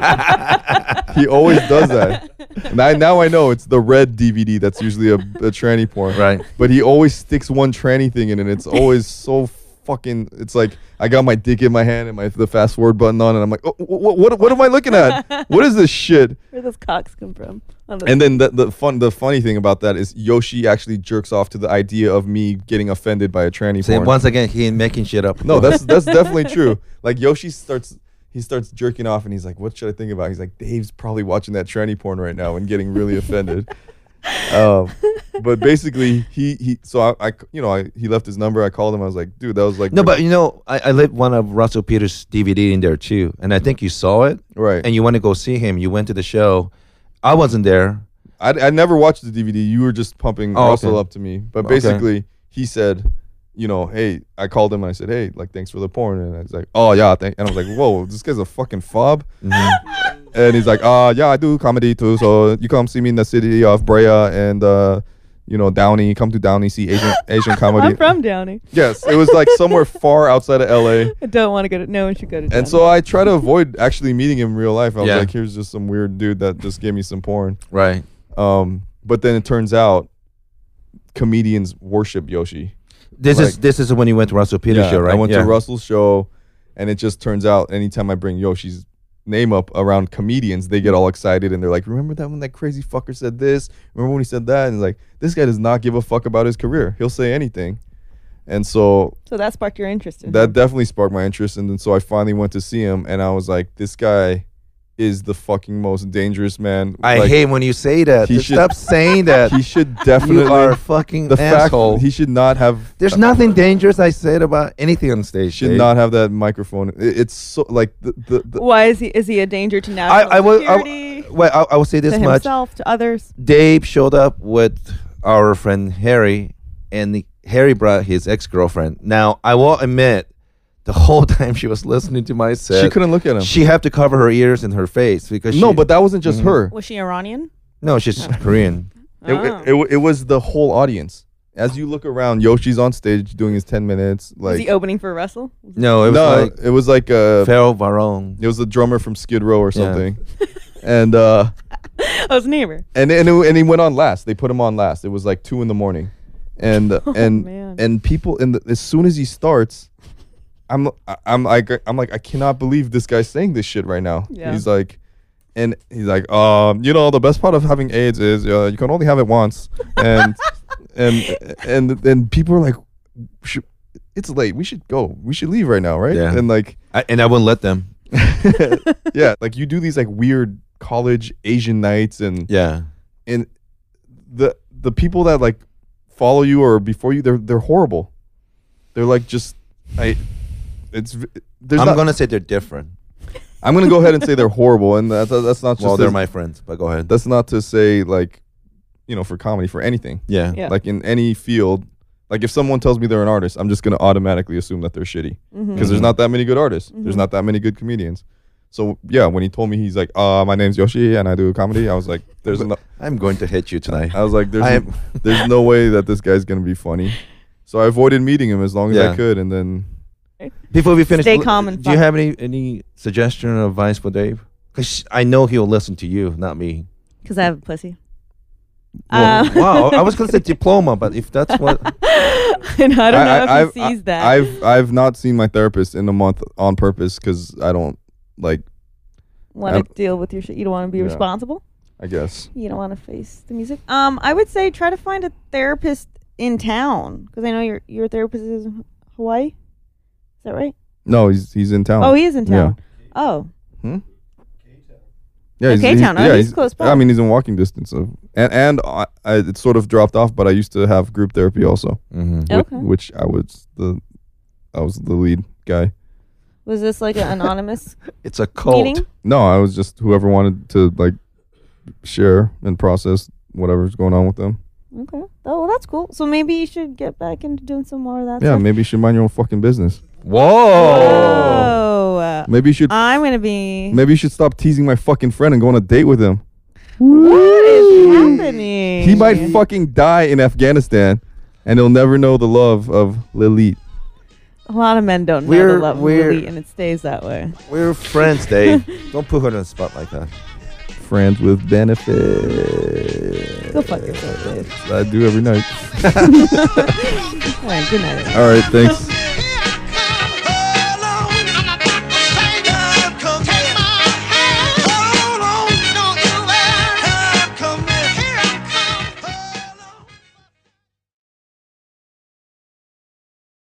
Speaker 4: he always does that. And I, now I know it's the red DVD that's usually a, a tranny porn.
Speaker 6: Right.
Speaker 4: But he always sticks one tranny thing in, and it's always so fucking. It's like I got my dick in my hand and my the fast forward button on, and I'm like, oh, what, what, what am I looking at? What is this shit?
Speaker 5: Where does cocks come from? On the-
Speaker 4: And then the, the fun, the funny thing about that is Yoshi actually jerks off to the idea of me getting offended by a tranny
Speaker 6: See,
Speaker 4: porn.
Speaker 6: once again, he ain't making shit up.
Speaker 4: No, that's that's definitely true. Like Yoshi starts he starts jerking off and he's like, "What should I think about?" He's like, "Dave's probably watching that tranny porn right now and getting really offended." um, but basically, he he so I, I you know I, he left his number. I called him. I was like, "Dude, that was like
Speaker 6: no, but you know, I, I left one of Russell Peters' DVD in there too, and I think you saw it,
Speaker 4: right."
Speaker 6: and you want to go see him. You went to the show. I wasn't there.
Speaker 4: I I never watched the DVD. You were just pumping
Speaker 6: Oh, okay.
Speaker 4: Russell up to me. But
Speaker 6: Okay.
Speaker 4: basically, he said. You know, hey, I called him and I said, hey, like, thanks for the porn. And I was like, oh, yeah, thank-. and I was like, whoa, this guy's a fucking fob.
Speaker 6: Mm-hmm.
Speaker 4: and he's like, uh, yeah, I do comedy too. So you come see me in the city of Brea and uh, you know Downey. Come to Downey, see Asian Asian comedy.
Speaker 5: I'm from Downey.
Speaker 4: yes, it was like somewhere far outside of LA.
Speaker 5: I don't want to go to. No one should go to. Downey.
Speaker 4: And so I try to avoid actually meeting him in real life. I was
Speaker 6: Yeah.
Speaker 4: like, here's just some weird dude that just gave me some porn.
Speaker 6: Right.
Speaker 4: Um, but then it turns out comedians worship Yoshi.
Speaker 6: This is
Speaker 4: Like-
Speaker 6: this is when you went to Russell Peters' show, right?
Speaker 4: I went
Speaker 6: Yeah.
Speaker 4: to Russell's show, and it just turns out anytime I bring Yoshi's name up around comedians, they get all excited and they're like, "Remember that when that crazy fucker said this? Remember when he said that?" And like, this guy does not give a fuck about his career. He'll say anything. And so
Speaker 5: So that sparked your interest in
Speaker 4: that
Speaker 5: him.
Speaker 4: definitely sparked my interest and then so i finally went to see him and i was like this guy is the fucking most dangerous man
Speaker 6: I
Speaker 4: Like,
Speaker 6: hate when you say that.
Speaker 4: He
Speaker 6: Just
Speaker 4: should-
Speaker 6: Stop saying that.
Speaker 4: he should definitely
Speaker 6: you are a fucking
Speaker 4: the
Speaker 6: asshole.
Speaker 4: fact he should not have
Speaker 6: There's nothing dangerous I said about anything on stage.
Speaker 4: should
Speaker 6: Dave.
Speaker 4: not have that microphone It- it's so like the, the, the
Speaker 5: Why is he is he a danger to
Speaker 6: I,
Speaker 5: national
Speaker 6: I will. I,
Speaker 5: security?
Speaker 6: will- well, I, I will say this
Speaker 5: to
Speaker 6: much.
Speaker 5: himself, to others.
Speaker 6: Dave showed up with our friend Harry, and Harry brought his ex girlfriend. Now, I will admit, the whole time she was listening to my set,
Speaker 4: she couldn't look at him
Speaker 6: She had to cover her ears and her face because
Speaker 4: no
Speaker 6: she- Mm-hmm.
Speaker 4: but that wasn't just her
Speaker 5: Was she Iranian?
Speaker 6: no, she's Korean.
Speaker 4: It,
Speaker 6: Oh.
Speaker 4: it, it, it was the whole audience as you look around yoshi's on stage doing his 10 minutes
Speaker 5: Was
Speaker 4: like
Speaker 5: he opening for Russell?
Speaker 6: No, it was
Speaker 4: no
Speaker 6: like
Speaker 4: it was like uh
Speaker 6: Pharaoh Varone.
Speaker 4: it was the drummer from skid row or
Speaker 6: Yeah.
Speaker 4: something and uh
Speaker 5: Oh, his neighbor.
Speaker 4: and and, it, and he went on last. They put him on last. It was like two in the morning, and and
Speaker 5: Oh, man.
Speaker 4: and people. And as soon as he starts, I'm I- I'm like I'm like I cannot believe this guy's saying this shit right now.
Speaker 5: Yeah.
Speaker 4: He's like, and he's like, um, you know, the best part of having AIDS is uh, you can only have it once, and and and and people are like, "Sh- it's late. We should go. We should leave right now, right?
Speaker 6: Yeah.
Speaker 4: And like,
Speaker 6: I, and I wouldn't let them.
Speaker 4: yeah, like you do these like weird college Asian nights and
Speaker 6: Yeah.
Speaker 4: and the the people that like follow you or before you they're they're horrible they're like just i it's v- there's
Speaker 6: I'm
Speaker 4: not-
Speaker 6: going to say they're different.
Speaker 4: i'm gonna go ahead and say they're horrible and that's that's not just
Speaker 6: well, they're
Speaker 4: as-
Speaker 6: my friends, but go ahead.
Speaker 4: that's not to say like you know for comedy for anything
Speaker 6: yeah.
Speaker 5: Yeah.
Speaker 4: like in any field like if someone tells me they're an artist i'm just gonna automatically assume that they're shitty because
Speaker 6: Mm-hmm.
Speaker 4: there's not that many good artists there's not that many good comedians so yeah when he told me he's like uh my name's yoshi and i do comedy i was like there's no
Speaker 6: I'm going to hit you tonight.
Speaker 4: I was like, there's,
Speaker 6: I
Speaker 4: n-
Speaker 6: am-
Speaker 4: there's no way that this guy's gonna be funny. So I avoided meeting him as long as
Speaker 6: Yeah.
Speaker 4: I could, and then
Speaker 6: Before we finish,
Speaker 5: Stay
Speaker 6: l-
Speaker 5: calm and
Speaker 6: do you
Speaker 5: fun.
Speaker 6: have any any suggestion or advice for Dave? Because I know he'll listen to you, not me.
Speaker 5: Because I have a pussy.
Speaker 6: Well,
Speaker 5: Uh,
Speaker 6: wow, I was going to say diploma, but if that's what
Speaker 5: and I don't know
Speaker 4: I,
Speaker 5: if
Speaker 4: I- I've,
Speaker 5: he sees
Speaker 4: I-
Speaker 5: that.
Speaker 4: I've I've not seen my therapist in a month on purpose because I don't like.
Speaker 5: want
Speaker 4: I've-
Speaker 5: to deal with your shit. You don't want to be
Speaker 4: Yeah.
Speaker 5: responsible.
Speaker 4: I guess
Speaker 5: You don't want to face the music. Um, I would say try to find a therapist in town because I know your your therapist is in Hawaii. Is that right?
Speaker 4: no, he's he's in town.
Speaker 5: Oh, he is in town. Oh,
Speaker 4: yeah, he's,
Speaker 5: Okay,
Speaker 4: he's-
Speaker 5: town. Oh,
Speaker 4: yeah,
Speaker 5: he's close by.
Speaker 4: I mean, he's in walking distance of, and and I, I, it sort of dropped off. But I used to have group therapy also,
Speaker 6: Mhm.
Speaker 4: whi-
Speaker 5: Okay.
Speaker 4: which I was the, I was the lead guy.
Speaker 5: was this like an anonymous
Speaker 6: it's a cult.
Speaker 5: meeting?
Speaker 4: No, I was just whoever wanted to like share and process whatever's going on with them.
Speaker 5: Okay. Oh, well, that's cool. So maybe you should get back into doing some more of that.
Speaker 4: yeah,
Speaker 5: Stuff.
Speaker 4: maybe you should mind your own fucking business.
Speaker 6: Whoa.
Speaker 5: Oh, uh,
Speaker 4: Maybe you should
Speaker 5: I'm gonna be.
Speaker 4: maybe you should stop teasing my fucking friend and go on a date with him.
Speaker 5: What is happening?
Speaker 4: He might fucking die in Afghanistan and he'll never know the love of Lilith.
Speaker 5: A lot of men don't know
Speaker 6: We're-
Speaker 5: the love of
Speaker 6: we're-
Speaker 5: Lily, and it stays that way.
Speaker 6: We're friends, Dave. Don't put her on the spot like that.
Speaker 4: Friends with benefits.
Speaker 5: Go fuck yourself, Dave.
Speaker 4: I do every night.
Speaker 5: All right, good night. everyone.
Speaker 4: All right, thanks.